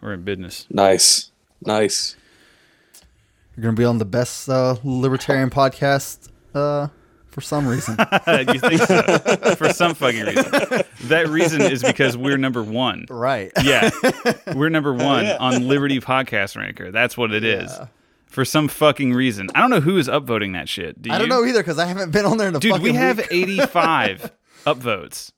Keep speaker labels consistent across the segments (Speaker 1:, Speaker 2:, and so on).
Speaker 1: We're in business.
Speaker 2: Nice. Nice.
Speaker 3: You're going to be on the best uh, libertarian podcast uh, for some reason.
Speaker 1: you think so? For some fucking reason. That reason is because we're number one.
Speaker 3: right.
Speaker 1: Yeah, we're number one on Liberty Podcast Ranker. That's what it is. For some fucking reason, I don't know who is upvoting that shit. Do
Speaker 3: I don't
Speaker 1: you?
Speaker 3: know either because I haven't been on there in a
Speaker 1: dude.
Speaker 3: fucking
Speaker 1: We have
Speaker 3: week.
Speaker 1: eighty-five upvotes.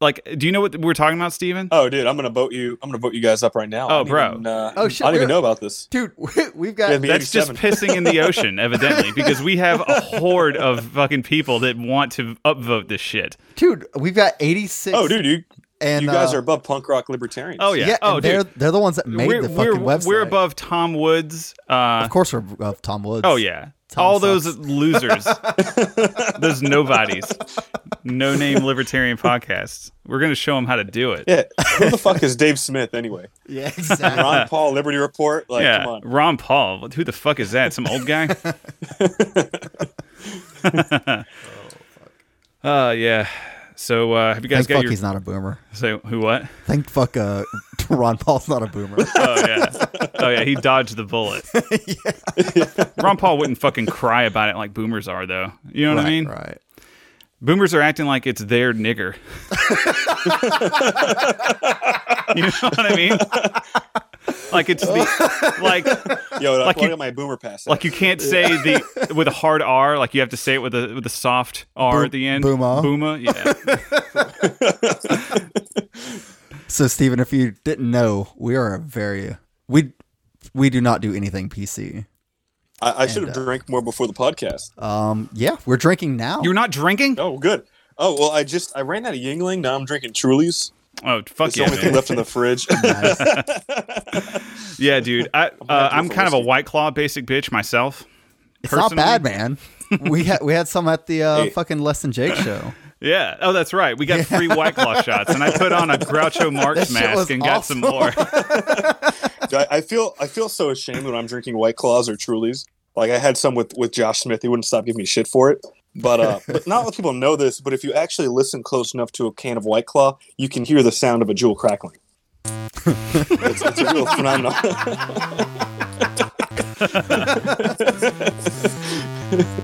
Speaker 1: Like, do you know what we're talking about, Steven?
Speaker 2: Oh, dude, I'm gonna vote you. I'm gonna vote you guys up right now. I
Speaker 1: Oh,
Speaker 2: don't
Speaker 1: bro.
Speaker 2: even, uh,
Speaker 3: Oh, shit,
Speaker 2: I don't even
Speaker 3: we're-
Speaker 2: know about this.
Speaker 3: Dude, we- we've
Speaker 2: You
Speaker 3: got.
Speaker 2: had me
Speaker 1: That's just
Speaker 2: 87.
Speaker 1: pissing in the ocean, evidently, because we have a horde of fucking people that want to upvote this shit.
Speaker 3: Dude, we've got 86.
Speaker 2: Oh, dude, you
Speaker 3: And,
Speaker 2: you guys
Speaker 3: uh,
Speaker 2: are above punk rock libertarians.
Speaker 1: Oh yeah.
Speaker 3: Yeah,
Speaker 1: oh,
Speaker 3: and they're,
Speaker 1: dude.
Speaker 3: they're the ones that made
Speaker 1: we're,
Speaker 3: the fucking
Speaker 1: we're,
Speaker 3: website.
Speaker 1: we're above Tom Woods. Uh,
Speaker 3: Of course, we're above Tom Woods.
Speaker 1: Oh yeah,
Speaker 3: Tom
Speaker 1: all
Speaker 3: sucks.
Speaker 1: those losers, those nobodies, no name libertarian podcasts. We're gonna show them how to do it.
Speaker 2: Yeah. Who the fuck is Dave Smith anyway?
Speaker 3: Yeah, exactly.
Speaker 2: Ron Paul Liberty Report. Like,
Speaker 1: Yeah,
Speaker 2: come on.
Speaker 1: Ron Paul. Who the fuck is that? Some old guy. Oh, uh, yeah. So uh, have you guys
Speaker 3: Thank fuck
Speaker 1: got your
Speaker 3: he's not a boomer.
Speaker 1: so who what?
Speaker 3: Thank fuck uh, Ron Paul's not a boomer.
Speaker 1: Oh yeah, oh yeah. He dodged the bullet. Ron Paul wouldn't fucking cry about it like boomers are though. You know what I mean?
Speaker 3: Right.
Speaker 1: Boomers are acting like it's their nigger. you know what I mean? Like it's the like
Speaker 2: Yo,
Speaker 1: Like
Speaker 2: like
Speaker 1: you-
Speaker 2: you, my boomer pass.
Speaker 1: like you can't say the with a hard R. Like you have to say it with a with a soft R
Speaker 3: Boom-
Speaker 1: at the end.
Speaker 3: booma.
Speaker 1: Booma. Yeah.
Speaker 3: So, Steven, if you didn't know, we are a very we we do not do anything PC.
Speaker 2: I, I should have
Speaker 1: uh,
Speaker 2: drank more before the podcast.
Speaker 3: Um, yeah, we're drinking now.
Speaker 1: You're not drinking?
Speaker 2: Oh, good. Oh well, I just I ran out of Yingling. Now I'm drinking Trulies.
Speaker 1: Oh fuck
Speaker 2: It's
Speaker 1: yeah,
Speaker 2: the only thing
Speaker 1: dude.
Speaker 2: left in the fridge.
Speaker 3: Nice.
Speaker 1: yeah, dude. I uh,
Speaker 2: have to
Speaker 1: I'm
Speaker 2: go for
Speaker 1: kind of a
Speaker 2: whiskey.
Speaker 1: white claw basic bitch myself.
Speaker 3: it's not
Speaker 1: Personally-
Speaker 3: bad, man. We had we had some at the uh,
Speaker 2: Hey.
Speaker 3: fucking Less Than Jake show.
Speaker 1: Yeah. Oh, that's right. We got free white claw shots, and I put on a Groucho
Speaker 3: That
Speaker 1: Marx
Speaker 3: shit was
Speaker 1: mask and got some more.
Speaker 2: I, I feel I feel so ashamed when I'm drinking White Claws or Trulies. Like I had some with with Josh Smith. He wouldn't stop giving me shit for it. But uh, but not a lot of people know this. But if you actually listen close enough to a can of White Claw, you can hear the sound of a jewel crackling. it's, it's a real phenomenon.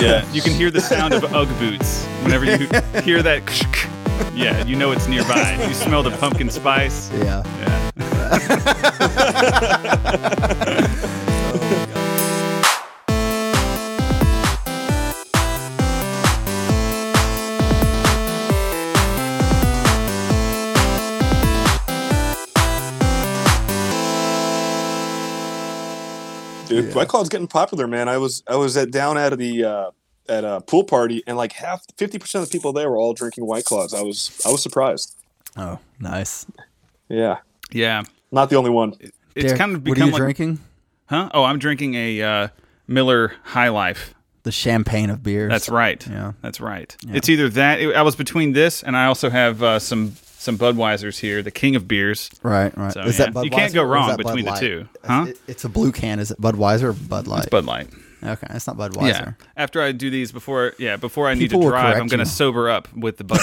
Speaker 2: yeah.
Speaker 1: You can hear the sound of Ugg boots whenever you hear that. Yeah, you know it's nearby. You smell the pumpkin spice.
Speaker 3: Yeah.
Speaker 1: Yeah.
Speaker 2: Dude, White Claw's getting popular, man. I was I was at down at the uh, at a pool party, and like half fifty percent of the people there were all drinking White Claws. I was I was surprised.
Speaker 3: Oh, nice.
Speaker 2: Yeah,
Speaker 1: Yeah.
Speaker 2: not the only one.
Speaker 1: It's
Speaker 3: Derek,
Speaker 1: kind of
Speaker 3: what are
Speaker 1: become
Speaker 3: you
Speaker 1: like,
Speaker 3: drinking?
Speaker 1: huh? Oh, I'm drinking a uh, Miller High Life.
Speaker 3: The champagne of beers.
Speaker 1: That's right.
Speaker 3: Yeah.
Speaker 1: That's right. It's either that. I was between this, and I also have uh, some some Budweisers here, the king of beers.
Speaker 3: right. Right.
Speaker 1: So,
Speaker 3: is
Speaker 1: yeah.
Speaker 3: that Budweiser
Speaker 1: You can't go
Speaker 3: or is
Speaker 1: wrong
Speaker 3: that
Speaker 1: between
Speaker 3: Bud
Speaker 1: the
Speaker 3: Light?
Speaker 1: two,
Speaker 3: It's-
Speaker 1: huh?
Speaker 3: it- it's a blue can. Is it Budweiser or Bud Light?
Speaker 1: Bud Light.
Speaker 3: okay, it's not
Speaker 1: Yeah.
Speaker 3: Budweiser.
Speaker 1: After I do these before, yeah, before I need
Speaker 3: People
Speaker 1: to
Speaker 3: will
Speaker 1: drive, I'm
Speaker 3: correct
Speaker 1: going to
Speaker 3: you.
Speaker 1: sober up with the Bud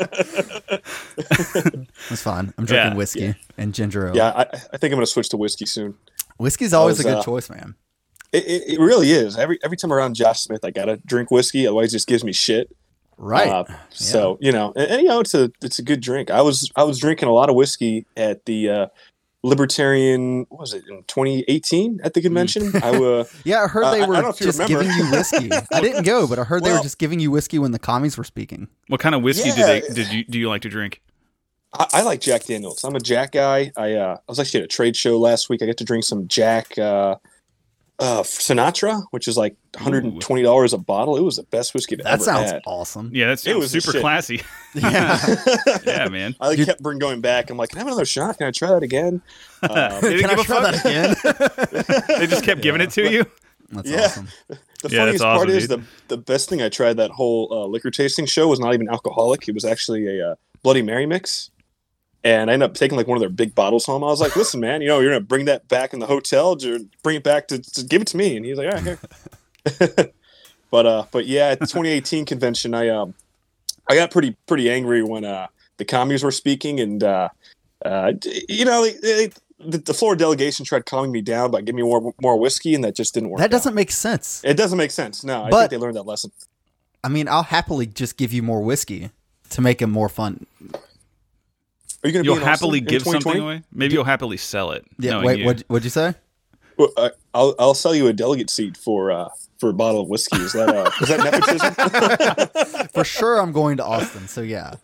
Speaker 1: Lights.
Speaker 3: It's fine. I'm drinking
Speaker 1: Yeah.
Speaker 3: whiskey and ginger ale.
Speaker 2: Yeah, I, I think I'm gonna switch to whiskey soon.
Speaker 3: Whiskey's always
Speaker 2: was,
Speaker 3: a good
Speaker 2: uh,
Speaker 3: choice, man.
Speaker 2: It, it, it really is. Every every time around Josh Smith, I gotta drink whiskey. Otherwise, it just gives me shit.
Speaker 3: Right.
Speaker 2: Uh, So you know, and, and, you know, it's a it's a good drink. I was I was drinking a lot of whiskey at the uh, Libertarian. What was it in 2018 at the convention? I uh,
Speaker 3: Yeah, I heard
Speaker 2: Uh,
Speaker 3: they
Speaker 2: I- I
Speaker 3: were
Speaker 2: don't know if you
Speaker 3: just
Speaker 2: remember.
Speaker 3: giving you whiskey. I didn't go, but I heard they were
Speaker 2: Well-
Speaker 3: just giving you whiskey when the commies were speaking.
Speaker 1: what kind of whiskey
Speaker 2: Yeah.
Speaker 1: do they did you do you like to drink?
Speaker 2: I, I like Jack Daniels. I'm a Jack guy. I uh, I was actually at a trade show last week. I got to drink some Jack uh, uh, Sinatra, which is like 120 dollars a bottle. It was the best whiskey I've
Speaker 3: That
Speaker 2: ever
Speaker 3: sounds
Speaker 2: had.
Speaker 3: awesome.
Speaker 1: Yeah, that's
Speaker 2: It was the
Speaker 1: super
Speaker 2: shit.
Speaker 1: classy.
Speaker 3: Yeah.
Speaker 1: yeah, man.
Speaker 2: I like, kept bring going back. I'm like, can I have another shot? Can I try that again? Um,
Speaker 1: They didn't
Speaker 3: Can I
Speaker 1: give a
Speaker 3: try
Speaker 1: fuck.
Speaker 3: that again?
Speaker 1: They just kept giving it to you.
Speaker 3: That's
Speaker 2: Yeah.
Speaker 3: awesome.
Speaker 2: The
Speaker 1: Yeah, that's
Speaker 2: funniest
Speaker 1: awesome,
Speaker 2: part is
Speaker 1: dude.
Speaker 2: the the best thing I tried that whole uh, liquor tasting show was not even alcoholic. It was actually a uh, Bloody Mary mix, and I ended up taking like one of their big bottles home. I was like, "Listen, man, you know you're gonna bring that back in the hotel. Just bring it back to, to give it to me." And he's like, "All right." Here. but uh, but yeah, at the 2018 convention, I um, I got pretty pretty angry when uh the commies were speaking, and uh, uh, you know, they, they, the, the Florida delegation tried calming me down by giving me more more whiskey, and that just didn't work.
Speaker 3: That doesn't
Speaker 2: out.
Speaker 3: make sense.
Speaker 2: It doesn't make sense. No, I
Speaker 3: But-
Speaker 2: think they learned that lesson.
Speaker 3: I mean, I'll happily just give you more whiskey to make it more fun.
Speaker 2: Are you going to
Speaker 1: You'll
Speaker 2: be in
Speaker 1: happily
Speaker 2: Austin in
Speaker 1: give something
Speaker 2: 2020?
Speaker 1: away. Maybe you'll happily sell it.
Speaker 3: Yeah.
Speaker 1: knowing
Speaker 3: wait,
Speaker 1: you.
Speaker 3: what? What'd you say?
Speaker 2: Well, I- I'll I'll sell you a delegate seat for uh, for a bottle of whiskey. Is that uh, is that nepotism?
Speaker 3: For sure, I'm going to Austin. So yeah.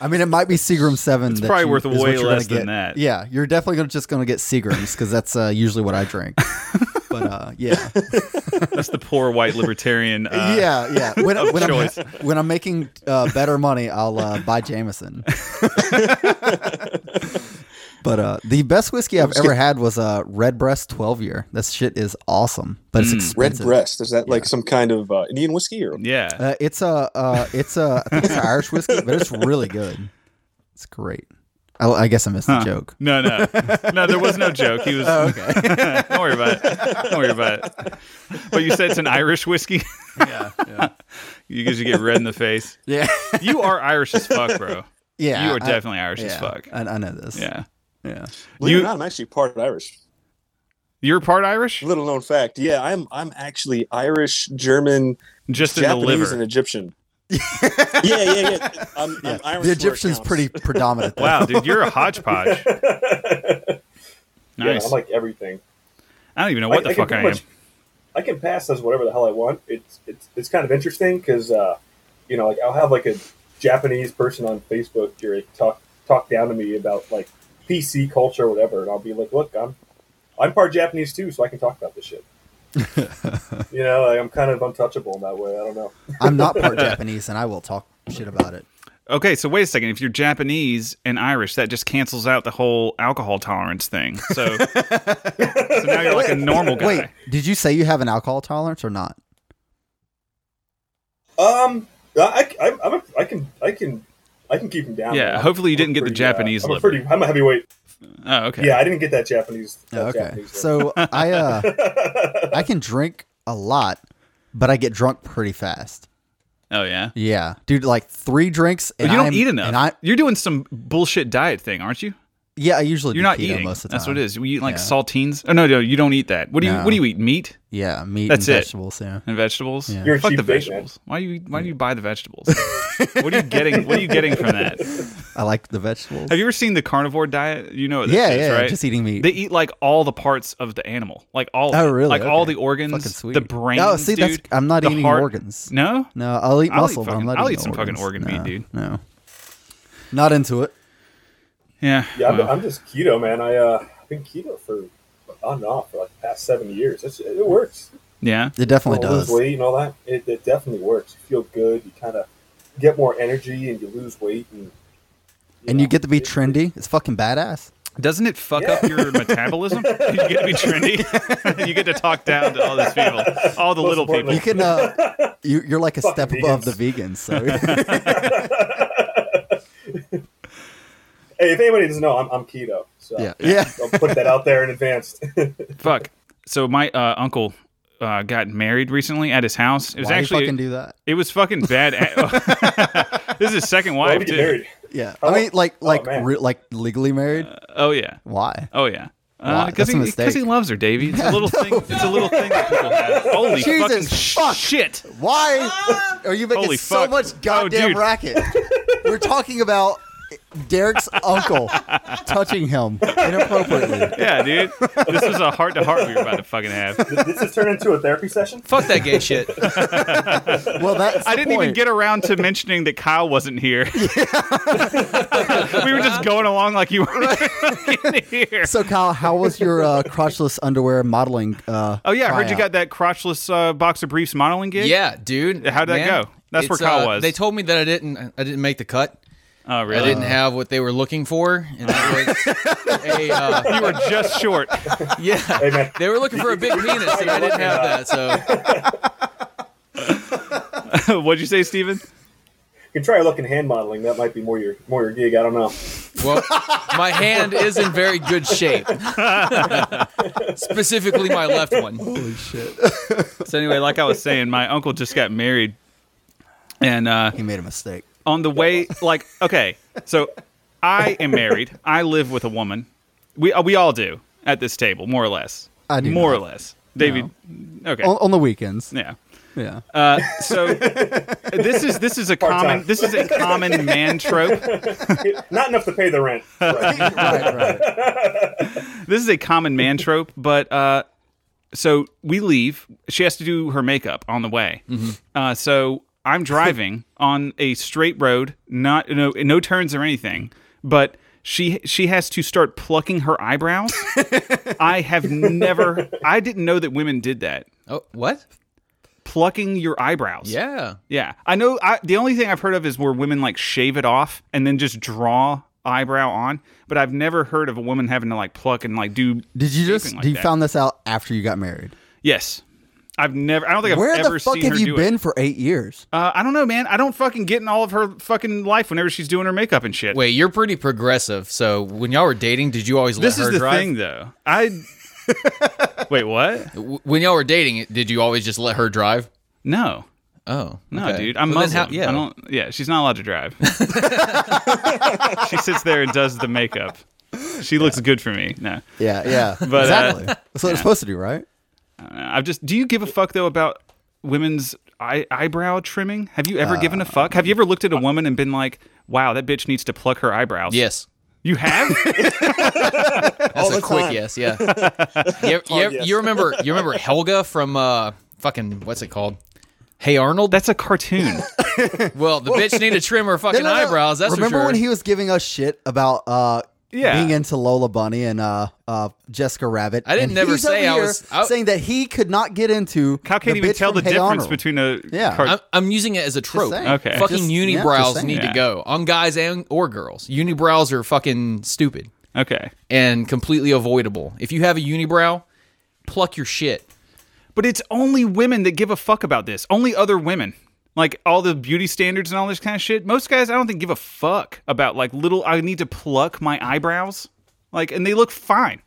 Speaker 3: I mean, it might be Seagram Seven. It's
Speaker 1: probably worth way less than that.
Speaker 3: Yeah, you're definitely gonna, just going to get Seagrams because that's uh, usually what I drink. but uh, yeah,
Speaker 1: That's the poor white libertarian. Uh,
Speaker 3: yeah, yeah. When,
Speaker 1: of
Speaker 3: when I'm
Speaker 1: choice.
Speaker 3: when I'm making uh, better money, I'll uh, buy Jameson. but uh, the best whiskey I've ever had was uh, Redbreast 12 year. That shit is awesome, but it's
Speaker 2: Red
Speaker 3: expensive.
Speaker 2: breast is that like some kind of uh, Indian whiskey or
Speaker 1: Yeah.
Speaker 3: Uh, it's a uh, it's a I think it's an Irish whiskey, but it's really good. It's great. I, I guess I missed the joke.
Speaker 1: No, no, no. There was no joke. He was. okay. Don't worry about it. Don't worry about it. But you said it's an Irish whiskey. yeah, yeah. Because you get red in the face.
Speaker 3: Yeah,
Speaker 1: You are Irish as fuck, bro.
Speaker 3: yeah.
Speaker 1: you are
Speaker 3: I-
Speaker 1: definitely Irish as
Speaker 3: yeah,
Speaker 1: fuck.
Speaker 3: I, I know this.
Speaker 1: yeah.
Speaker 3: yeah.
Speaker 2: Believe
Speaker 1: You-
Speaker 2: it or not, I'm actually part Irish.
Speaker 1: You're part Irish,
Speaker 2: Little known fact. Yeah, I'm I'm actually Irish, German,
Speaker 1: just in the
Speaker 2: Japanese,
Speaker 1: liver.
Speaker 2: and Egyptian. yeah, yeah, yeah. I'm, I'm Irish.
Speaker 3: The
Speaker 2: where it
Speaker 3: Egyptian's
Speaker 2: counts.
Speaker 3: pretty predominant. There.
Speaker 1: wow, dude, you're a hodgepodge. Nice.
Speaker 4: Yeah, I'm like everything.
Speaker 1: I don't even know what the
Speaker 4: can
Speaker 1: fuck I am.
Speaker 4: pretty much- I can pass as whatever the hell I want. It's it's it's kind of interesting because uh, you know, like I'll have like a Japanese person on Facebook here like, talk talk down to me about like PC culture or whatever, and I'll be like, look, I'm I'm part Japanese too, so I can talk about this shit. you know, like, I'm kind of untouchable in that way. I don't know.
Speaker 3: I'm not part Japanese, and I will talk shit about it.
Speaker 1: Okay, so wait a second. If you're Japanese and Irish, that just cancels out the whole alcohol tolerance thing. So, so now you're like a normal guy.
Speaker 3: Wait, did you say you have an alcohol tolerance or not?
Speaker 4: Um, I, I, I'm a, I can I can I can keep him down.
Speaker 1: Yeah,
Speaker 4: I'm-
Speaker 1: hopefully you
Speaker 4: I'm
Speaker 1: didn't get the
Speaker 4: pretty,
Speaker 1: Japanese
Speaker 4: Uh, I'm a
Speaker 1: liver.
Speaker 4: pretty. I'm a heavyweight.
Speaker 1: Oh, okay.
Speaker 4: Yeah, I didn't get that Japanese. That
Speaker 3: Oh, okay,
Speaker 4: Japanese
Speaker 3: so
Speaker 4: liver.
Speaker 3: I uh, I can drink a lot, but I get drunk pretty fast.
Speaker 1: Oh yeah.
Speaker 3: Yeah, dude, like three drinks.
Speaker 1: But
Speaker 3: And
Speaker 1: you don't
Speaker 3: I'm-
Speaker 1: eat enough.
Speaker 3: And I,
Speaker 1: you're doing some bullshit diet thing, aren't you?
Speaker 3: yeah, I usually
Speaker 1: You're
Speaker 3: do
Speaker 1: not
Speaker 3: keto
Speaker 1: eating.
Speaker 3: most of the time.
Speaker 1: That's what it is. You eat like
Speaker 3: Yeah.
Speaker 1: saltines. Oh no, no, you don't eat that. What do you
Speaker 3: No.
Speaker 1: What do you eat? Meat
Speaker 3: Yeah, meat
Speaker 1: That's
Speaker 3: and
Speaker 1: it.
Speaker 3: vegetables. Yeah.
Speaker 1: and vegetables.
Speaker 3: Yeah.
Speaker 4: You're a
Speaker 1: Fuck
Speaker 4: cheap
Speaker 1: the
Speaker 4: date, man.
Speaker 1: vegetables. Why do you Why do you buy the vegetables? what are you getting? What are you getting from that?
Speaker 3: I like the vegetables.
Speaker 1: Have you ever seen the carnivore diet? You know what this
Speaker 3: yeah,
Speaker 1: is,
Speaker 3: yeah,
Speaker 1: right?
Speaker 3: just eating meat.
Speaker 1: They eat like all the parts of the animal, like all.
Speaker 3: Oh,
Speaker 1: of it.
Speaker 3: really?
Speaker 1: Like all
Speaker 3: Okay.
Speaker 1: the organs,
Speaker 3: Fucking sweet.
Speaker 1: the brain.
Speaker 3: Oh, see, that's I'm not
Speaker 1: the
Speaker 3: eating
Speaker 1: heart.
Speaker 3: organs.
Speaker 1: No,
Speaker 3: No, I'll eat
Speaker 1: I'll eat
Speaker 3: muscle, but
Speaker 1: fucking-
Speaker 3: I'm not.
Speaker 1: I'll
Speaker 3: eating
Speaker 1: eat some fucking
Speaker 3: organs.
Speaker 1: organ meat,
Speaker 3: No,
Speaker 1: dude.
Speaker 3: No, not into it.
Speaker 1: yeah,
Speaker 4: Yeah, I'm,
Speaker 1: well,
Speaker 4: I'm just keto, man. I uh, I've been keto for on and off for like the past seven years. It's, it, it works.
Speaker 1: yeah.
Speaker 3: It definitely
Speaker 4: You know,
Speaker 3: does.
Speaker 4: Lose weight and all that. It, it definitely works. You feel good. You kind of get more energy and you lose weight and
Speaker 3: And you
Speaker 4: know,
Speaker 3: get to be
Speaker 4: it-
Speaker 3: trendy. It's fucking badass.
Speaker 1: Doesn't it fuck up your metabolism? You get to be trendy. you get to talk down to all these people, all the
Speaker 4: Most
Speaker 1: little people.
Speaker 4: importantly-
Speaker 3: You can. Uh, you, you're like a
Speaker 4: Fucking
Speaker 3: step above the
Speaker 4: vegans.
Speaker 3: vegans. So
Speaker 4: Hey, if anybody doesn't know, I'm, I'm keto. So
Speaker 3: yeah, yeah.
Speaker 4: I'll put that out there in advance.
Speaker 1: Fuck. So my uh, uncle uh, got married recently at his house. It was
Speaker 3: Why do
Speaker 1: actually
Speaker 3: you fucking do that?
Speaker 1: it was fucking bad. this is his second
Speaker 4: Why
Speaker 1: wife
Speaker 4: we get
Speaker 1: too.
Speaker 4: married?
Speaker 3: Yeah,
Speaker 4: Oh,
Speaker 3: I mean, like,
Speaker 4: oh,
Speaker 3: like,
Speaker 4: man.
Speaker 3: re- like legally married.
Speaker 1: Oh yeah.
Speaker 3: Why?
Speaker 1: Oh yeah.
Speaker 3: Why?
Speaker 1: Because
Speaker 3: That's a
Speaker 1: he
Speaker 3: mistake.
Speaker 1: because he loves her, Davey. It's a little thing. It's a little thing that people have. Holy fucking
Speaker 3: Jesus fuck.
Speaker 1: shit!
Speaker 3: Why are you making
Speaker 1: Ah! Holy
Speaker 3: so
Speaker 1: fuck.
Speaker 3: much
Speaker 1: Oh,
Speaker 3: goddamn
Speaker 1: dude.
Speaker 3: racket? We're talking about Derek's uncle touching him inappropriately.
Speaker 1: Yeah, dude. This was a heart to heart we were about to fucking have.
Speaker 4: Did this is turn into a therapy session?
Speaker 5: Fuck that gay shit.
Speaker 3: Well, that's
Speaker 1: I
Speaker 3: the
Speaker 1: didn't even
Speaker 3: point.
Speaker 1: get around to mentioning that Kyle wasn't here. we were just going along like you weren't even here.
Speaker 3: So, Kyle, how was your uh, crotchless underwear modeling? Uh,
Speaker 1: Oh yeah, I heard you got
Speaker 3: tryout?
Speaker 1: that crotchless uh, boxer briefs modeling gig.
Speaker 5: yeah, dude.
Speaker 1: How'd that
Speaker 5: man,
Speaker 1: go? That's where
Speaker 5: it's,
Speaker 1: Kyle
Speaker 5: uh,
Speaker 1: was.
Speaker 5: They told me that I didn't. I didn't make the cut.
Speaker 1: Oh
Speaker 5: I
Speaker 1: really?
Speaker 5: didn't have what they were looking for, and that was a. Uh,
Speaker 1: you were just short.
Speaker 5: yeah,
Speaker 4: Hey, man.
Speaker 5: they were looking for a big penis, and I didn't have that. So
Speaker 1: What'd you say, Steven?
Speaker 4: You can try looking hand modeling. That might be more your more your gig. I don't know.
Speaker 5: well, my hand is in very good shape. Specifically, my left one.
Speaker 1: So anyway, like I was saying, my uncle just got married, and uh,
Speaker 3: He made a mistake.
Speaker 1: on the way like okay so i am married i live with a woman we uh, we all do at this table more or less
Speaker 3: I do
Speaker 1: more
Speaker 3: not. Oh,
Speaker 1: or less david okay
Speaker 3: on, on the weekends.
Speaker 1: yeah
Speaker 3: Yeah.
Speaker 1: uh, so this is this is a
Speaker 4: Part-time.
Speaker 1: common this is a common man trope
Speaker 4: Not enough to pay the rent. Right.
Speaker 3: right, right.
Speaker 1: this is a common man trope, but uh, so we leave. She has to do her makeup on the way. Uh, so I'm driving on a straight road, not no no turns or anything, but she she has to start plucking her eyebrows. I have never I didn't know that women did that.
Speaker 5: Oh, what?
Speaker 1: Plucking your eyebrows.
Speaker 5: Yeah.
Speaker 1: Yeah. I know I, the only thing I've heard of is where women like shave it off and then just draw eyebrow on, but I've never heard of a woman having to like pluck and like do
Speaker 3: Did you just
Speaker 1: Shaping like
Speaker 3: did you
Speaker 1: that.
Speaker 3: found this out after you got married?
Speaker 1: Yes. I've never. I don't think I've
Speaker 3: Where
Speaker 1: ever
Speaker 3: the fuck
Speaker 1: seen
Speaker 3: have
Speaker 1: her
Speaker 3: you
Speaker 1: do
Speaker 3: been
Speaker 1: it.
Speaker 3: for eight years?
Speaker 1: Uh, I don't know, man. I don't fucking get in all of her fucking life whenever she's doing her makeup and shit.
Speaker 5: Wait, you're pretty progressive. So when y'all were dating, did you always
Speaker 1: this
Speaker 5: let
Speaker 1: is
Speaker 5: her
Speaker 1: the
Speaker 5: drive?
Speaker 1: thing, though. I. Wait, what?
Speaker 5: W- When y'all were dating, did you always just let her drive?
Speaker 1: No,
Speaker 5: Oh,
Speaker 1: no,
Speaker 5: okay.
Speaker 1: dude. I'm
Speaker 5: Well, then
Speaker 1: Muslim.
Speaker 5: how- yeah.
Speaker 1: I don't. Yeah, she's not allowed to drive. she sits there and does the makeup. She looks good for me. No,
Speaker 3: Yeah, yeah.
Speaker 1: uh,
Speaker 3: exactly. That's what it's supposed to do, right?
Speaker 1: I don't know. I've just. Do you give a fuck though about women's eye, eyebrow trimming? Have you ever
Speaker 5: Uh,
Speaker 1: given a fuck? Have you ever looked at a woman and been like, "Wow, that bitch needs to pluck her eyebrows"?
Speaker 5: Yes.
Speaker 1: you have.
Speaker 5: That's
Speaker 2: the
Speaker 5: a quick
Speaker 2: time.
Speaker 5: yes, yeah. you, you-
Speaker 2: Hard yes.
Speaker 5: you remember you remember Helga from uh fucking what's it called? Hey Arnold.
Speaker 1: That's a cartoon.
Speaker 5: Well, the bitch need to trim her fucking
Speaker 3: No, no, no.
Speaker 5: eyebrows. That's
Speaker 3: remember
Speaker 5: for sure.
Speaker 3: when he was giving us shit about uh
Speaker 1: Yeah.
Speaker 3: being into Lola Bunny and uh uh Jessica Rabbit.
Speaker 5: I didn't
Speaker 3: and
Speaker 5: never
Speaker 3: he's
Speaker 5: say
Speaker 3: over
Speaker 5: I
Speaker 3: here
Speaker 5: was- I-
Speaker 3: saying that he could not get into.
Speaker 1: How can
Speaker 3: the
Speaker 1: you even
Speaker 3: bitch
Speaker 1: tell
Speaker 3: from
Speaker 1: the
Speaker 3: Hey
Speaker 1: difference
Speaker 3: Arnold.
Speaker 1: between a
Speaker 3: Yeah.
Speaker 1: cart-
Speaker 5: I'm, I'm using it as a trope.
Speaker 3: saying. Okay.
Speaker 5: Fucking
Speaker 3: Just- yeah, just
Speaker 5: unibrows
Speaker 3: saying.
Speaker 5: need
Speaker 1: Yeah.
Speaker 5: to go on guys and or girls. Unibrows are fucking stupid
Speaker 1: okay,
Speaker 5: and completely avoidable. If you have a unibrow, pluck your shit.
Speaker 1: but it's only women that give a fuck about this. Only other women, like all the beauty standards and all this kind of shit. Most guys, I don't think give a fuck about like little. I need to pluck my eyebrows, like, and they look fine.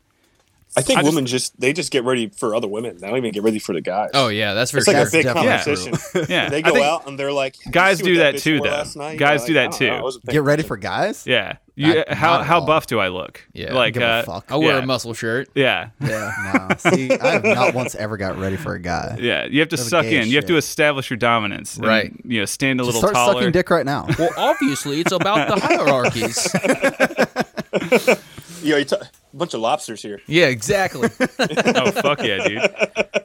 Speaker 2: I think
Speaker 1: I just-
Speaker 2: women just, they just get ready for other women. They don't even get ready for the guys.
Speaker 5: Oh yeah, that's for
Speaker 2: It's like
Speaker 5: sure.
Speaker 2: a big
Speaker 3: definitely
Speaker 2: competition.
Speaker 1: Yeah,
Speaker 2: They
Speaker 1: I
Speaker 2: go
Speaker 1: think
Speaker 2: out and they're like, "Did you
Speaker 1: Guys
Speaker 2: see what
Speaker 1: do that
Speaker 2: bitch
Speaker 1: too,
Speaker 2: wore
Speaker 1: though.
Speaker 2: last night?"
Speaker 1: Guys
Speaker 2: You're
Speaker 1: do
Speaker 2: like,
Speaker 1: that
Speaker 2: "I don't
Speaker 1: too.
Speaker 2: know. I wasn't
Speaker 3: Get
Speaker 2: thinking
Speaker 3: ready
Speaker 2: about
Speaker 3: for guys.
Speaker 1: Yeah, you,
Speaker 5: I-
Speaker 1: how
Speaker 5: not at
Speaker 1: how
Speaker 5: all.
Speaker 1: buff do I look?
Speaker 5: Yeah,
Speaker 1: like
Speaker 3: give a
Speaker 1: uh,
Speaker 3: fuck.
Speaker 5: I'll wear
Speaker 1: yeah.
Speaker 5: a muscle shirt.
Speaker 1: Yeah,
Speaker 3: Yeah. No. See, I have not once ever got ready for a guy.
Speaker 1: yeah. You have to
Speaker 3: That's
Speaker 1: suck in.
Speaker 3: gay
Speaker 1: You have to
Speaker 3: shit.
Speaker 1: establish your dominance. and,
Speaker 5: Right.
Speaker 1: you know, stand a
Speaker 3: Just
Speaker 1: little
Speaker 3: start
Speaker 1: taller.
Speaker 3: sucking dick right now.
Speaker 5: Well, obviously, it's about the hierarchies.
Speaker 2: it. Yo, you t- a bunch of lobsters here.
Speaker 5: yeah, exactly.
Speaker 1: Oh fuck yeah, dude.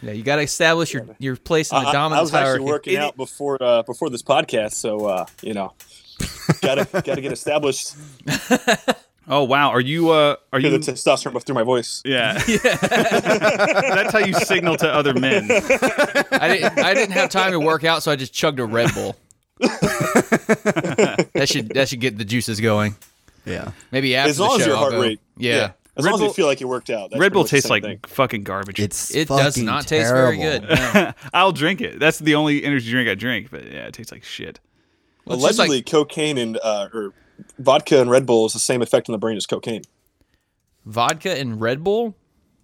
Speaker 5: Yeah, you got to establish your, your place in the
Speaker 2: I- I, I
Speaker 5: dominance
Speaker 2: was actually
Speaker 5: hierarchy.
Speaker 2: working out before uh, before this podcast, so uh, you know, gotta gotta get established.
Speaker 1: Oh wow, are you uh are
Speaker 2: Hear
Speaker 1: you
Speaker 2: the testosterone through my voice.
Speaker 1: Yeah. That's how you signal to other men.
Speaker 5: I didn't. I didn't have time to work out, so I just chugged a Red Bull. that should that should get the juices going.
Speaker 3: Yeah.
Speaker 5: Maybe after
Speaker 2: As long
Speaker 5: the
Speaker 2: as
Speaker 5: show,
Speaker 2: your
Speaker 5: I'll
Speaker 2: heart
Speaker 5: go-
Speaker 2: rate-
Speaker 5: Yeah.
Speaker 2: As
Speaker 1: Red
Speaker 2: long as you
Speaker 1: Bull-
Speaker 2: feel like you worked out. That's
Speaker 1: Red Bull
Speaker 2: pretty much
Speaker 1: tastes
Speaker 2: the
Speaker 1: like
Speaker 2: same thing.
Speaker 1: fucking garbage.
Speaker 3: It's
Speaker 5: It does
Speaker 3: fucking
Speaker 5: not taste very
Speaker 3: terrible.
Speaker 5: good. No.
Speaker 1: I'll drink it. That's the only energy drink I drink, but yeah, it tastes like shit.
Speaker 5: It's just
Speaker 2: allegedly
Speaker 5: like-
Speaker 2: cocaine and uh, or vodka and Red Bull is the same effect on the brain as cocaine.
Speaker 5: Vodka and Red Bull.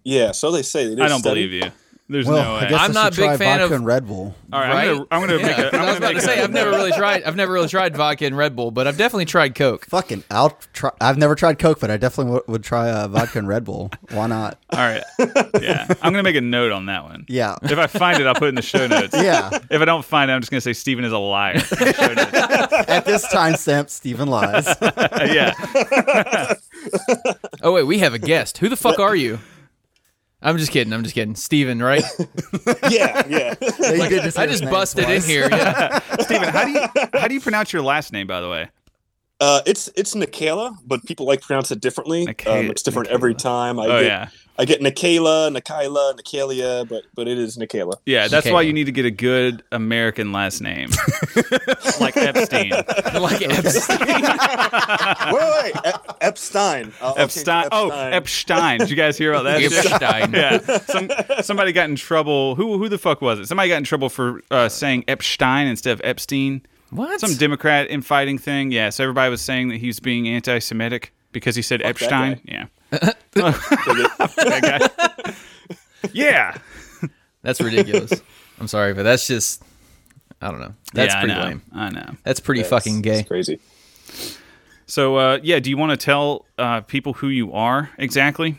Speaker 2: Yeah, so they say. They did
Speaker 1: I don't
Speaker 2: a study.
Speaker 1: believe you. There's
Speaker 3: Well,
Speaker 1: no way.
Speaker 3: I guess
Speaker 5: I'm
Speaker 3: I
Speaker 5: not
Speaker 3: should
Speaker 5: a big
Speaker 3: try
Speaker 5: fan
Speaker 3: vodka
Speaker 5: of-
Speaker 3: and Red Bull.
Speaker 1: All right, I'm
Speaker 5: Right?
Speaker 1: gonna, I'm gonna
Speaker 5: Yeah,
Speaker 1: make a. I'm
Speaker 5: I was
Speaker 1: gonna
Speaker 5: about
Speaker 1: make
Speaker 5: to say
Speaker 1: a-
Speaker 5: I've never really tried. I've never really tried vodka and Red Bull, but I've definitely tried Coke.
Speaker 3: Fucking, I'll try. I've never tried Coke, but I definitely w- would try uh, vodka and Red Bull. Why not?
Speaker 1: All right, yeah, I'm gonna make a note on that one.
Speaker 3: Yeah.
Speaker 1: If I find it, I'll put it in the show notes.
Speaker 3: Yeah.
Speaker 1: If I don't find it, I'm just gonna say Steven is a liar. Show notes. Uh,
Speaker 3: At this timestamp, Stephen lies.
Speaker 1: yeah.
Speaker 5: Oh wait, we have a guest. Who the fuck are you? I'm just kidding. I'm just kidddding. Steven, right?
Speaker 2: Yeah, yeah.
Speaker 3: They did say
Speaker 5: I
Speaker 3: his
Speaker 5: just
Speaker 3: name
Speaker 5: busted in
Speaker 3: twice.
Speaker 5: here. Yeah.
Speaker 1: Steven, how do you how do you pronounce your last name, by the way?
Speaker 2: uh, it's it's Nikala, but people like pronounce it differently.
Speaker 1: Nika-
Speaker 2: um, it's different every
Speaker 1: Nikala.
Speaker 2: time. I
Speaker 1: Oh
Speaker 2: get,
Speaker 1: yeah.
Speaker 2: I get Nikala, Nikala, Nikalia, but but it is Nikala.
Speaker 1: Yeah, that's
Speaker 5: Okay.
Speaker 1: why you need to get a good American last name, like Epstein.
Speaker 5: Like Epstein.
Speaker 2: wait, wait, wait. Ep- Epstein. I'll- I'll change it to
Speaker 1: Epstein. Oh, Epstein. Did you guys hear about that? shit?
Speaker 5: Epstein.
Speaker 1: Yeah. Some, somebody got in trouble. Who who the fuck was it? Somebody got in trouble for uh, saying Epstein instead of Epstein.
Speaker 5: What?
Speaker 1: Some Democrat infighting thing. Yeah. So everybody was saying that he was being anti-Semitic because he said Epstein.
Speaker 2: guy.
Speaker 1: Yeah. Fuck that guy. Yeah.
Speaker 5: That's ridiculous. I'm sorry, but that's just I don't know. That's
Speaker 1: yeah,
Speaker 5: pretty
Speaker 1: I know.
Speaker 5: lame.
Speaker 1: I know.
Speaker 5: That's pretty
Speaker 2: That's-
Speaker 5: fucking gay.
Speaker 2: That's crazy.
Speaker 1: So uh, yeah, do you want to tell uh, people who you are exactly,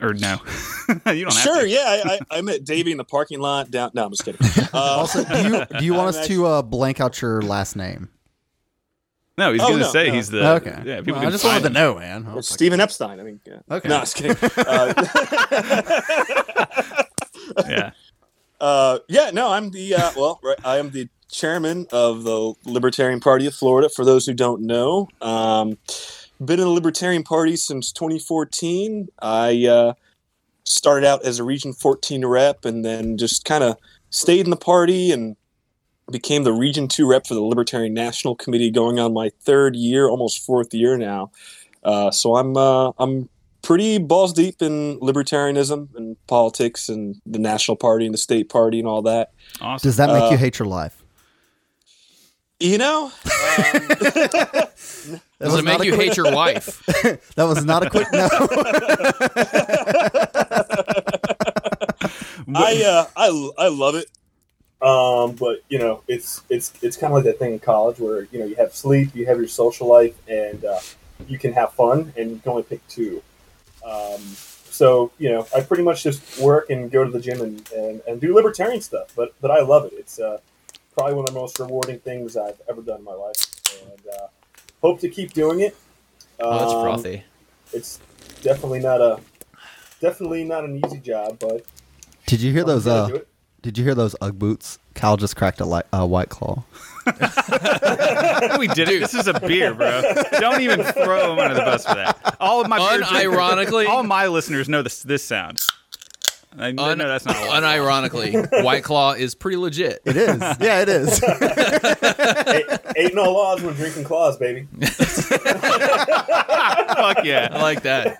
Speaker 1: or no? you don't
Speaker 2: Sure.
Speaker 1: have to.
Speaker 2: Yeah, I, I, I met Davey in the parking lot. Down. No, I'm just kidding. Uh, also,
Speaker 3: Do you, do you want
Speaker 2: I'm
Speaker 3: us to uh, blank out your last name?
Speaker 1: No, he's
Speaker 2: Oh,
Speaker 1: gonna
Speaker 2: no,
Speaker 1: say
Speaker 2: no.
Speaker 1: he's the
Speaker 3: okay.
Speaker 1: Yeah, people
Speaker 3: Well,
Speaker 1: can
Speaker 3: I just
Speaker 1: find
Speaker 3: wanted to
Speaker 1: him.
Speaker 3: know, man. I was like,
Speaker 2: Stephen Epstein. I mean, yeah.
Speaker 3: Okay.
Speaker 2: no, I'm just kidding. Uh,
Speaker 1: Yeah,
Speaker 2: Uh, yeah, no, I'm the uh, well, right, I am the chairman of the Libertarian Party of Florida. For those who don't know, um, been in the Libertarian Party since 2014. I uh, started out as a Region 14 rep, and then just kind of stayed in the party and became the Region 2 rep for the Libertarian National Committee, going on my third year, almost fourth year now. Uh, so I'm uh, I'm pretty balls deep in libertarianism and politics and the national party and the state party and all that.
Speaker 1: awesome.
Speaker 3: Does that make
Speaker 2: Uh,
Speaker 3: you hate your life?
Speaker 2: You know, um,
Speaker 3: That
Speaker 5: Does
Speaker 3: was not
Speaker 5: it make
Speaker 3: a
Speaker 5: you
Speaker 3: quick-
Speaker 5: hate your wife?
Speaker 3: That was not a quick no.
Speaker 2: I, uh, I I love it.
Speaker 4: Um, but you know, it's it's it's kind of like that thing in college where you know you have sleep, you have your social life, and uh, you can have fun, and you can only pick two. Um, so you know, I pretty much just work and go to the gym and, and, and do libertarian stuff, but but I love it. It's uh, probably one of the most rewarding things I've ever done in my life, and uh, hope to keep doing it.
Speaker 5: Oh, that's
Speaker 4: Um,
Speaker 5: frothy.
Speaker 4: It's definitely not uh, a definitely not an easy job, but
Speaker 3: Did you hear those?
Speaker 4: I'm gonna do
Speaker 3: Uh,
Speaker 4: it.
Speaker 3: did you hear those UGG boots? Cal just cracked a li- uh, white claw.
Speaker 1: we did it. This is a beer, bro. Don't even throw him under the bus for that. All of my beer drinkers-
Speaker 5: Unironically-
Speaker 1: all my listeners know this this sound. I know
Speaker 5: Un-
Speaker 1: that's not. a lot.
Speaker 5: unironically, White Claw is pretty legit.
Speaker 3: It is. Yeah, it is.
Speaker 4: ain't, ain't no laws when drinking claws, baby.
Speaker 1: Fuck
Speaker 5: I
Speaker 1: yeah,
Speaker 5: like that.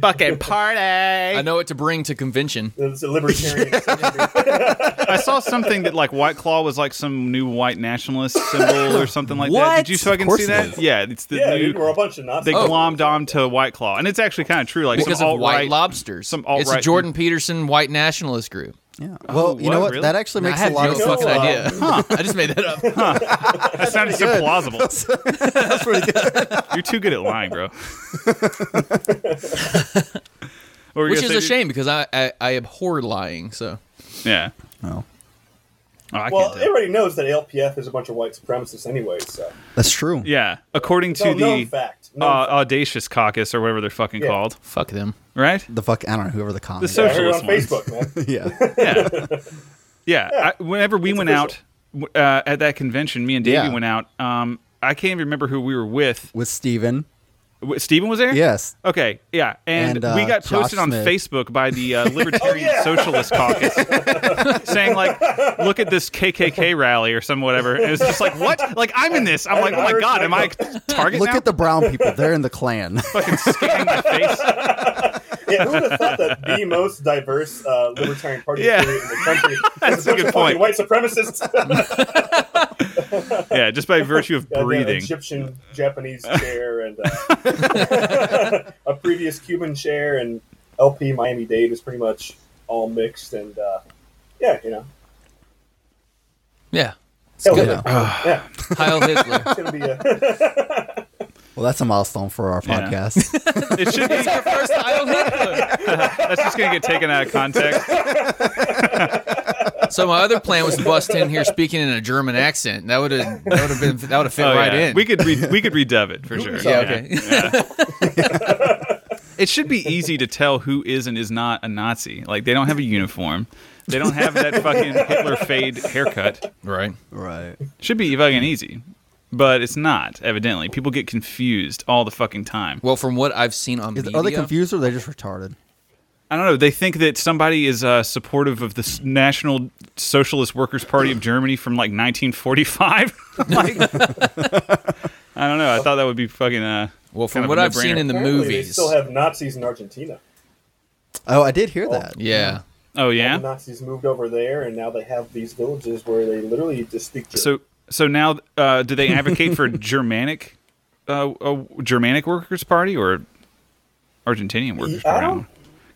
Speaker 1: fucking party.
Speaker 5: I know what to bring to convention.
Speaker 4: It's a libertarian.
Speaker 1: I saw something that like White Claw was like some new white nationalist symbol or something like that. Did you fucking
Speaker 3: course
Speaker 1: see
Speaker 3: it
Speaker 1: that?
Speaker 3: is.
Speaker 1: Yeah, it's the
Speaker 4: yeah,
Speaker 1: new.
Speaker 4: dude, we're a bunch of
Speaker 1: They
Speaker 4: Nazis. Oh,
Speaker 1: glommed on to White Claw, and it's actually kind of true. Like
Speaker 5: Oh. Because
Speaker 1: some
Speaker 5: of White
Speaker 1: alt-right-
Speaker 5: Lobsters.
Speaker 1: some
Speaker 5: It's a
Speaker 1: alt-right-
Speaker 5: Jordan Peterson white nationalist group.
Speaker 3: Yeah. Well, you
Speaker 1: what?
Speaker 3: know what?
Speaker 1: Really?
Speaker 3: That actually
Speaker 5: Oh, I
Speaker 3: makes a
Speaker 5: had
Speaker 3: lot
Speaker 5: no
Speaker 3: of
Speaker 5: fucking
Speaker 4: uh,
Speaker 5: idea. I just made that up.
Speaker 1: That sounded so plausible.
Speaker 3: sense. That's pretty good.
Speaker 1: You're too good at lying, bro. What were you
Speaker 5: Which
Speaker 1: gonna
Speaker 5: is
Speaker 1: say,
Speaker 5: a
Speaker 1: dude?
Speaker 5: shame because I, I, I abhor lying, so.
Speaker 1: Yeah.
Speaker 3: No,
Speaker 1: Oh, I
Speaker 4: Well,
Speaker 1: can't do it.
Speaker 4: everybody knows that ALPF is a bunch of white supremacists anyway, so
Speaker 3: that's true.
Speaker 1: Yeah, according to
Speaker 4: no, known
Speaker 1: the
Speaker 4: fact.
Speaker 1: uh,
Speaker 4: No,
Speaker 1: audacious caucus or whatever they're fucking
Speaker 4: Yeah.
Speaker 1: called,
Speaker 5: Fuck them.
Speaker 1: right?
Speaker 3: The fuck, I don't know whoever the comic.
Speaker 1: The
Speaker 3: is.
Speaker 1: so-
Speaker 4: I heard it on
Speaker 1: socialist
Speaker 4: Facebook, man.
Speaker 3: yeah.
Speaker 1: yeah. Yeah. I, whenever we went out w- uh, at that convention, me and Davey
Speaker 3: Yeah.
Speaker 1: went out. Um, I can't even remember who we were with.
Speaker 3: With Steven.
Speaker 1: W- Steven was there?
Speaker 3: Yes.
Speaker 1: Okay. Yeah. And,
Speaker 3: And, uh,
Speaker 1: we got posted
Speaker 3: Josh
Speaker 1: on
Speaker 3: Smith.
Speaker 1: Facebook by the uh, Libertarian
Speaker 4: Oh,
Speaker 1: Socialist Caucus saying, like, look at this KKK rally or some whatever. And it's just like, what? Like, I'm in this. I'm like, oh my
Speaker 4: Irish
Speaker 1: God, am I a target
Speaker 3: Look
Speaker 1: now?
Speaker 3: at the brown people. They're in the clan.
Speaker 1: fucking scanning my face.
Speaker 4: Yeah, who would have thought that the most diverse uh, libertarian party
Speaker 1: Yeah.
Speaker 4: in the country
Speaker 1: That's
Speaker 4: is
Speaker 1: a
Speaker 4: bunch
Speaker 1: good
Speaker 4: of fucking
Speaker 1: point.
Speaker 4: white supremacists?
Speaker 1: Yeah, just by virtue of
Speaker 4: Goddamn
Speaker 1: breathing.
Speaker 4: Egyptian, Japanese chair, and uh, a previous Cuban chair, and LP Miami Dade is pretty much all mixed. And uh, yeah, you know,
Speaker 5: Yeah.
Speaker 4: hell
Speaker 3: good.
Speaker 4: yeah. yeah,
Speaker 5: Heil Hitler.
Speaker 4: it's gonna be a.
Speaker 3: Well, that's a milestone for our
Speaker 1: Yeah.
Speaker 3: podcast.
Speaker 1: It should be.
Speaker 5: First Heil Hitler.
Speaker 1: That's just going to get taken out of context.
Speaker 5: So my other plan was to bust in here speaking in a German accent. That would have that would have been that would have fit
Speaker 1: Oh,
Speaker 5: right
Speaker 1: yeah.
Speaker 5: in.
Speaker 1: We could re- we could redub it for sure.
Speaker 5: yeah, okay.
Speaker 1: It should be easy to tell who is and is not a Nazi. Like they don't have a uniform. They don't have that fucking Hitler fade haircut.
Speaker 5: right.
Speaker 3: right.
Speaker 1: Should be fucking easy. But it's not, evidently. People get confused all the fucking time.
Speaker 5: Well, from what I've seen on
Speaker 3: Is,
Speaker 5: media,
Speaker 3: are they confused or are they just retarded?
Speaker 1: I don't know. They think that somebody is uh, supportive of the S- National Socialist Workers' Party of Germany from like 1945. like, I don't know. I thought that would be fucking. Uh,
Speaker 5: Well,
Speaker 1: kind
Speaker 5: from
Speaker 1: of
Speaker 5: what
Speaker 1: a
Speaker 5: I've seen
Speaker 1: no-brainer.
Speaker 5: in the
Speaker 4: Apparently They
Speaker 5: movies,
Speaker 4: still have Nazis in Argentina.
Speaker 3: Oh, I did hear that.
Speaker 5: yeah.
Speaker 1: oh
Speaker 4: The
Speaker 1: yeah.
Speaker 4: Nazis moved over there, and now they have these villages where they literally just speak German.
Speaker 1: So so now uh, do they advocate for Germanic uh, a Germanic Workers Party or Argentinian Workers
Speaker 4: I
Speaker 1: Party?
Speaker 4: don't.
Speaker 3: hmm.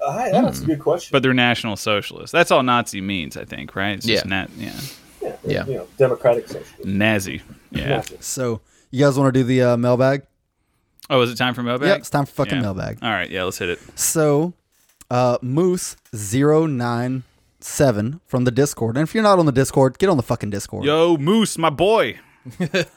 Speaker 4: I, Uh, that's a good question.
Speaker 1: But they're National Socialists. That's all Nazi means, I think, right? It's just
Speaker 5: Yeah.
Speaker 1: nat- yeah.
Speaker 4: Yeah,
Speaker 5: Yeah.
Speaker 4: You know, democratic socialism.
Speaker 1: Nazi. Yeah.
Speaker 3: So you guys want to do the uh, mailbag?
Speaker 1: Oh, is it time for mailbag?
Speaker 3: Yep, it's time for fucking
Speaker 1: Yeah.
Speaker 3: mailbag.
Speaker 1: All right. Yeah, let's hit it.
Speaker 3: So, uh, Moose097 from the Discord. And if you're not on the Discord, get on the fucking Discord.
Speaker 1: Yo, Moose, my boy.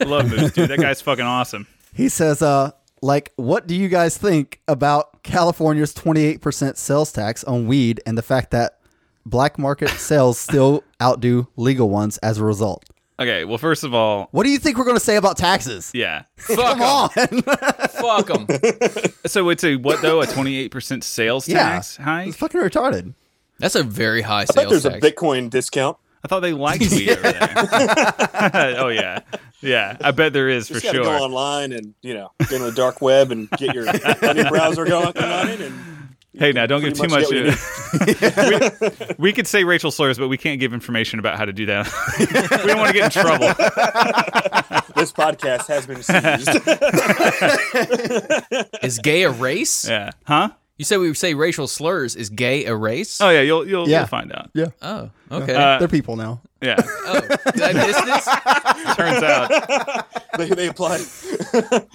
Speaker 1: Love Moose, dude. That guy's fucking awesome.
Speaker 3: He says, uh, like, what do you guys think about California's 28% sales tax on weed and the fact that black market sales still outdo legal ones as a result?
Speaker 1: Okay. Well, first of all,
Speaker 3: What do you think we're going to say about taxes?
Speaker 1: yeah.
Speaker 5: Fuck them.
Speaker 3: Come on.
Speaker 5: Fuck them.
Speaker 1: So it's a what though? A twenty eight percent sales
Speaker 3: Yeah.
Speaker 1: tax hike.
Speaker 3: it's fucking retarded.
Speaker 5: That's a very high
Speaker 2: I bet
Speaker 5: sales
Speaker 2: there's
Speaker 5: tax.
Speaker 2: a Bitcoin discount.
Speaker 1: I thought they liked weed over there. oh yeah, yeah. I bet there is for
Speaker 2: Just gotta
Speaker 1: sure.
Speaker 2: go online and you know get on the dark web and get your honey browser going on it. And
Speaker 1: Hey, now don't give too
Speaker 2: Pretty
Speaker 1: much.
Speaker 2: much get
Speaker 1: we, we could say racial slurs, but we can't give information about how to do that. we don't want to get in trouble.
Speaker 2: this podcast has been seized.
Speaker 5: Is gay a race?
Speaker 1: Yeah. Huh?
Speaker 5: You said we say racial slurs. Is gay a race?
Speaker 1: Oh yeah. You'll you'll,
Speaker 3: Yeah.
Speaker 1: you'll find out.
Speaker 3: Yeah.
Speaker 5: Oh, okay.
Speaker 1: Uh,
Speaker 3: They're people now.
Speaker 1: Yeah.
Speaker 5: oh, did I miss this?
Speaker 1: Turns out.
Speaker 2: they, they applied.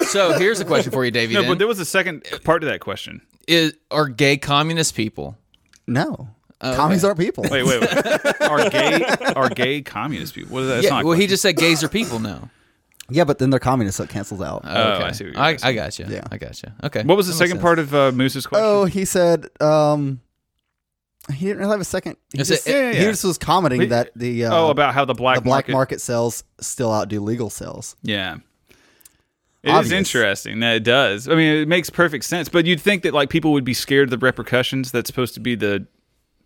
Speaker 5: So here's a question for you, Davey.
Speaker 1: No,
Speaker 5: then.
Speaker 1: but there was a second part to that question.
Speaker 5: Is- are gay communist people?
Speaker 3: No. Commies aren't people.
Speaker 1: Oh, Wait, wait, wait. are gay are gay communist people? What is that? That's
Speaker 5: yeah.
Speaker 1: not
Speaker 5: Well,
Speaker 1: a
Speaker 5: he
Speaker 1: question.
Speaker 5: just said gays are people now.
Speaker 3: Yeah, but then they're communists, so it cancels out.
Speaker 1: Oh, I see what you're
Speaker 5: I,
Speaker 1: asking.
Speaker 5: I got you.
Speaker 3: Yeah.
Speaker 5: I got you. Okay.
Speaker 1: What was the
Speaker 5: That makes
Speaker 1: second
Speaker 5: sense.
Speaker 1: part of uh, Moose's question?
Speaker 3: Oh, he said um he didn't really have a second. He,
Speaker 5: It's
Speaker 3: just,
Speaker 5: a- Yeah,
Speaker 1: yeah,
Speaker 3: he
Speaker 1: yeah.
Speaker 3: just was commenting
Speaker 1: We-
Speaker 3: that the uh,
Speaker 1: oh, about how the black
Speaker 3: the black market.
Speaker 1: market.
Speaker 3: sales still outdo legal sales.
Speaker 1: Yeah. it is
Speaker 3: Obvious.
Speaker 1: interesting that it does. I mean, it makes perfect sense. But you'd think that like people would be scared of the repercussions. That's supposed to be the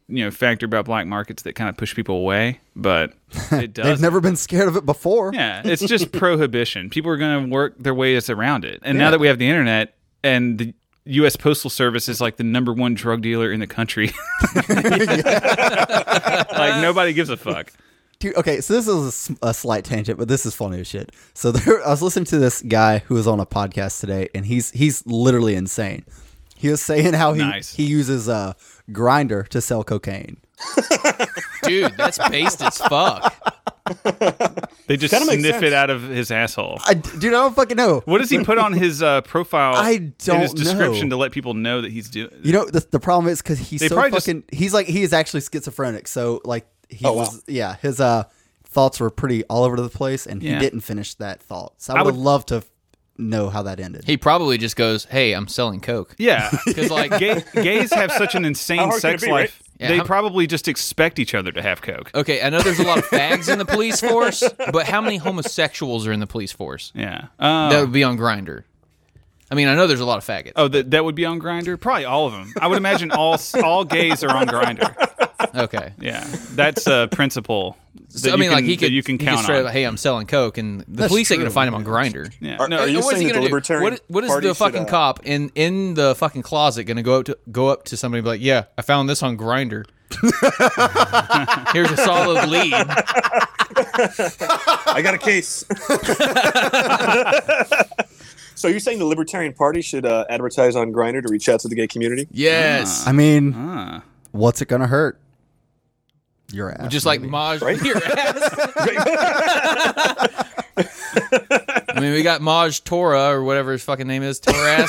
Speaker 1: you know factor about black markets that kind of push people away. But it
Speaker 3: They've
Speaker 1: does.
Speaker 3: never been scared of it before.
Speaker 1: yeah, it's just prohibition. People are going to work their ways around it. And now that we have the internet and the U.S. Postal Service is like the number one drug dealer in the country. like nobody gives a fuck.
Speaker 3: Dude, okay, so this is a s- a, slight tangent, but this is funny as shit. So there, I was listening to this guy who was on a podcast today, and he's he's literally insane. He was saying how he
Speaker 1: Nice.
Speaker 3: he uses uh, grinder to sell cocaine.
Speaker 5: Dude, that's based as fuck.
Speaker 1: They just
Speaker 2: Kinda makes
Speaker 1: sniff it
Speaker 2: sense.
Speaker 1: out of his asshole.
Speaker 3: I, dude, I don't fucking know.
Speaker 1: What does he put on his uh, profile?
Speaker 3: I
Speaker 1: in
Speaker 3: don't
Speaker 1: his description
Speaker 3: know.
Speaker 1: to let people know that he's doing.
Speaker 3: You know the, the problem is because he's
Speaker 1: They
Speaker 3: so
Speaker 1: probably just-
Speaker 3: fucking. he's like he is actually schizophrenic. So like he
Speaker 2: Oh, wow.
Speaker 3: was yeah his uh thoughts were pretty all over the place, and
Speaker 1: Yeah.
Speaker 3: he didn't finish that thought. So I,
Speaker 1: I
Speaker 3: would
Speaker 1: would-
Speaker 3: love to f- know how that ended.
Speaker 5: He probably just goes, "Hey, I'm selling coke."
Speaker 1: Yeah,
Speaker 5: Because like,
Speaker 1: Gay, gays have such an
Speaker 2: How
Speaker 1: insane
Speaker 2: hard can
Speaker 1: sex
Speaker 2: it be, right?
Speaker 1: life.
Speaker 5: Yeah,
Speaker 1: they
Speaker 5: how-
Speaker 1: probably just expect each other to have coke.
Speaker 5: okay, I know there's a lot of fags in the police force, but how many homosexuals are in the police force?
Speaker 1: Yeah.
Speaker 5: That
Speaker 1: Uh,
Speaker 5: would be on Grinder. I mean, I know there's a lot of faggots.
Speaker 1: oh, that that would be on Grinder. Probably all of them. I would imagine all all gays are on Grinder.
Speaker 5: Okay.
Speaker 1: Yeah, that's a principle. That
Speaker 5: So, I
Speaker 1: you
Speaker 5: mean,
Speaker 1: can,
Speaker 5: like he
Speaker 1: that
Speaker 5: could
Speaker 1: you can
Speaker 5: he could
Speaker 1: count
Speaker 5: straight
Speaker 1: on.
Speaker 5: up, hey, I'm selling coke, and the police ain't gonna
Speaker 3: true.
Speaker 5: find him on Grinder.
Speaker 1: yeah.
Speaker 2: Are-
Speaker 1: no,
Speaker 2: are you
Speaker 5: What is
Speaker 2: saying
Speaker 5: he
Speaker 2: that
Speaker 5: gonna
Speaker 2: the
Speaker 5: do?
Speaker 2: Libertarian
Speaker 5: What, what is
Speaker 2: Party
Speaker 5: the fucking
Speaker 2: should, uh,
Speaker 5: cop in in the fucking closet gonna go up to go up to somebody and be like, yeah, I found this on Grinder. Here's a solid lead.
Speaker 2: I got a case. so you're saying the Libertarian Party should uh, advertise on Grinder to reach out to the gay community?
Speaker 5: Yes.
Speaker 3: I mean,
Speaker 5: uh,
Speaker 1: Ah.
Speaker 3: what's it gonna hurt? Your ass.
Speaker 5: Just like Maj your ass. I mean, we got Maj Tora or whatever his fucking name is, Toras,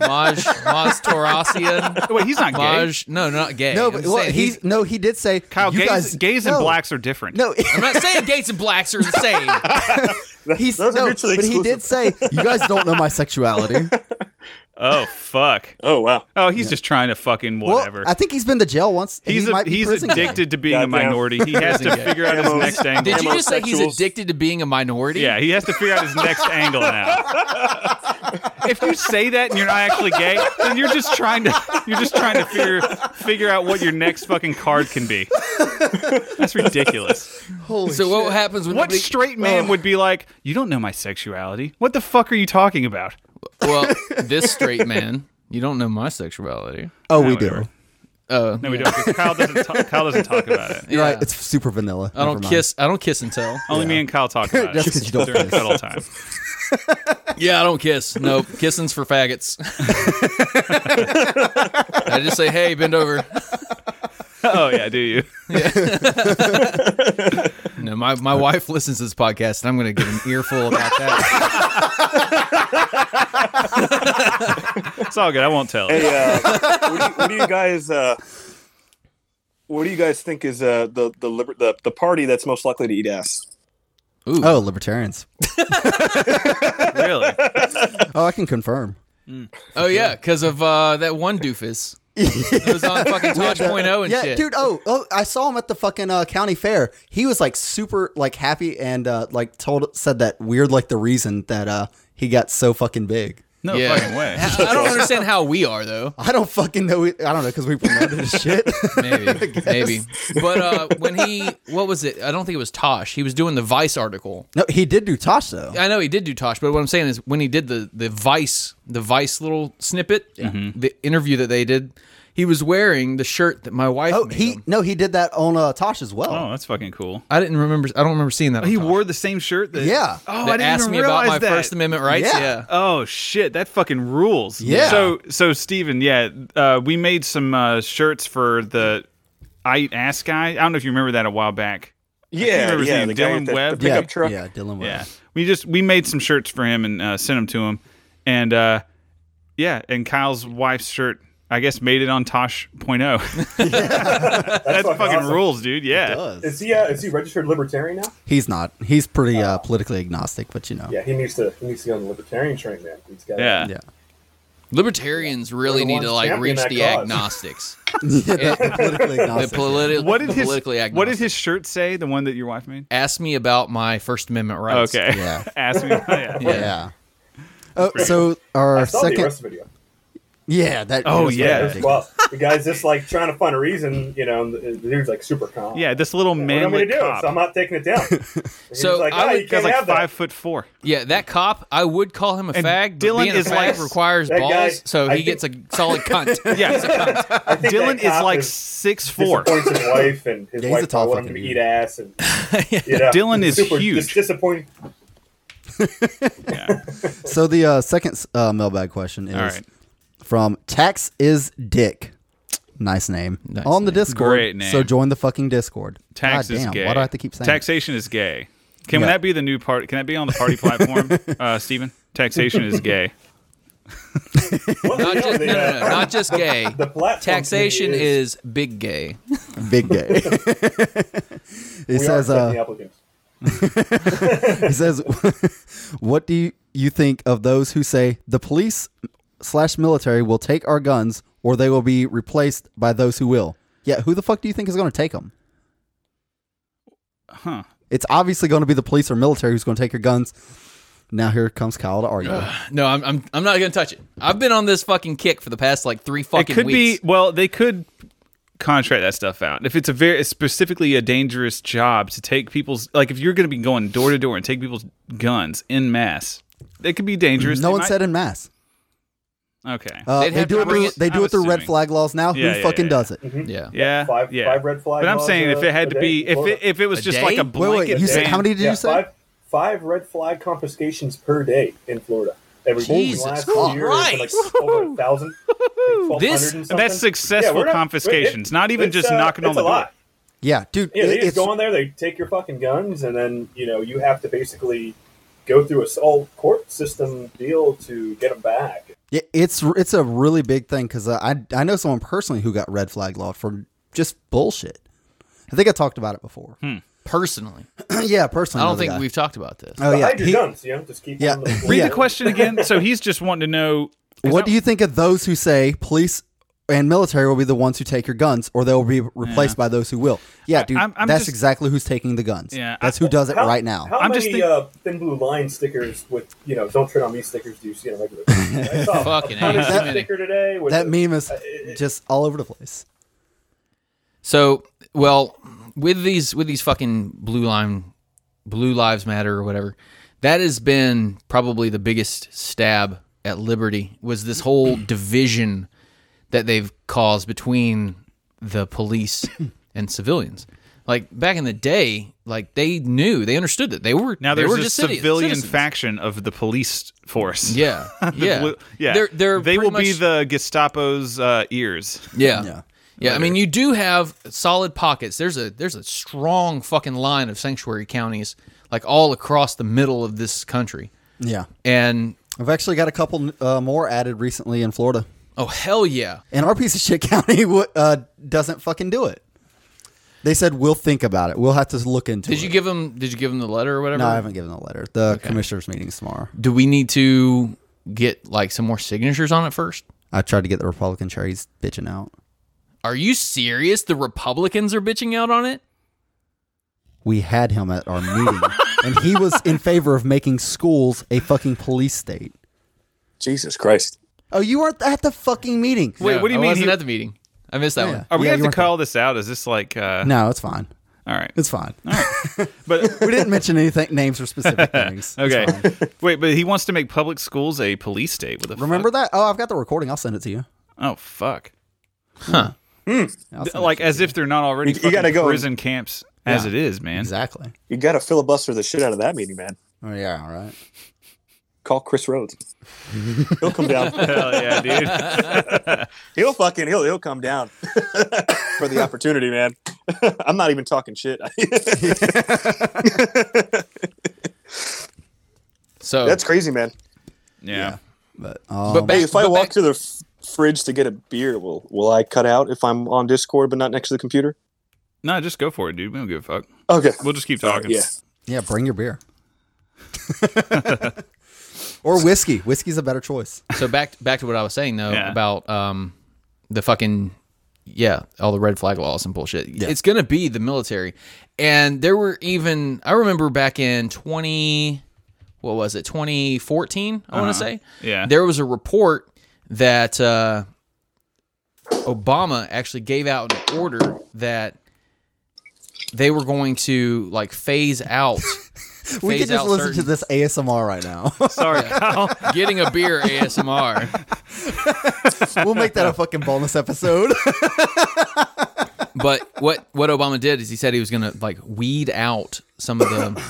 Speaker 5: Maj Maj Torasian,
Speaker 1: Wait, he's not gay.
Speaker 5: Maj. No, not gay.
Speaker 3: no,
Speaker 5: I'm
Speaker 3: but
Speaker 5: saying
Speaker 3: well, he's, no. He did say
Speaker 1: Kyle,
Speaker 3: you
Speaker 1: gays,
Speaker 3: guys,
Speaker 1: gays and
Speaker 3: no,
Speaker 1: blacks are different.
Speaker 3: No,
Speaker 5: I'm not saying gays and blacks are the same.
Speaker 3: he's
Speaker 2: Those are
Speaker 3: no, but
Speaker 2: mutually
Speaker 3: he did say you guys don't know my sexuality.
Speaker 1: Oh fuck.
Speaker 2: Oh wow.
Speaker 1: Oh, he's just trying to fucking
Speaker 3: well,
Speaker 1: whatever.
Speaker 3: I think he's been to jail once. and
Speaker 1: he's
Speaker 3: he
Speaker 1: a,
Speaker 3: might be
Speaker 1: he's
Speaker 3: prison gay.
Speaker 1: addicted to being a
Speaker 2: Goddamn.
Speaker 1: minority. He has to
Speaker 5: gay.
Speaker 1: figure out his
Speaker 2: Ammo.
Speaker 1: next angle.
Speaker 5: Did you just say he's
Speaker 2: Homosexuals.
Speaker 5: addicted to being a minority?
Speaker 1: Yeah, he has to figure out his next angle now. If you say that and you're not actually gay, then you're just trying to you're just trying to figure figure out what your next fucking card can be. That's ridiculous.
Speaker 3: Holy
Speaker 5: So what happens when
Speaker 1: What
Speaker 5: nobody-
Speaker 1: straight
Speaker 3: oh.
Speaker 1: man would be like, "You don't know my sexuality. What the fuck are you talking about?"
Speaker 5: Well, this straight man, you don't know my sexuality.
Speaker 3: Oh, we
Speaker 1: whatever.
Speaker 3: do.
Speaker 5: Oh,
Speaker 1: No, we don't. 'cause Kyle doesn't talk, Kyle doesn't talk about it.
Speaker 3: You're
Speaker 5: Yeah.
Speaker 3: right. Oh. It's super vanilla.
Speaker 5: I don't kiss. I don't kiss and tell.
Speaker 1: Only me and Kyle talk about
Speaker 3: That's
Speaker 1: it
Speaker 3: 'cause you don't
Speaker 1: during
Speaker 3: kiss.
Speaker 1: cuddle time.
Speaker 5: Yeah, I don't kiss. Nope. Kissing's for faggots. I just say, hey, bend over.
Speaker 1: oh yeah, do you?
Speaker 5: No, my, my wife listens to this podcast, and I'm going to get an earful about that.
Speaker 1: It's all good. I won't tell.
Speaker 2: Hey, uh, what, do you, what do you guys? Uh, what do you guys think is uh, the the, liber- the the party that's most likely to eat ass?
Speaker 5: Ooh,
Speaker 3: Oh, libertarians.
Speaker 1: Really?
Speaker 3: Oh, I can confirm.
Speaker 5: oh yeah, because of uh, that one doofus. It was on fucking Tosh.0 and
Speaker 3: yeah,
Speaker 5: shit.
Speaker 3: dude. Oh, oh, I saw him at the fucking uh, county fair. He was like super, like happy, and uh, like told said that weird, like the reason that uh, he got so fucking big.
Speaker 1: No
Speaker 5: yeah.
Speaker 1: fucking way.
Speaker 5: I I don't understand how we are though.
Speaker 3: I don't fucking know. I don't know because we promoted his shit.
Speaker 5: Maybe, maybe. But uh, when he, what was it? I don't think it was Tosh. He was doing the Vice article.
Speaker 3: No, he did do Tosh though.
Speaker 5: I know he did do Tosh, but what I'm saying is when he did the the Vice the Vice little snippet,
Speaker 1: Mm-hmm.
Speaker 5: the interview that they did, he was wearing the shirt that my wife.
Speaker 3: Oh,
Speaker 5: made
Speaker 3: he
Speaker 5: him.
Speaker 3: no, he did that on uh, Tosh as well.
Speaker 1: Oh, that's fucking cool.
Speaker 5: I didn't remember. I don't remember seeing that. on
Speaker 1: He
Speaker 5: Tosh.
Speaker 1: wore the same shirt that.
Speaker 3: Yeah.
Speaker 1: Oh,
Speaker 5: They
Speaker 1: I didn't
Speaker 5: asked
Speaker 1: even
Speaker 5: me about
Speaker 1: realize
Speaker 5: my
Speaker 1: that.
Speaker 5: First Amendment rights.
Speaker 3: Yeah.
Speaker 5: Yeah.
Speaker 1: Oh shit, that fucking rules.
Speaker 3: Yeah.
Speaker 1: So so Steven, yeah, uh, we made some uh, shirts for the I ass guy. I don't know if you remember that a while back.
Speaker 2: Yeah,
Speaker 1: remember
Speaker 2: yeah,
Speaker 1: seeing
Speaker 2: the guy
Speaker 1: Dylan
Speaker 2: with the,
Speaker 1: Webb.
Speaker 2: the pickup
Speaker 3: yeah,
Speaker 2: truck.
Speaker 3: yeah, Dylan.
Speaker 1: Yeah.
Speaker 3: Yeah.
Speaker 1: We just we made some shirts for him and uh, sent them to him, and uh, yeah, and Kyle's wife's shirt. I guess made it on Tosh.0. That's fucking
Speaker 4: awesome.
Speaker 1: rules, dude. Yeah.
Speaker 3: Does.
Speaker 4: Is he uh, is he registered libertarian now?
Speaker 3: He's not. He's pretty uh, politically agnostic, but you know.
Speaker 4: Yeah, he needs to he needs to go on the libertarian train, man. He's got
Speaker 1: Yeah.
Speaker 3: Yeah.
Speaker 5: Libertarians really
Speaker 4: They're the
Speaker 5: need to
Speaker 4: ones
Speaker 5: like
Speaker 4: championing
Speaker 5: reach
Speaker 4: that
Speaker 5: the
Speaker 4: cause.
Speaker 5: agnostics.
Speaker 3: The politically
Speaker 5: the
Speaker 3: agnostic.
Speaker 5: politi-
Speaker 1: What did
Speaker 5: the
Speaker 1: his
Speaker 5: politically agnostic.
Speaker 1: What did his shirt say? The one that your wife made?
Speaker 5: Ask me about my First Amendment rights.
Speaker 1: Okay.
Speaker 3: Yeah.
Speaker 1: Ask me. yeah.
Speaker 5: Yeah.
Speaker 3: yeah. Oh, so our
Speaker 4: I saw the
Speaker 3: second.
Speaker 4: arrest video.
Speaker 3: Yeah. That.
Speaker 1: Oh,
Speaker 3: was
Speaker 1: yeah.
Speaker 3: ridiculous.
Speaker 4: Well, the guy's just like trying to find a reason, you know. And the, the dude's like super calm.
Speaker 1: Yeah, this little
Speaker 4: what am I
Speaker 1: manly
Speaker 4: gonna do?
Speaker 1: cop.
Speaker 4: So I'm not taking it down. And he's
Speaker 5: So
Speaker 4: like,
Speaker 5: I
Speaker 4: "Ah,
Speaker 5: would-
Speaker 4: you
Speaker 1: Guy's
Speaker 4: can't
Speaker 1: like
Speaker 4: have
Speaker 1: five
Speaker 4: that.
Speaker 1: foot four.
Speaker 5: Yeah, that cop, I would call him a
Speaker 1: And
Speaker 5: fag. But
Speaker 1: Dylan
Speaker 5: being a
Speaker 1: is
Speaker 5: fag
Speaker 1: like-
Speaker 5: requires
Speaker 4: That
Speaker 5: balls,
Speaker 4: guy-
Speaker 5: so
Speaker 4: I
Speaker 5: he
Speaker 4: think-
Speaker 5: gets a solid cunt.
Speaker 1: Yeah.
Speaker 4: I think that
Speaker 1: Dylan is
Speaker 4: cop
Speaker 1: like six four.
Speaker 4: Disappoints his wife and his
Speaker 3: Yeah, he's a
Speaker 4: wife
Speaker 3: tall
Speaker 4: don't want him to
Speaker 3: fucking
Speaker 4: eat
Speaker 3: dude.
Speaker 4: ass and you know,
Speaker 1: Dylan is
Speaker 4: super,
Speaker 1: huge.
Speaker 4: Just disappointing.
Speaker 3: So the uh, second uh, mailbag question is
Speaker 1: All right.
Speaker 3: from Tax is Dick. Nice name
Speaker 5: Nice
Speaker 3: on the Discord.
Speaker 1: Great name.
Speaker 3: So join the fucking Discord.
Speaker 1: Tax
Speaker 3: God
Speaker 1: is
Speaker 3: damn,
Speaker 1: gay.
Speaker 3: Why do I have to keep saying? it?
Speaker 1: Taxation is gay. Can
Speaker 3: Yeah.
Speaker 1: that be the new party? Can that be on the party platform, uh, Stephen? Taxation is gay.
Speaker 4: Well,
Speaker 5: Not
Speaker 4: you know,
Speaker 5: just, no,
Speaker 4: they,
Speaker 5: no,
Speaker 4: uh,
Speaker 5: no, not just gay.
Speaker 4: The platform
Speaker 5: Taxation
Speaker 4: thing
Speaker 5: is big gay.
Speaker 3: Big gay. he
Speaker 4: we are
Speaker 3: says.
Speaker 4: accepting
Speaker 3: Uh,
Speaker 4: applicants.
Speaker 3: he says, "What do you, you think of those who say the police slash military will take our guns, or they will be replaced by those who will?" Yeah, who the fuck do you think is going to take them?
Speaker 1: Huh.
Speaker 3: It's obviously going to be the police or military who's going to take your guns. Now here comes Kyle to argue.
Speaker 5: No, I'm, I'm, I'm not going to touch it. I've been on this fucking kick for the past like three fucking
Speaker 1: it could
Speaker 5: weeks.
Speaker 1: be. Well, they could contract that stuff out if it's a very specifically a dangerous job to take people's like if you're going to be going door to door and take people's guns in mass. It could be dangerous.
Speaker 3: no
Speaker 1: They
Speaker 3: one
Speaker 1: might-
Speaker 3: said in mass.
Speaker 1: Okay.
Speaker 3: Uh,
Speaker 5: They'd
Speaker 3: they
Speaker 5: have
Speaker 3: do
Speaker 5: to
Speaker 3: it
Speaker 5: bring
Speaker 3: through
Speaker 5: it-
Speaker 3: they do
Speaker 1: I'm
Speaker 3: it through red
Speaker 1: assuming.
Speaker 3: flag laws now.
Speaker 1: Yeah,
Speaker 3: who
Speaker 1: yeah,
Speaker 3: fucking
Speaker 1: yeah.
Speaker 3: does it?
Speaker 4: Mm-hmm.
Speaker 5: Yeah.
Speaker 1: yeah.
Speaker 4: Five-
Speaker 1: yeah.
Speaker 4: five red flag
Speaker 1: But I'm
Speaker 4: laws,
Speaker 1: saying if
Speaker 4: uh,
Speaker 1: it had
Speaker 4: a
Speaker 1: to be if
Speaker 4: day in
Speaker 1: it,
Speaker 4: Florida.
Speaker 1: if it was
Speaker 5: A
Speaker 1: just like
Speaker 5: day?
Speaker 1: a
Speaker 5: Wait,
Speaker 3: wait,
Speaker 1: blanket.
Speaker 3: you said-
Speaker 1: ban-
Speaker 3: how many did
Speaker 4: yeah,
Speaker 3: you say?
Speaker 4: Five, five red flag confiscations per day in Florida. Every
Speaker 5: Jesus
Speaker 4: last year, it's
Speaker 5: Christ.
Speaker 4: like over a thousand. Like
Speaker 5: This-
Speaker 4: 1,200 and
Speaker 1: And that's
Speaker 4: something.
Speaker 1: successful
Speaker 4: we're not-
Speaker 1: confiscations,
Speaker 4: it-
Speaker 1: not even
Speaker 4: it's,
Speaker 1: just
Speaker 4: uh,
Speaker 1: knocking on
Speaker 4: it's
Speaker 1: the
Speaker 4: a
Speaker 1: door.
Speaker 4: lot.
Speaker 3: Yeah, dude.
Speaker 4: Yeah,
Speaker 3: it-
Speaker 4: they just
Speaker 3: it's,
Speaker 4: go in there, they take your fucking guns, and then you know you have to basically go through a sole court system deal to get them back.
Speaker 3: yeah, it's it's a really big thing because uh, I I know someone personally who got red flag law for just bullshit. I think I talked about it before.
Speaker 5: Personally,
Speaker 3: yeah, personally,
Speaker 5: I don't
Speaker 3: another
Speaker 5: think
Speaker 3: guy.
Speaker 5: we've talked about this.
Speaker 3: Oh
Speaker 4: But
Speaker 3: yeah.
Speaker 4: hide your
Speaker 3: He-
Speaker 4: guns, you know, just keep
Speaker 3: Yeah.
Speaker 4: them on
Speaker 3: Read
Speaker 1: Read
Speaker 3: Yeah.
Speaker 1: the question again. So he's just wanting to know
Speaker 3: what do you think of those who say police and military will be the ones who take your guns, or they will be replaced by those who will? Yeah, dude.
Speaker 1: I'm- I'm
Speaker 3: that's
Speaker 1: just-
Speaker 3: exactly who's taking the guns.
Speaker 1: Yeah, I-
Speaker 3: that's who does it
Speaker 4: How-
Speaker 3: right now.
Speaker 4: How
Speaker 1: I'm
Speaker 4: many
Speaker 1: just think-
Speaker 4: uh, thin blue line stickers with you know "Don't tread on me" stickers do you see on a regular? basis? I saw a
Speaker 5: Fucking
Speaker 4: ton of
Speaker 5: A, too many.
Speaker 4: sticker today. With
Speaker 3: that
Speaker 4: the- uh,
Speaker 3: meme is
Speaker 4: it-
Speaker 3: just all over the place.
Speaker 5: So, well, with these with these fucking blue line, blue lives matter or whatever, that has been probably the biggest stab at liberty was this whole division that they've caused between the police and civilians. Like back in the day, like they knew, they understood that they were
Speaker 1: now
Speaker 5: they
Speaker 1: there's
Speaker 5: were
Speaker 1: a
Speaker 5: just citi-
Speaker 1: civilian
Speaker 5: citizens.
Speaker 1: faction of the police force.
Speaker 5: Yeah,
Speaker 1: The
Speaker 5: yeah,
Speaker 1: blue- yeah.
Speaker 5: They're, they're
Speaker 1: they
Speaker 5: pretty
Speaker 1: will be
Speaker 5: much-
Speaker 1: the Gestapo's uh, ears.
Speaker 5: yeah.
Speaker 3: Yeah.
Speaker 5: Yeah, I mean you do have solid pockets. There's a there's a strong fucking line of sanctuary counties like all across the middle of this country.
Speaker 3: Yeah.
Speaker 5: And
Speaker 3: I've actually got a couple uh, more added recently in Florida.
Speaker 5: oh hell yeah.
Speaker 3: And our piece of shit county w- uh, doesn't fucking do it. They said we'll think about it. We'll have to look into
Speaker 5: Did
Speaker 3: it.
Speaker 5: you give him did you give him the letter or whatever?
Speaker 3: no, I haven't given a letter. The commissioners' meeting's tomorrow.
Speaker 5: Do we need to get like some more signatures on it first?
Speaker 3: I tried to get the Republican chair. He's bitching out.
Speaker 5: Are you serious? The Republicans are bitching out on it?
Speaker 3: We had him at our meeting, and he was in favor of making schools a fucking police state.
Speaker 2: Jesus Christ.
Speaker 3: Oh, you weren't at the fucking meeting.
Speaker 1: Wait, what do you
Speaker 5: I
Speaker 1: mean?
Speaker 5: wasn't
Speaker 1: he-
Speaker 5: at the meeting. I missed that
Speaker 3: Yeah.
Speaker 5: one.
Speaker 1: Are we gonna
Speaker 3: Yeah, you
Speaker 1: have
Speaker 3: weren't
Speaker 1: to call this out? Is this like uh,
Speaker 3: No, it's fine.
Speaker 1: all right?
Speaker 3: It's fine.
Speaker 1: But
Speaker 3: we didn't mention anything names or specific things. It's
Speaker 1: okay,
Speaker 3: fine.
Speaker 1: wait. But he wants to make public schools a police state. With a
Speaker 3: Remember that? Oh, I've got the recording. I'll send it to you.
Speaker 1: Oh fuck!
Speaker 5: Huh.
Speaker 3: I'll send it
Speaker 1: Like
Speaker 3: to
Speaker 1: as if they're not already
Speaker 2: You- you
Speaker 1: fucking
Speaker 2: gotta go.
Speaker 1: prison camps as
Speaker 3: Yeah.
Speaker 1: it is, man.
Speaker 3: exactly.
Speaker 2: You got to filibuster the shit out of that meeting, man.
Speaker 3: Oh yeah, all right.
Speaker 2: Call Chris Rhodes. he'll come down.
Speaker 1: Hell yeah, dude.
Speaker 2: He'll fucking he'll he'll come down for the opportunity, man. I'm not even talking shit.
Speaker 5: So
Speaker 2: That's crazy, man.
Speaker 1: Yeah.
Speaker 3: But um,
Speaker 5: But back-
Speaker 2: Hey, if I
Speaker 5: but
Speaker 2: walk
Speaker 5: back-
Speaker 2: to the f- fridge to get a beer, will will I cut out if I'm on Discord but not next to the computer?
Speaker 1: No, just go for it, dude. We don't give a fuck.
Speaker 2: Okay.
Speaker 1: We'll just keep talking.
Speaker 2: Yeah.
Speaker 3: yeah, bring your beer. or whiskey. Whiskey's a better choice.
Speaker 5: so back back to what I was saying though
Speaker 1: Yeah.
Speaker 5: about um the fucking yeah all the red flag laws and bullshit. It's gonna be the military, and there were even I remember back in twenty what was it twenty fourteen I
Speaker 3: Uh-huh.
Speaker 5: want to say
Speaker 1: Yeah.
Speaker 5: there was a report that uh, Obama actually gave out an order that they were going to like phase out.
Speaker 3: we
Speaker 5: phase
Speaker 3: could just
Speaker 5: out
Speaker 3: listen to
Speaker 5: certain-
Speaker 3: this ASMR right now.
Speaker 1: Sorry, Kyle.
Speaker 5: getting a beer ASMR.
Speaker 3: we'll make that a fucking bonus episode.
Speaker 5: but what what Obama did is he said he was going to like weed out some of the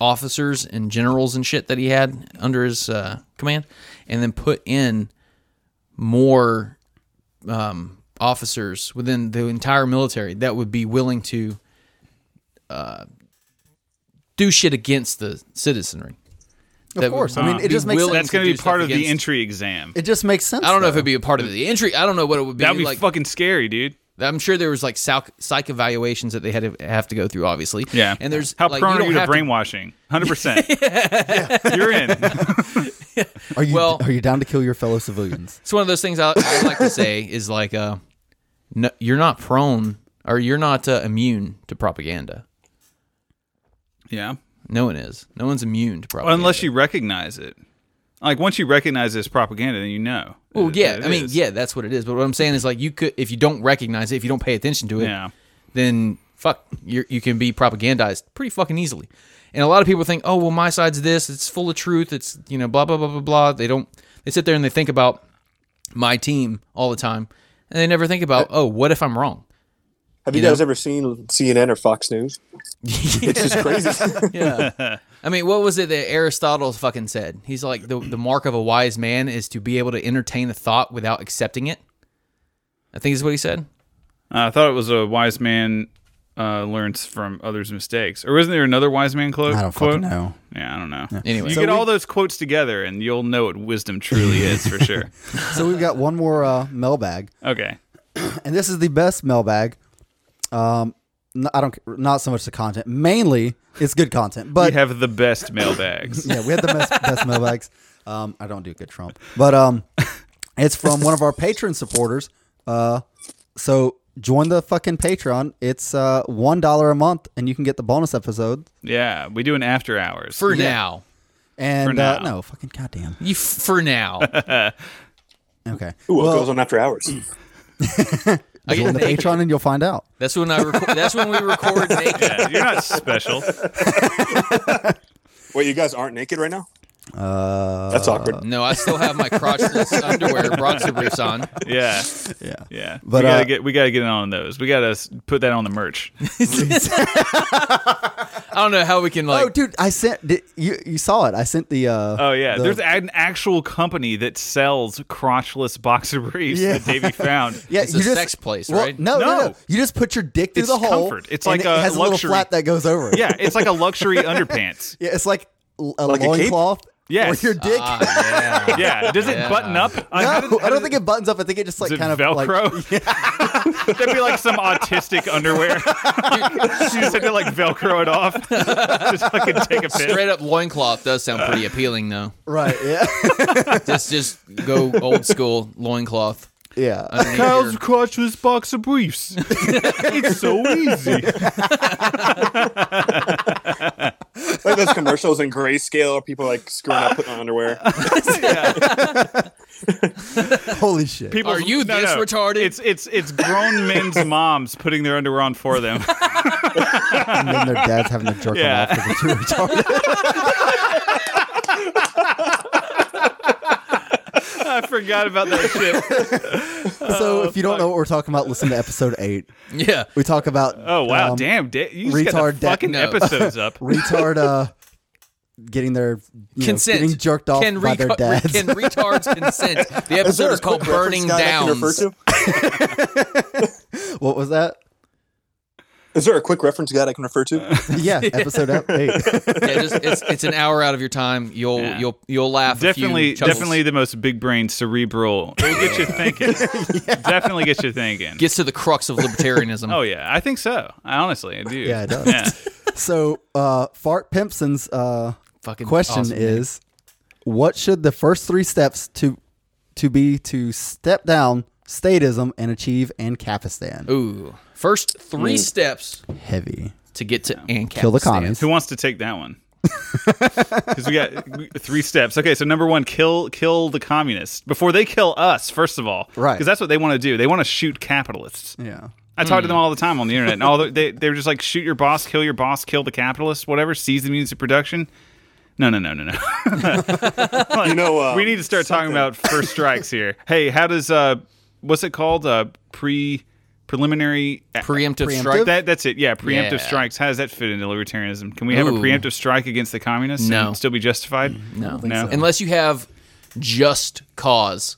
Speaker 5: officers and generals and shit that he had under his uh, command, and then put in more um, officers within the entire military that would be willing to uh, do shit against the citizenry.
Speaker 3: of course. I mean,
Speaker 1: Uh,
Speaker 3: it just makes
Speaker 5: Be willing
Speaker 3: sense.
Speaker 1: That's going to
Speaker 5: do
Speaker 1: be part of
Speaker 5: stuff
Speaker 1: the
Speaker 5: against-
Speaker 1: entry exam.
Speaker 3: It just makes sense.
Speaker 5: I don't know if
Speaker 3: though.
Speaker 5: it'd be a part of the entry. I don't know what it would be.
Speaker 1: That would be
Speaker 5: like,
Speaker 1: fucking scary, dude.
Speaker 5: I'm sure there was like psych, psych evaluations that they had to have to go through, obviously.
Speaker 1: Yeah.
Speaker 5: And there's
Speaker 1: How
Speaker 5: like, you
Speaker 1: prone are
Speaker 5: don't
Speaker 1: you to
Speaker 5: have
Speaker 1: brainwashing? 100%. You're in.
Speaker 3: Are you
Speaker 5: well-
Speaker 3: are you down to kill your fellow civilians?
Speaker 5: It's one of those things I, I like to say is like, uh, no, you're not prone or you're not uh, immune to propaganda.
Speaker 1: Yeah.
Speaker 5: No one is. No one's immune to propaganda.
Speaker 1: Unless you recognize it. Like, once you recognize this propaganda, then you know.
Speaker 5: Well,
Speaker 1: that-
Speaker 5: yeah.
Speaker 1: that it
Speaker 5: I mean,
Speaker 1: is.
Speaker 5: yeah, that's what it is. But what I'm saying is like, you could, if you don't recognize it, if you don't pay attention to it,
Speaker 1: Yeah.
Speaker 5: then fuck, you're, you can be propagandized pretty fucking easily. And a lot of people think, oh, well, my side's this. It's full of truth. It's, you know, blah, blah, blah, blah, blah. They don't, they sit there and they think about my team all the time. And they never think about,
Speaker 1: Uh,
Speaker 5: oh, what if I'm wrong?
Speaker 2: Have you,
Speaker 5: You know?
Speaker 2: guys ever seen CNN or Fox News? It's just crazy.
Speaker 5: Yeah. I mean, what was it that Aristotle fucking said? He's like, the, the mark of a wise man is to be able to entertain a thought without accepting it. I think is what he said.
Speaker 1: Uh, I thought it was a wise man uh, learns from others' mistakes. Or wasn't there another wise man quote?
Speaker 3: I don't
Speaker 1: quote?
Speaker 3: fucking know.
Speaker 1: Yeah, I don't know.
Speaker 5: Anyway.
Speaker 1: you
Speaker 5: So
Speaker 1: get all those quotes together and you'll know what wisdom truly is for sure.
Speaker 3: So we've got one more uh, mailbag,
Speaker 1: Okay.
Speaker 3: and this is the best mailbag. Um, n I don't not so much the content. Mainly, it's good content,
Speaker 1: We
Speaker 3: but
Speaker 1: have the best mailbags.
Speaker 3: yeah, we had the best, best mailbags. Um, I don't do good Trump, but um, it's from one of our patron supporters. Uh, so join the fucking Patreon. It's uh one dollar a month, and you can get the bonus episode.
Speaker 1: yeah, we do an after hours.
Speaker 5: For now,
Speaker 3: And
Speaker 1: For
Speaker 3: uh,
Speaker 1: now.
Speaker 3: no, fucking goddamn.
Speaker 5: you f- for now.
Speaker 3: Okay,
Speaker 2: Ooh, what
Speaker 3: Well-
Speaker 2: goes on after hours?
Speaker 5: I
Speaker 3: join the
Speaker 5: get naked.
Speaker 3: Patreon, and you'll find out.
Speaker 5: That's when I. Record, that's when we record naked.
Speaker 1: Yeah, you're not special.
Speaker 2: Wait, you guys aren't naked right now?
Speaker 3: Uh,
Speaker 2: That's awkward.
Speaker 5: No, I still have my crotchless underwear, boxer briefs on.
Speaker 1: Yeah,
Speaker 3: yeah.
Speaker 1: yeah.
Speaker 3: But,
Speaker 1: we gotta
Speaker 3: uh,
Speaker 1: get we gotta get in on those. We gotta s- put that on the merch.
Speaker 5: I don't know how we can like.
Speaker 3: oh, dude, I sent did, you. You saw it. I sent the. uh
Speaker 1: Oh yeah,
Speaker 3: the-
Speaker 1: there's an actual company that sells crotchless boxer briefs
Speaker 3: Yeah.
Speaker 1: that Davey found.
Speaker 3: Yeah,
Speaker 5: It's a
Speaker 3: you just,
Speaker 5: sex place,
Speaker 3: well,
Speaker 5: right?
Speaker 3: No, no,
Speaker 1: No.
Speaker 3: no. You just put your dick through
Speaker 1: It's
Speaker 3: the hole.
Speaker 1: comfort. It's
Speaker 3: and
Speaker 1: like
Speaker 3: it
Speaker 1: a
Speaker 3: has a little
Speaker 1: luxury.
Speaker 3: flap that goes over. it.
Speaker 1: Yeah, it's like a luxury underpants.
Speaker 3: yeah. It's like l- a
Speaker 2: Like a cape?
Speaker 3: loincloth
Speaker 1: Yes.
Speaker 3: or your dick.
Speaker 5: Ah, yeah.
Speaker 1: Yeah, does it
Speaker 5: Yeah.
Speaker 1: button up? Uh,
Speaker 3: no,
Speaker 1: how did- how
Speaker 3: I don't
Speaker 1: did-
Speaker 3: think it buttons up. I think it just like
Speaker 1: Is it
Speaker 3: kind of like
Speaker 1: Velcro? That'd be like some autistic underwear. she just had to like Velcro it off. just fucking take a piss.
Speaker 5: Straight up loincloth does sound pretty appealing, though.
Speaker 3: right. Yeah,
Speaker 5: Just just go old school loincloth.
Speaker 3: yeah.
Speaker 5: underneath your-
Speaker 1: crotchless boxer briefs. it's so easy.
Speaker 2: like those commercials in grayscale where people are like screwing up putting on underwear.
Speaker 3: Holy shit.
Speaker 1: People,
Speaker 5: Are you this retarded?
Speaker 1: It's it's it's grown men's moms putting their underwear on for them.
Speaker 3: and then their dad's having to jerk
Speaker 1: Yeah.
Speaker 3: them off because they're too retarded.
Speaker 1: I forgot about that shit. Oh,
Speaker 3: so if you don't know what we're talking about, listen to episode eight.
Speaker 5: Yeah.
Speaker 3: We talk about
Speaker 1: Oh wow,
Speaker 3: um,
Speaker 1: damn, da- you just got
Speaker 3: retard
Speaker 1: the
Speaker 3: da-
Speaker 1: fucking
Speaker 5: No.
Speaker 1: episodes up.
Speaker 3: retard uh, getting their you know,
Speaker 5: Consent.
Speaker 3: getting jerked off
Speaker 5: can
Speaker 3: by their
Speaker 5: retar-
Speaker 3: dads.
Speaker 5: Can retards consent? The
Speaker 2: Is there
Speaker 5: episode
Speaker 2: a
Speaker 5: is called
Speaker 2: quick reference
Speaker 5: Burning
Speaker 2: guide I can
Speaker 5: Down.
Speaker 2: refer to?
Speaker 3: what was that?
Speaker 2: Is there a quick reference guide I can refer to?
Speaker 3: Yeah, episode ep- eight.
Speaker 5: Yeah, just, it's, it's an hour out of your time. You'll
Speaker 1: Yeah.
Speaker 5: you'll you'll laugh. a few
Speaker 1: Definitely,
Speaker 5: chuckles.
Speaker 1: definitely the most big brain cerebral. It'll get you thinking. Definitely get you thinking.
Speaker 5: gets to the crux of libertarianism.
Speaker 1: oh yeah, I think so. I honestly, I do.
Speaker 3: Yeah, it does.
Speaker 1: Yeah.
Speaker 3: So, uh, Fart Pimpson's uh,
Speaker 5: Fucking
Speaker 3: question
Speaker 5: awesome name.
Speaker 3: is, what should the first three steps to to be to step down statism and achieve Ancapistan?
Speaker 5: Ooh, first three steps
Speaker 3: Heavy.
Speaker 5: to get to ANCAP.
Speaker 3: Kill the
Speaker 5: stands.
Speaker 3: commies.
Speaker 1: Who wants to take that one? Because we got three steps. Okay, so number one, kill kill the communists before they kill us. First of all,
Speaker 3: Right.
Speaker 1: Because that's what they want to do. They want to shoot capitalists.
Speaker 3: Yeah.
Speaker 1: I talk to
Speaker 5: Hmm.
Speaker 1: them all the time on the internet, and all the, they they're just like, shoot your boss, kill your boss, kill the capitalists, whatever. Seize the means of production. No, no, no, no, no.
Speaker 2: you know, uh,
Speaker 1: we need to start talking about first strikes here. Hey, how does uh, what's it called? Uh, pre preliminary
Speaker 5: Preemptive,
Speaker 3: Preemptive?
Speaker 5: strike.
Speaker 1: That that's it. Yeah, preemptive
Speaker 5: Yeah.
Speaker 1: strikes. How does that fit into libertarianism? Can we have a
Speaker 5: Ooh.
Speaker 1: preemptive strike against the communists
Speaker 5: No. Mm,
Speaker 1: and still be justified?
Speaker 5: No,
Speaker 1: No. so.
Speaker 5: unless you have just cause.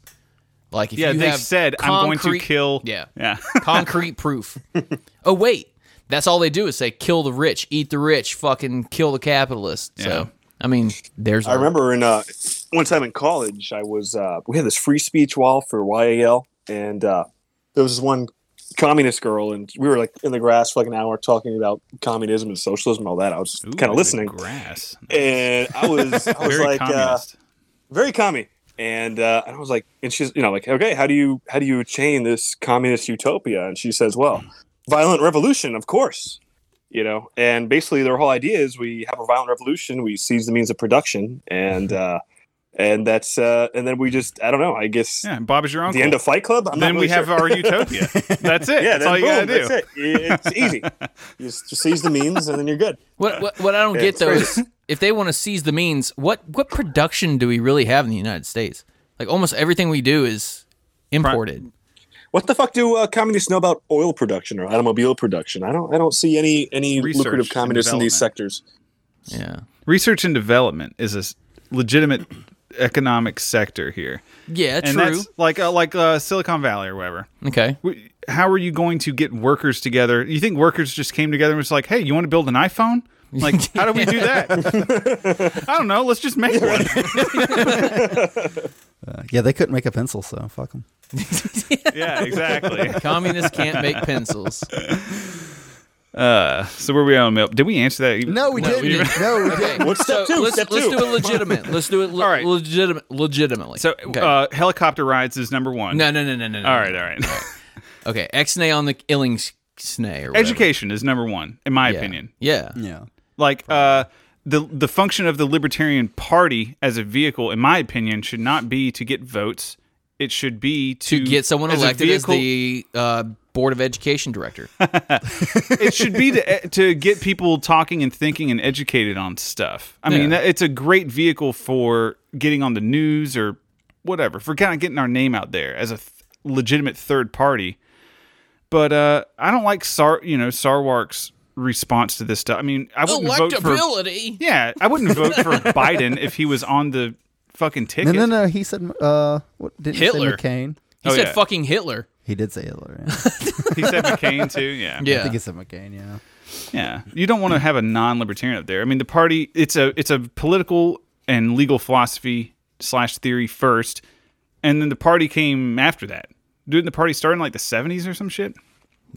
Speaker 5: Like if
Speaker 1: Yeah,
Speaker 5: you
Speaker 1: they
Speaker 5: have
Speaker 1: said I'm going to
Speaker 5: concrete-
Speaker 1: kill.
Speaker 5: Yeah,
Speaker 1: yeah.
Speaker 5: concrete proof. Oh wait, that's all they do is say kill the rich, eat the rich, fucking kill the capitalist.
Speaker 1: Yeah.
Speaker 5: So I mean, there's.
Speaker 2: I remember in uh, one time in college, I was uh, we had this free speech wall for YAL, and uh, there was this one communist girl, and we were like in the grass for like an hour talking about communism and socialism and all that. I was
Speaker 1: Ooh,
Speaker 2: kind
Speaker 1: the
Speaker 2: of listening,
Speaker 1: Grass.
Speaker 2: and I was I was
Speaker 1: Very
Speaker 2: like uh,
Speaker 1: communist.
Speaker 2: very commie, and uh, and I was like, and she's you know like okay, how do you how do you attain this communist utopia? And she says, well, violent revolution, of course. You know, and basically their whole idea is we have a violent revolution, we seize the means of production, and uh, and that's uh, and then we just I don't know, I guess
Speaker 1: yeah, Bob is your uncle.
Speaker 2: the end of Fight Club. I'm
Speaker 1: then
Speaker 2: not
Speaker 1: we
Speaker 2: really
Speaker 1: have
Speaker 2: sure.
Speaker 1: our utopia. That's it.
Speaker 2: yeah,
Speaker 1: that's all
Speaker 2: then
Speaker 1: you gotta
Speaker 2: boom,
Speaker 1: do.
Speaker 2: that's it. It's easy. You just, just seize the means, and then you're good.
Speaker 5: What, what what I don't get
Speaker 2: it's
Speaker 5: though
Speaker 2: crazy.
Speaker 5: is if they want to seize the means, what what production do we really have in the United States? Like almost everything we do is imported.
Speaker 2: What the fuck do uh, communists know about oil production or automobile production? I don't. I don't see any any
Speaker 1: Research
Speaker 2: lucrative
Speaker 1: and
Speaker 2: communists in these
Speaker 1: development.
Speaker 2: sectors.
Speaker 5: Yeah.
Speaker 1: Research and development is a s- legitimate economic sector here,
Speaker 5: Yeah,
Speaker 1: and
Speaker 5: true.
Speaker 1: that's like uh, like uh, Silicon Valley or wherever.
Speaker 5: Okay.
Speaker 1: W- How are you going to get workers together? You think workers just came together and was like, "Hey, you want to build an iPhone?" Like, how do we do that? I don't know. Let's just make one.
Speaker 3: Yeah, they couldn't make a pencil, so fuck them.
Speaker 1: Yeah, exactly.
Speaker 5: Communists can't make pencils.
Speaker 1: Uh, so where we on milk? Did we answer that? even-
Speaker 3: No, we didn't. No, we didn't.
Speaker 5: Okay.
Speaker 2: What's step
Speaker 5: so
Speaker 2: two?
Speaker 5: Let's,
Speaker 2: Step
Speaker 5: let's
Speaker 2: two.
Speaker 5: do it legitimate. Let's do it le-
Speaker 1: All right.
Speaker 5: legitimate legitimately.
Speaker 1: So
Speaker 5: okay.
Speaker 1: uh, helicopter rides is number one.
Speaker 5: no, no, no, no, no, no.
Speaker 1: All right, all right.
Speaker 5: Okay. Xnay on the Illings snay or whatever.
Speaker 1: Education is number one, in my
Speaker 5: Yeah.
Speaker 1: opinion.
Speaker 5: Yeah.
Speaker 3: Yeah.
Speaker 1: Like uh, the the function of the Libertarian Party as a vehicle, in my opinion, should not be to get votes. It should be to,
Speaker 5: To get someone
Speaker 1: as a
Speaker 5: elected as
Speaker 1: vehicle-
Speaker 5: the uh, board of education director.
Speaker 1: it should be to to get people talking and thinking and educated on stuff. I mean,
Speaker 5: Yeah.
Speaker 1: that, it's a great vehicle for getting on the news or whatever for kind of getting our name out there as a th- legitimate third party. But uh, I don't like Sar, you know, Sarwark's response to this stuff. I mean, I wouldn't vote for.
Speaker 5: Electability.
Speaker 1: Yeah, I wouldn't vote for Biden if he was on the fucking
Speaker 3: No,
Speaker 1: ticket.
Speaker 3: no, no. He said, uh, what, didn't he
Speaker 5: Hitler.
Speaker 3: say McCain?
Speaker 5: He
Speaker 1: Oh,
Speaker 5: said
Speaker 1: yeah.
Speaker 5: fucking Hitler.
Speaker 3: He did say Hitler. Yeah.
Speaker 1: He said McCain too. Yeah.
Speaker 5: Yeah.
Speaker 3: I think he said McCain, yeah.
Speaker 1: Yeah, you don't want to have a non-libertarian up there. I mean, the party it's a it's a political and legal philosophy slash theory first, and then the party came after that. Didn't the party start in like the seventies or some shit?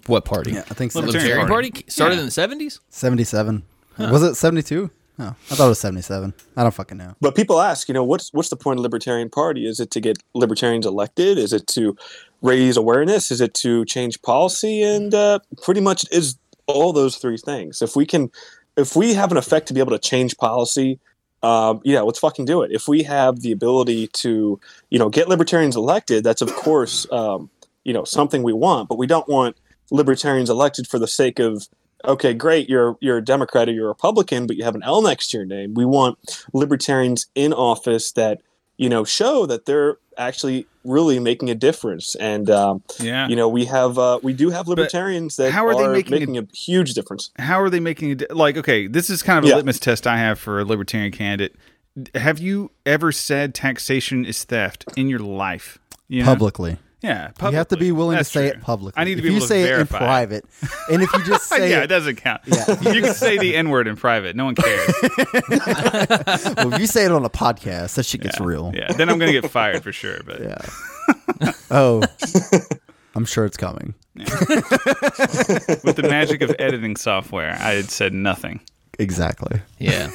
Speaker 5: what party?
Speaker 3: Yeah, I think so.
Speaker 1: Libertarian
Speaker 5: Libertarian
Speaker 1: Party.
Speaker 5: Party started
Speaker 1: Yeah.
Speaker 5: in the seventies.
Speaker 3: 77. Was it 72? No, I thought it was 77. I don't fucking know.
Speaker 2: But people ask, you know, what's what's the point of libertarian party? Is it to get libertarians elected? Is it to raise awareness? Is it to change policy? And uh, pretty much is all those three things. If we can, if we have an effect to be able to change policy, um, yeah, let's fucking do it. If we have the ability to, you know, get libertarians elected, that's of course, um, you know, something we want. But we don't want libertarians elected for the sake of. Okay, great. You're you're a Democrat or you're a Republican, but you have an L next to your name. We want libertarians in office that you know show that they're actually really making a difference and um,
Speaker 1: Yeah.
Speaker 2: you know we have uh, we do have libertarians that
Speaker 1: how are
Speaker 2: are,
Speaker 1: they making
Speaker 2: making,
Speaker 1: a-
Speaker 2: a, huge difference
Speaker 1: How are they making it? Like, okay, this is kind of a
Speaker 2: Yeah.
Speaker 1: litmus test I have for a libertarian candidate. Have you ever said taxation is theft in your life? You know?
Speaker 3: Publicly.
Speaker 1: Yeah.
Speaker 3: You have to
Speaker 1: publicly.
Speaker 3: be willing
Speaker 1: That's
Speaker 3: to say
Speaker 1: true.
Speaker 3: it publicly.
Speaker 1: I need to
Speaker 3: if
Speaker 1: be
Speaker 3: you
Speaker 1: able to
Speaker 3: say it in
Speaker 1: verify it.
Speaker 3: private. And if you just say
Speaker 1: yeah, it
Speaker 3: it,
Speaker 1: doesn't count. you can say the N word in private. No one cares.
Speaker 3: well, if you say it on a podcast, that shit gets real.
Speaker 1: yeah. Then I'm gonna get fired for sure. But
Speaker 3: Yeah. oh, I'm sure it's coming.
Speaker 1: with the magic of editing software, I had said nothing.
Speaker 3: Exactly.
Speaker 5: Yeah.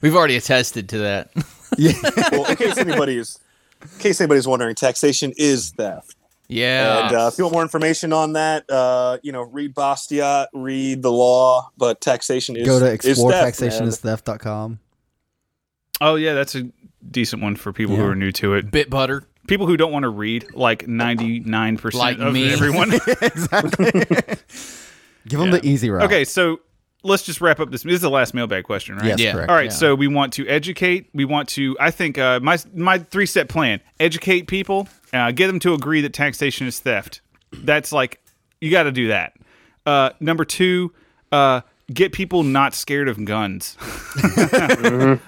Speaker 5: We've already attested to that.
Speaker 3: Yeah.
Speaker 2: well in case anybody's in case anybody's wondering taxation is theft
Speaker 5: yeah.
Speaker 2: and uh, if you want more information on that uh, you know read bastiat read the law but taxation is
Speaker 3: Go to
Speaker 2: is theft, man.
Speaker 3: exploretaxationistheft.com.
Speaker 1: Oh yeah, that's a decent one for people who
Speaker 3: Yeah.
Speaker 1: are new to it.
Speaker 5: Bit butter.
Speaker 1: People who don't want to read like ninety nine
Speaker 5: Like
Speaker 1: percent of
Speaker 5: me.
Speaker 1: everyone.
Speaker 3: exactly. Give them the easy route.
Speaker 1: okay, so let's just wrap up this. This is the last mailbag question, right?
Speaker 3: Yes,
Speaker 5: Yeah.
Speaker 3: correct.
Speaker 1: All right,
Speaker 5: Yeah.
Speaker 1: so we want to educate. We want to. I think uh, my my three step plan: educate people, uh, get them to agree that taxation is theft. That's like you got to do that. Uh, number two, uh, get people not scared of guns,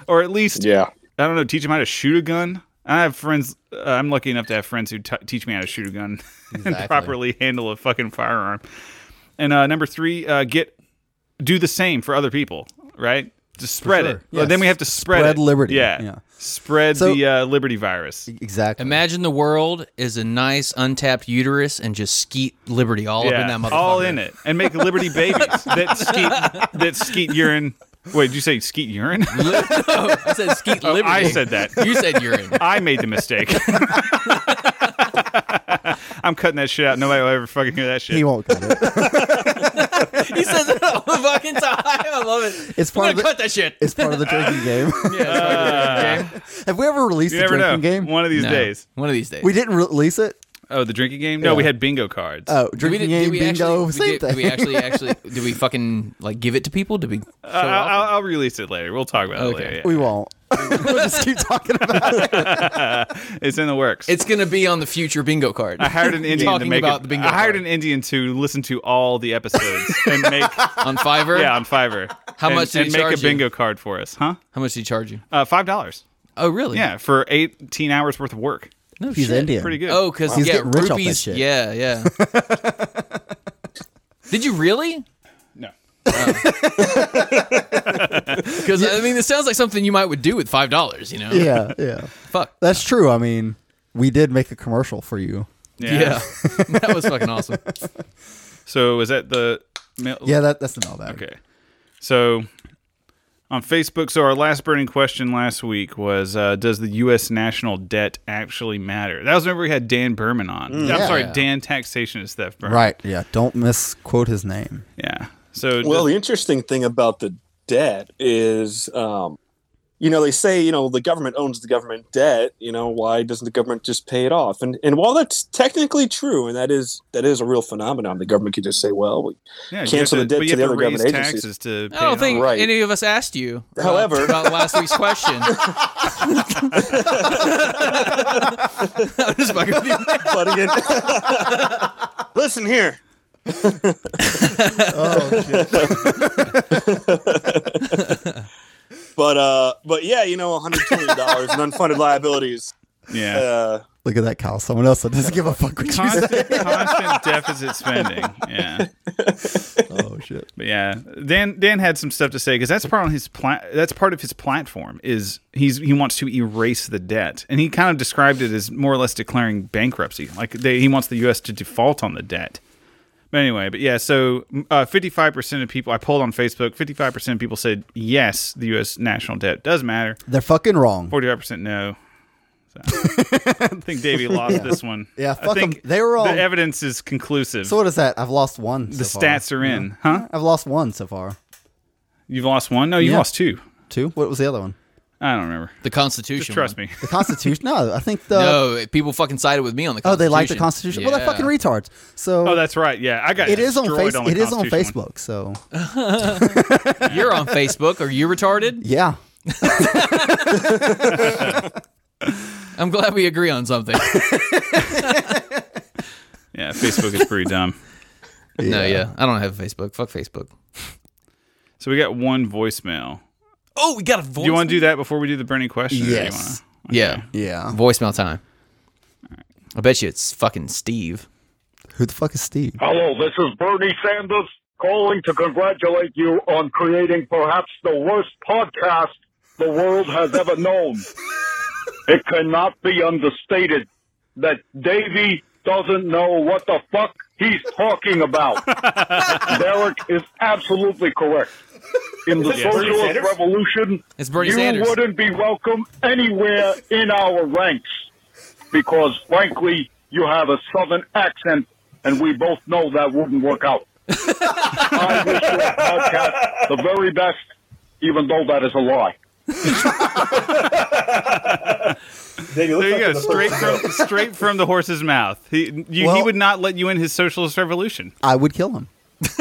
Speaker 1: or at least
Speaker 2: yeah
Speaker 1: I don't know, teach them how to shoot a gun. I have friends. Uh, I'm lucky enough to have friends who t- teach me how to shoot a gun and properly handle a fucking firearm. And uh, number three, uh, get do the same for other people, right? Just spread it.
Speaker 3: sure.
Speaker 1: Well, Then
Speaker 3: Yes.
Speaker 1: we have to spread,
Speaker 3: Spread
Speaker 1: it.
Speaker 3: liberty.
Speaker 1: Yeah.
Speaker 3: Yeah.
Speaker 1: Spread
Speaker 3: So-
Speaker 1: the uh, liberty virus.
Speaker 3: Exactly.
Speaker 5: Imagine the world is a nice untapped uterus and just skeet liberty all up in
Speaker 1: Yeah.
Speaker 5: that motherfucker.
Speaker 1: All in it. And make liberty babies that skeet that skeet urine. Wait, did you say skeet urine?
Speaker 5: no, I said skeet liberty.
Speaker 1: I said that.
Speaker 5: You said urine.
Speaker 1: I made the mistake. I'm cutting that shit out. Nobody will ever fucking hear that shit.
Speaker 3: He won't cut it.
Speaker 5: He says it all the fucking time. I love it.
Speaker 3: It's
Speaker 5: I'm
Speaker 3: part
Speaker 5: gonna
Speaker 3: of the-
Speaker 5: cut that shit.
Speaker 3: It's part of the drinking game.
Speaker 1: Uh,
Speaker 3: Have we ever released
Speaker 1: you
Speaker 3: a
Speaker 1: never know.
Speaker 3: drinking game?
Speaker 1: One of these
Speaker 5: No.
Speaker 1: days.
Speaker 5: One of these days.
Speaker 3: We didn't release it.
Speaker 1: Oh, the drinking game? No, we had bingo cards.
Speaker 3: Oh,
Speaker 5: Did we-
Speaker 3: drinking
Speaker 5: did
Speaker 3: game,
Speaker 5: we
Speaker 3: bingo,
Speaker 5: actually,
Speaker 3: same
Speaker 5: we did,
Speaker 3: thing.
Speaker 5: Did we actually, actually, did we fucking like give it to people? Did we? Show
Speaker 1: I-
Speaker 5: off?
Speaker 1: I'll, I'll release it later. We'll talk about
Speaker 5: Okay.
Speaker 1: it later.
Speaker 3: We won't. we'll just keep talking about it.
Speaker 1: yeah. It's in the works.
Speaker 5: It's gonna be on the future bingo card.
Speaker 1: I hired an Indian to
Speaker 5: Talking
Speaker 1: make
Speaker 5: about
Speaker 1: it-
Speaker 5: the bingo
Speaker 1: I hired
Speaker 5: card.
Speaker 1: an Indian to listen to all the episodes and make
Speaker 5: on Fiverr.
Speaker 1: yeah on Fiverr.
Speaker 5: How
Speaker 1: and,
Speaker 5: much did
Speaker 1: and
Speaker 5: he
Speaker 1: make
Speaker 5: charge
Speaker 1: a
Speaker 5: you?
Speaker 1: bingo card for us? Huh?
Speaker 5: How much did he charge you?
Speaker 1: Uh, Five dollars.
Speaker 5: Oh, really?
Speaker 1: Yeah, for eighteen hours worth of work.
Speaker 5: No
Speaker 3: He's
Speaker 5: shit.
Speaker 3: Indian.
Speaker 1: Pretty good.
Speaker 5: Oh, because
Speaker 3: He's
Speaker 5: yeah,
Speaker 3: getting rich off that
Speaker 5: rupees.
Speaker 3: shit.
Speaker 5: Yeah, yeah. Did you really?
Speaker 1: no.
Speaker 5: Because I mean, this sounds like something you might would do with five dollars. You know?
Speaker 3: Yeah, yeah.
Speaker 5: Fuck.
Speaker 3: That's true. I mean, we did make a commercial for you.
Speaker 1: Yeah.
Speaker 5: Yeah. that was fucking awesome.
Speaker 1: So is that the mail?
Speaker 3: Yeah, that, that's the mailbag.
Speaker 1: Okay. So on Facebook, so our last burning question last week was uh, Does the U.S. national debt actually matter? That was whenever we had Dan Berman on. I'm
Speaker 3: Yeah.
Speaker 1: sorry, Dan Taxation is Theft Berman.
Speaker 3: Right. Yeah. Don't misquote his name.
Speaker 1: Yeah. So,
Speaker 2: Well, the interesting thing about the debt is, um, you know, they say, you know, the government owns the government debt. You know, why doesn't the government just pay it off? And and while that's technically true, and that is that is a real phenomenon, the government could just say, well, we,
Speaker 1: yeah, you
Speaker 2: cancel
Speaker 1: have
Speaker 2: the debt
Speaker 1: but you
Speaker 2: to the
Speaker 1: have
Speaker 2: other
Speaker 1: raise
Speaker 2: government agencies.
Speaker 1: taxes to pay
Speaker 5: I don't
Speaker 1: it
Speaker 5: think
Speaker 1: off.
Speaker 2: Right.
Speaker 5: any of us asked you. uh,
Speaker 2: However-
Speaker 5: about last week's question. I'm just fucking with you.
Speaker 2: but again, listen here.
Speaker 3: Oh, shit.
Speaker 2: But uh, but yeah, you know, 120 dollars in unfunded liabilities.
Speaker 1: Yeah.
Speaker 2: Uh,
Speaker 3: Look at that, Kyle. Someone else that doesn't give a fuck what you say.
Speaker 1: constant, constant deficit spending. Yeah,
Speaker 3: Oh shit.
Speaker 1: but yeah. Dan Dan had some stuff to say because that's part on his pla- That's part of his platform is he's he wants to erase the debt, and he kind of described it as more or less declaring bankruptcy. Like they, he wants the U.S. to default on the debt. But anyway, but yeah. So uh, fifty-five percent of people I polled on Facebook. Fifty-five percent of people said yes, the U.S. national debt does matter.
Speaker 3: They're fucking wrong.
Speaker 1: Forty-five percent no. So. I think Davey lost this one.
Speaker 3: Yeah,
Speaker 1: I
Speaker 3: fuck 'em.
Speaker 1: think
Speaker 3: They were wrong.
Speaker 1: The evidence is conclusive.
Speaker 3: So what is that? I've lost one.
Speaker 1: The stats are in, huh?
Speaker 3: I've lost one so far.
Speaker 1: You've lost one? No, you
Speaker 3: Yeah.
Speaker 1: have lost two.
Speaker 3: Two. What was the other one?
Speaker 1: I don't remember.
Speaker 5: The Constitution.
Speaker 1: Just trust
Speaker 5: one.
Speaker 1: me.
Speaker 3: The Constitution. no, I think the.
Speaker 5: No, people fucking sided with me on
Speaker 3: Uh,
Speaker 5: the
Speaker 3: Oh,
Speaker 5: Constitution.
Speaker 3: they like the Constitution. Well, they're
Speaker 5: Yeah.
Speaker 3: fucking retards. So
Speaker 1: Oh, that's right. Yeah, I got
Speaker 3: it is on
Speaker 1: destroyed
Speaker 3: face.
Speaker 1: the
Speaker 3: it is on
Speaker 1: Constitution
Speaker 3: Facebook. So
Speaker 5: You're on Facebook. Are you retarded?
Speaker 3: yeah.
Speaker 5: I'm glad we agree on something.
Speaker 1: one. Yeah, Facebook is pretty dumb.
Speaker 5: No, yeah. I don't have Facebook. Fuck Facebook.
Speaker 1: So we got one voicemail.
Speaker 5: Oh, we got a voice.
Speaker 1: Do you want to do that before we do the burning question? or do you
Speaker 3: Yes.
Speaker 1: wanna-
Speaker 5: Yeah.
Speaker 3: Yeah.
Speaker 5: Voicemail time. I bet you it's fucking Steve.
Speaker 3: Who the fuck is Steve?
Speaker 6: Hello, this is Bernie Sanders calling to congratulate you on creating perhaps the worst podcast the world has ever known. It cannot be understated that Davey doesn't know what the fuck he's talking about. Derek is absolutely correct. In the
Speaker 1: Yes. Bernie
Speaker 6: socialist
Speaker 4: Sanders?
Speaker 6: revolution,
Speaker 5: It's Bernie
Speaker 6: you
Speaker 5: Sanders.
Speaker 6: wouldn't be welcome anywhere in our ranks because frankly, you have a southern accent, and we both know that wouldn't work out. I wish your podcast the very best, even though that is a lie.
Speaker 4: Dave, you look
Speaker 1: There you
Speaker 4: like
Speaker 1: go.
Speaker 4: the
Speaker 1: Straight
Speaker 4: first-
Speaker 1: from straight from the horse's mouth. He you, he
Speaker 3: Well-
Speaker 1: would not let you in his socialist revolution.
Speaker 3: I would kill him
Speaker 5: Davey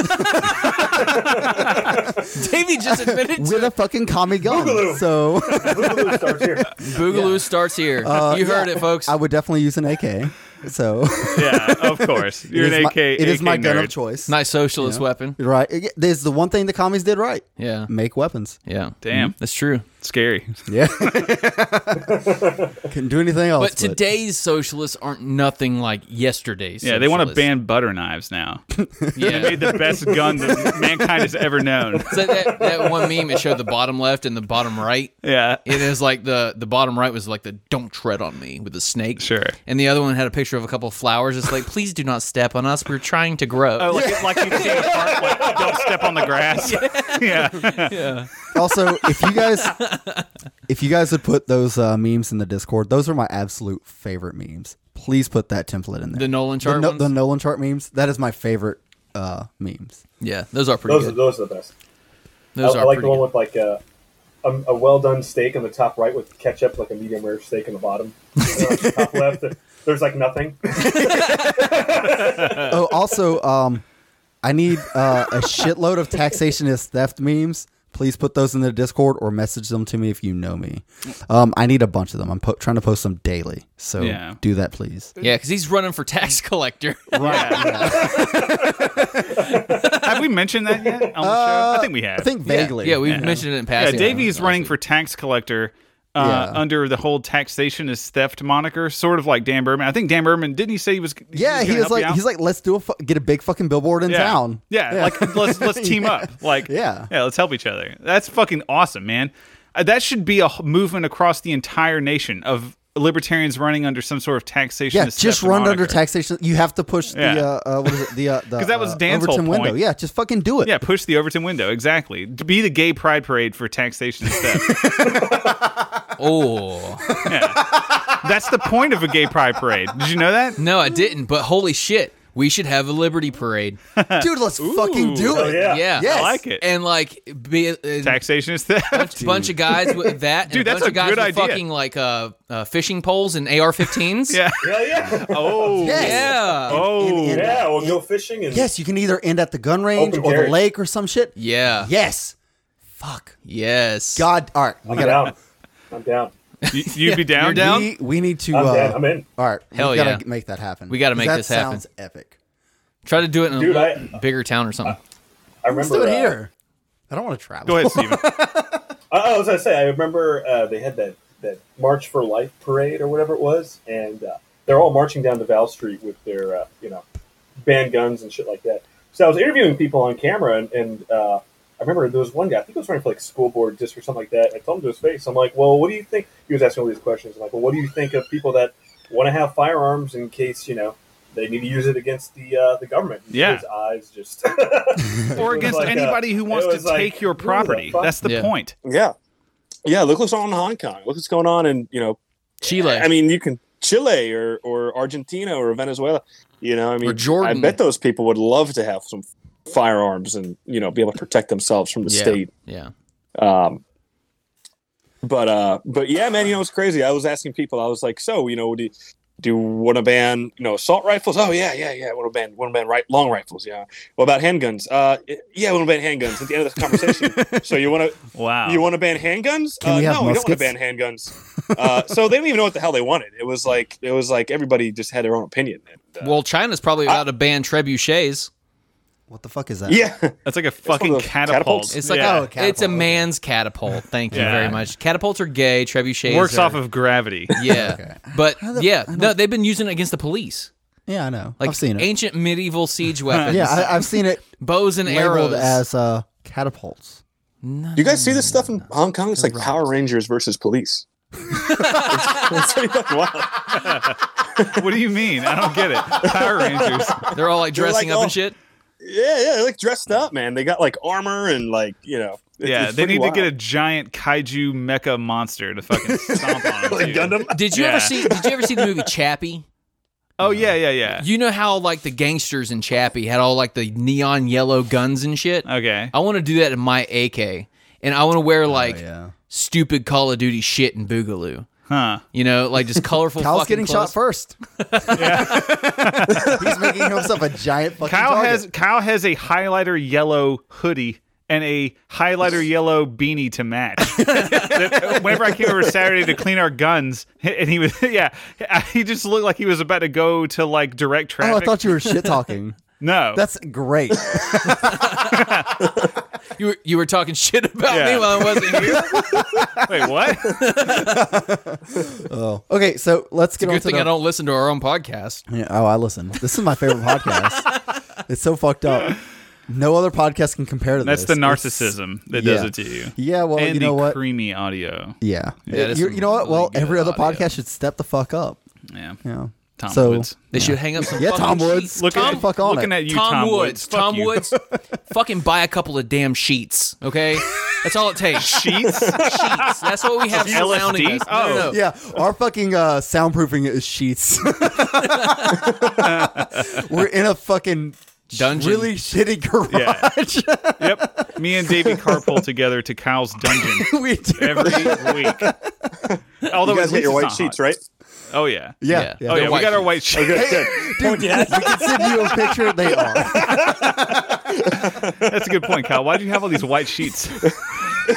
Speaker 5: just admitted
Speaker 3: with a fucking commie gun.
Speaker 4: Boogaloo.
Speaker 3: So
Speaker 4: Boogaloo starts here.
Speaker 5: Boogaloo starts here.
Speaker 1: Uh,
Speaker 5: you heard it, folks.
Speaker 3: I would definitely use an AK. So
Speaker 1: Yeah, of course. You're
Speaker 3: it is
Speaker 1: an
Speaker 3: my,
Speaker 1: AK.
Speaker 3: It is
Speaker 1: AK
Speaker 3: my gun
Speaker 1: nerd.
Speaker 3: of choice.
Speaker 5: nice socialist weapon.
Speaker 3: Right. It- There's the one thing the commies did right.
Speaker 5: Yeah.
Speaker 3: Make weapons.
Speaker 5: Yeah. Mm-hmm.
Speaker 1: Damn.
Speaker 5: That's true.
Speaker 1: Scary.
Speaker 3: Yeah. Couldn't do anything else.
Speaker 5: But today's socialists aren't nothing like yesterday's.
Speaker 1: Yeah, they want to
Speaker 5: socialists.
Speaker 1: ban butter knives now.
Speaker 5: Yeah.
Speaker 1: Made the best gun that mankind has ever known.
Speaker 5: So that, that one meme it showed the bottom left and the bottom right.
Speaker 1: Yeah.
Speaker 5: It is like the the bottom right was like the "Don't tread on me" with the snake.
Speaker 1: Sure.
Speaker 5: And the other one had a picture of a couple of flowers. It's like, please do not step on us. We're trying to grow.
Speaker 1: Oh, like, like you see in the park, like, don't step on the grass. Yeah.
Speaker 3: also, if you guys, if you guys would put those uh, memes in the Discord, those are my absolute favorite memes. Please put that template in there.
Speaker 5: the Nolan
Speaker 3: the,
Speaker 5: chart
Speaker 3: No-
Speaker 5: ones.
Speaker 3: the Nolan chart memes. That is my favorite uh, memes.
Speaker 5: yeah, those are pretty
Speaker 4: Those are
Speaker 5: good.
Speaker 4: those are the best.
Speaker 5: Those
Speaker 4: I,
Speaker 5: are
Speaker 4: I like the
Speaker 5: pretty
Speaker 4: one
Speaker 5: good.
Speaker 4: with like a, a, a well done steak on the top right with ketchup, like a medium rare steak on the bottom. And then on the top left, there's like nothing.
Speaker 3: Oh, also, um, I need uh, a shitload of taxationist theft memes. Please put those in the Discord or message them to me if you know me. Um, I need a bunch of them. I'm po- trying to post them daily, so
Speaker 1: Yeah.
Speaker 3: do that, please.
Speaker 5: Yeah, because he's running for tax collector.
Speaker 1: Have we mentioned that yet on the show? I think we have.
Speaker 3: Uh, I think vaguely.
Speaker 5: yeah, we've mentioned it in
Speaker 1: yeah,
Speaker 5: passing.
Speaker 1: Davey is running for tax collector uh,
Speaker 3: Yeah.
Speaker 1: under the whole taxation is theft moniker, sort of like Dan Berman. I think Dan Berman didn't he say he was? he
Speaker 3: Yeah,
Speaker 1: was
Speaker 3: he
Speaker 1: gonna
Speaker 3: was
Speaker 1: help you
Speaker 3: like,
Speaker 1: out?
Speaker 3: he's like, let's do a fu- get a big fucking billboard in
Speaker 1: yeah.
Speaker 3: town.
Speaker 1: Yeah, like let's let's team up. Like
Speaker 3: Yeah.
Speaker 1: yeah, let's help each other. That's fucking awesome, man. Uh, that should be a h- movement across the entire nation of libertarians running under some sort of taxation.
Speaker 3: yeah,
Speaker 1: is
Speaker 3: just
Speaker 1: theft
Speaker 3: run
Speaker 1: moniker.
Speaker 3: under taxation. You have to push
Speaker 1: Yeah.
Speaker 3: the uh, uh, what is it? The uh, the
Speaker 1: 'Cause that was
Speaker 3: uh,
Speaker 1: Dan's whole
Speaker 3: Overton window.
Speaker 1: point.
Speaker 3: Yeah, just fucking do it.
Speaker 1: Yeah, push the Overton window. Exactly. To be the gay pride parade for taxation is theft.
Speaker 5: Oh
Speaker 1: That's the point of a gay pride parade. Did you know that?
Speaker 5: no, I didn't. But holy shit, we should have a Liberty Parade.
Speaker 3: dude, let's fucking do
Speaker 4: Oh,
Speaker 3: it.
Speaker 4: yeah.
Speaker 5: Yeah,
Speaker 3: Yes.
Speaker 1: I like it.
Speaker 5: and like be a, a
Speaker 1: Taxation is theft.
Speaker 5: bunch, bunch of guys with that. and
Speaker 1: Dude,
Speaker 5: a
Speaker 1: that's
Speaker 5: bunch
Speaker 1: a
Speaker 5: of guys
Speaker 1: good
Speaker 5: with
Speaker 1: idea.
Speaker 5: fucking like uh, uh, fishing poles and AR-15s.
Speaker 1: Yeah.
Speaker 4: Hell yeah.
Speaker 1: Oh.
Speaker 3: Yes.
Speaker 5: yeah.
Speaker 1: Oh.
Speaker 3: And- and-
Speaker 4: Yeah, we'll go fishing and
Speaker 3: Yes, you can either end at the gun range
Speaker 4: Open
Speaker 3: or the
Speaker 4: carry.
Speaker 3: lake or some shit.
Speaker 5: Yeah.
Speaker 3: Yes. Fuck.
Speaker 5: Yes.
Speaker 3: God. All right. We
Speaker 4: I'm
Speaker 3: gotta.
Speaker 4: down. I'm down.
Speaker 1: You, you'd be down.
Speaker 5: You're down?
Speaker 3: We, we need to.
Speaker 4: I'm
Speaker 3: uh,
Speaker 4: down. I'm in.
Speaker 3: All right.
Speaker 5: Hell
Speaker 3: we gotta
Speaker 5: yeah.
Speaker 3: make that happen.
Speaker 5: We gotta make
Speaker 3: That
Speaker 5: this happen.
Speaker 3: Sounds epic.
Speaker 5: Try to do it in a
Speaker 4: Dude,
Speaker 5: little bigger town or something.
Speaker 4: I
Speaker 7: Let's
Speaker 4: remember
Speaker 7: do it
Speaker 4: uh,
Speaker 7: here. I don't want to travel.
Speaker 1: Go ahead, Steven.
Speaker 4: I, Uh, oh, I was gonna say, I remember uh, they had that that March for Life parade or whatever it was, and uh, they're all marching down to Val Street with their uh, you know band guns and shit like that. So I was interviewing people on camera, and, and uh, I remember there was one guy. I think he was running for like school board district or something like that. I told him to his face, I'm like, "Well, what do you think?" He was asking all these questions, like, "Well, what do you think of people that want to have firearms in case you know?" They need to use it against the uh, the government. And
Speaker 1: Yeah.
Speaker 4: his eyes just
Speaker 1: or against anybody who wants to
Speaker 4: was like,
Speaker 1: take your
Speaker 4: who the
Speaker 1: property.
Speaker 4: fuck-
Speaker 1: That's the
Speaker 5: Yeah.
Speaker 1: point.
Speaker 2: Yeah, yeah. Look what's on in Hong Kong. Look what's going on in you know.
Speaker 5: Chile.
Speaker 2: I mean, you can Chile or or Argentina or Venezuela. You know, I mean,
Speaker 5: Or Jordan.
Speaker 2: I bet those people would love to have some firearms and you know be able to protect themselves from the
Speaker 5: Yeah.
Speaker 2: state.
Speaker 5: Yeah.
Speaker 2: Um, but uh, but yeah, man, you know it's crazy. I was asking people. I was like, so you know, do you, do you want to ban you know assault rifles? Oh yeah, yeah, yeah. Want to ban want to ban right long rifles? Yeah. What about handguns? Uh, yeah, want to ban handguns. At the end of the conversation, so you want to
Speaker 1: Wow.
Speaker 2: you want to ban handguns?
Speaker 3: Can
Speaker 2: uh,
Speaker 3: we have
Speaker 2: no, we don't want to
Speaker 3: muskets?
Speaker 2: ban handguns. Uh, so they didn't even know what the hell they wanted. It was like it was like everybody just had their own opinion. And, uh,
Speaker 5: Well, China's probably about to ban trebuchets.
Speaker 3: What the fuck is that?
Speaker 2: yeah,
Speaker 1: That's like a fucking
Speaker 2: those
Speaker 1: catapult.
Speaker 2: catapults.
Speaker 5: It's like
Speaker 1: Yeah.
Speaker 3: oh, catapult,
Speaker 5: it's a
Speaker 3: okay.
Speaker 5: man's catapult. Thank you
Speaker 1: Yeah.
Speaker 5: very much. Catapults are gay. Trebuchets
Speaker 1: works
Speaker 5: are-
Speaker 1: off of gravity.
Speaker 5: yeah. But
Speaker 3: How the-
Speaker 5: yeah,
Speaker 3: I
Speaker 5: no,
Speaker 3: don't-
Speaker 5: they've been using it against the police.
Speaker 3: Yeah, I know.
Speaker 5: Like
Speaker 3: I've seen it.
Speaker 5: ancient medieval siege weapons.
Speaker 3: Yeah, I, I've seen it
Speaker 5: bows and
Speaker 3: labeled
Speaker 5: arrows.
Speaker 3: as uh, catapults.
Speaker 5: No.
Speaker 2: you guys see this stuff in Hong Kong? It's like Power Rangers versus police. it's, it's pretty fucking wild.
Speaker 1: what do you mean? I don't get it. Power Rangers.
Speaker 5: They're all like
Speaker 2: They're like,
Speaker 5: dressing up
Speaker 2: oh,
Speaker 5: and shit.
Speaker 2: Yeah, yeah, they're like dressed up, man. They got like armor and like you know. it-
Speaker 1: Yeah,
Speaker 2: it's
Speaker 1: they
Speaker 2: pretty
Speaker 1: need to get a
Speaker 2: wild.
Speaker 1: giant kaiju mecha monster to fucking stomp on.
Speaker 2: like
Speaker 1: dude.
Speaker 2: Gundam.
Speaker 5: Did you
Speaker 1: Yeah.
Speaker 5: ever see did you ever see the movie Chappie?
Speaker 1: Oh yeah, yeah, yeah.
Speaker 5: You know how like the gangsters in Chappie had all like the neon yellow guns and shit?
Speaker 1: Okay.
Speaker 5: I want to do that in my AK. And I want to wear like
Speaker 3: Oh, yeah.
Speaker 5: stupid Call of Duty shit in Boogaloo.
Speaker 1: Huh.
Speaker 5: You know, like just colorful
Speaker 3: Kyle's
Speaker 5: fucking
Speaker 3: getting
Speaker 5: clothes.
Speaker 3: shot first. He's making himself a giant fucking
Speaker 1: Kyle
Speaker 3: target.
Speaker 1: has Kyle has a highlighter yellow hoodie and a highlighter yellow beanie to match. That- Whenever I came over Saturday to clean our guns, and he was yeah, he just looked like he was about to go to like direct
Speaker 3: Oh, I
Speaker 1: traffic.
Speaker 3: thought you were shit talking.
Speaker 1: no,
Speaker 3: That's great.
Speaker 5: You were, you were talking shit about
Speaker 1: Yeah.
Speaker 5: me while I wasn't here.
Speaker 1: wait, what?
Speaker 3: Oh, okay. So let's get on
Speaker 5: Good
Speaker 3: to
Speaker 5: thing
Speaker 3: the.
Speaker 5: I don't listen to our own podcast.
Speaker 3: Yeah, oh, I listen. This is my favorite podcast. It's so fucked up. No other podcast can compare to
Speaker 1: That's
Speaker 3: this.
Speaker 1: the
Speaker 3: It's-
Speaker 1: narcissism that does
Speaker 3: yeah.
Speaker 1: it to you.
Speaker 3: Yeah, well,
Speaker 1: and
Speaker 3: you know
Speaker 1: the
Speaker 3: what?
Speaker 1: creamy audio.
Speaker 3: yeah,
Speaker 5: that is
Speaker 3: you
Speaker 5: some
Speaker 3: you know what? Well,
Speaker 5: really good
Speaker 3: every other
Speaker 5: audio.
Speaker 3: podcast should step the fuck up.
Speaker 1: Yeah.
Speaker 3: Yeah.
Speaker 1: Tom
Speaker 3: so
Speaker 1: Woods.
Speaker 5: They should hang up some
Speaker 3: yeah,
Speaker 5: fucking
Speaker 3: Tom Woods,
Speaker 5: sheets.
Speaker 1: Look
Speaker 3: get
Speaker 1: at
Speaker 3: the fuck on
Speaker 1: looking
Speaker 3: it.
Speaker 1: at you,
Speaker 5: Tom, Woods.
Speaker 1: Fuck
Speaker 5: Tom
Speaker 1: you.
Speaker 5: Woods. fucking buy a couple of damn sheets, okay? That's all it takes.
Speaker 1: Sheets.
Speaker 5: sheets. That's what we have
Speaker 1: LSD?
Speaker 5: surrounding us. No, no,
Speaker 1: Oh.
Speaker 5: no.
Speaker 3: Yeah, our fucking uh, soundproofing is sheets. We're in a fucking
Speaker 5: Dungeon.
Speaker 3: really shitty
Speaker 1: Yeah.
Speaker 3: garage.
Speaker 1: yep. Me and Davey carpool together to Kyle's dungeon.
Speaker 3: we do.
Speaker 1: every week. Although
Speaker 2: You guys
Speaker 1: at
Speaker 2: get
Speaker 1: least
Speaker 2: your
Speaker 1: it's
Speaker 2: white
Speaker 1: not
Speaker 2: sheets,
Speaker 1: hot.
Speaker 2: right?
Speaker 1: Oh yeah.
Speaker 3: Yeah,
Speaker 5: Yeah.
Speaker 1: Oh
Speaker 5: They're
Speaker 1: yeah, we
Speaker 5: white
Speaker 1: got our
Speaker 5: sheets.
Speaker 1: white sheets.
Speaker 2: Good, good.
Speaker 3: dude, we can send you a picture. They are.
Speaker 1: That's a good point, Kyle. Why do you have all these white sheets?
Speaker 3: Oh.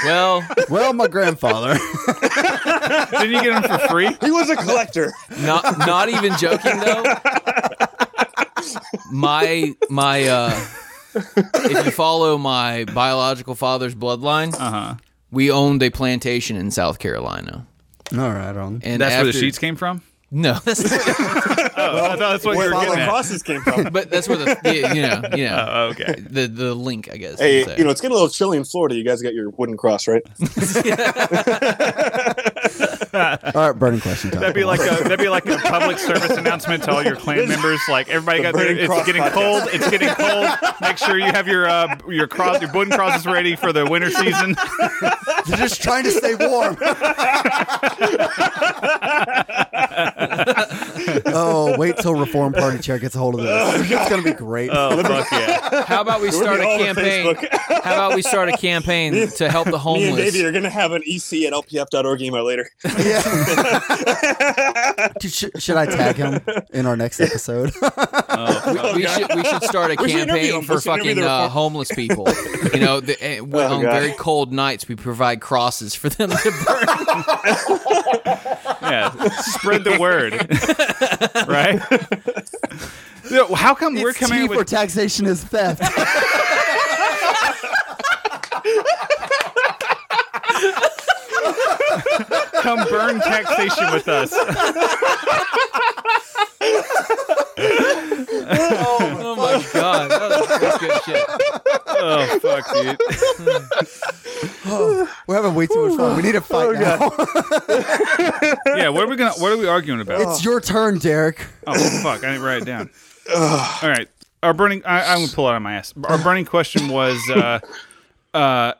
Speaker 5: Well,
Speaker 3: Well, my grandfather.
Speaker 1: Didn't you get them for free?
Speaker 2: He was a collector.
Speaker 5: not not even joking though. My my uh if you follow my biological father's bloodline,
Speaker 1: Uh-huh.
Speaker 5: we owned a plantation in South Carolina.
Speaker 3: All right, on.
Speaker 5: And
Speaker 1: That's where the
Speaker 5: after-
Speaker 1: sheets came from.
Speaker 5: No, that's
Speaker 1: Oh, I thought that's what you
Speaker 2: Where
Speaker 1: were
Speaker 2: all
Speaker 1: getting
Speaker 2: the
Speaker 1: at.
Speaker 2: crosses came from.
Speaker 5: but that's where the yeah, you know, you know,
Speaker 1: Oh, okay.
Speaker 5: the the link, I guess.
Speaker 2: Hey,
Speaker 5: you'd say.
Speaker 2: you know it's getting a little chilly in Florida. You guys got your wooden cross, right?
Speaker 3: All right, burning question time.
Speaker 1: That'd be like a that'd be like a public service announcement to all your clan members. Like everybody got there.
Speaker 2: Burning
Speaker 1: It's
Speaker 2: Cross
Speaker 1: getting
Speaker 2: podcast.
Speaker 1: cold. It's getting cold. Make sure you have your uh, your cross your wooden crosses ready for the winter season.
Speaker 3: You're just trying to stay warm. oh, wait till Reform Party Chair gets a hold of this. it's going to be great.
Speaker 1: Oh fuck yeah!
Speaker 5: how about we start a
Speaker 2: all on
Speaker 5: campaign? How about we start a campaign to help the
Speaker 2: Me and
Speaker 5: homeless?
Speaker 2: Davey are gonna have an EC at lpf.org email later.
Speaker 3: yeah. Dude, sh- should I tag him in our next episode?
Speaker 5: we should we should start a
Speaker 2: We should interview
Speaker 5: campaign
Speaker 2: them.
Speaker 5: for
Speaker 2: Let's interview
Speaker 5: fucking
Speaker 2: the
Speaker 5: uh,
Speaker 2: reform-
Speaker 5: homeless people. You know, the, eh, we-
Speaker 2: Oh,
Speaker 5: on
Speaker 2: God.
Speaker 5: very cold nights, we provide crosses for them to burn.
Speaker 1: Yeah, spread the word, right? This No, how come we're
Speaker 3: It's
Speaker 1: coming
Speaker 3: T
Speaker 1: up
Speaker 3: for
Speaker 1: with
Speaker 3: taxation is theft.
Speaker 1: come burn taxation with us?
Speaker 5: Oh my god, that was, that's good shit.
Speaker 1: oh fuck, dude.
Speaker 3: We're having way too much fun. We need to
Speaker 1: Oh,
Speaker 3: fight now.
Speaker 1: Yeah, what are we gonna? What are we arguing about?
Speaker 3: it's your turn, Derek.
Speaker 1: Oh fuck! I didn't write it down. All right, our burning. I, I'm gonna pull it out of my ass. Our burning question was, uh, uh,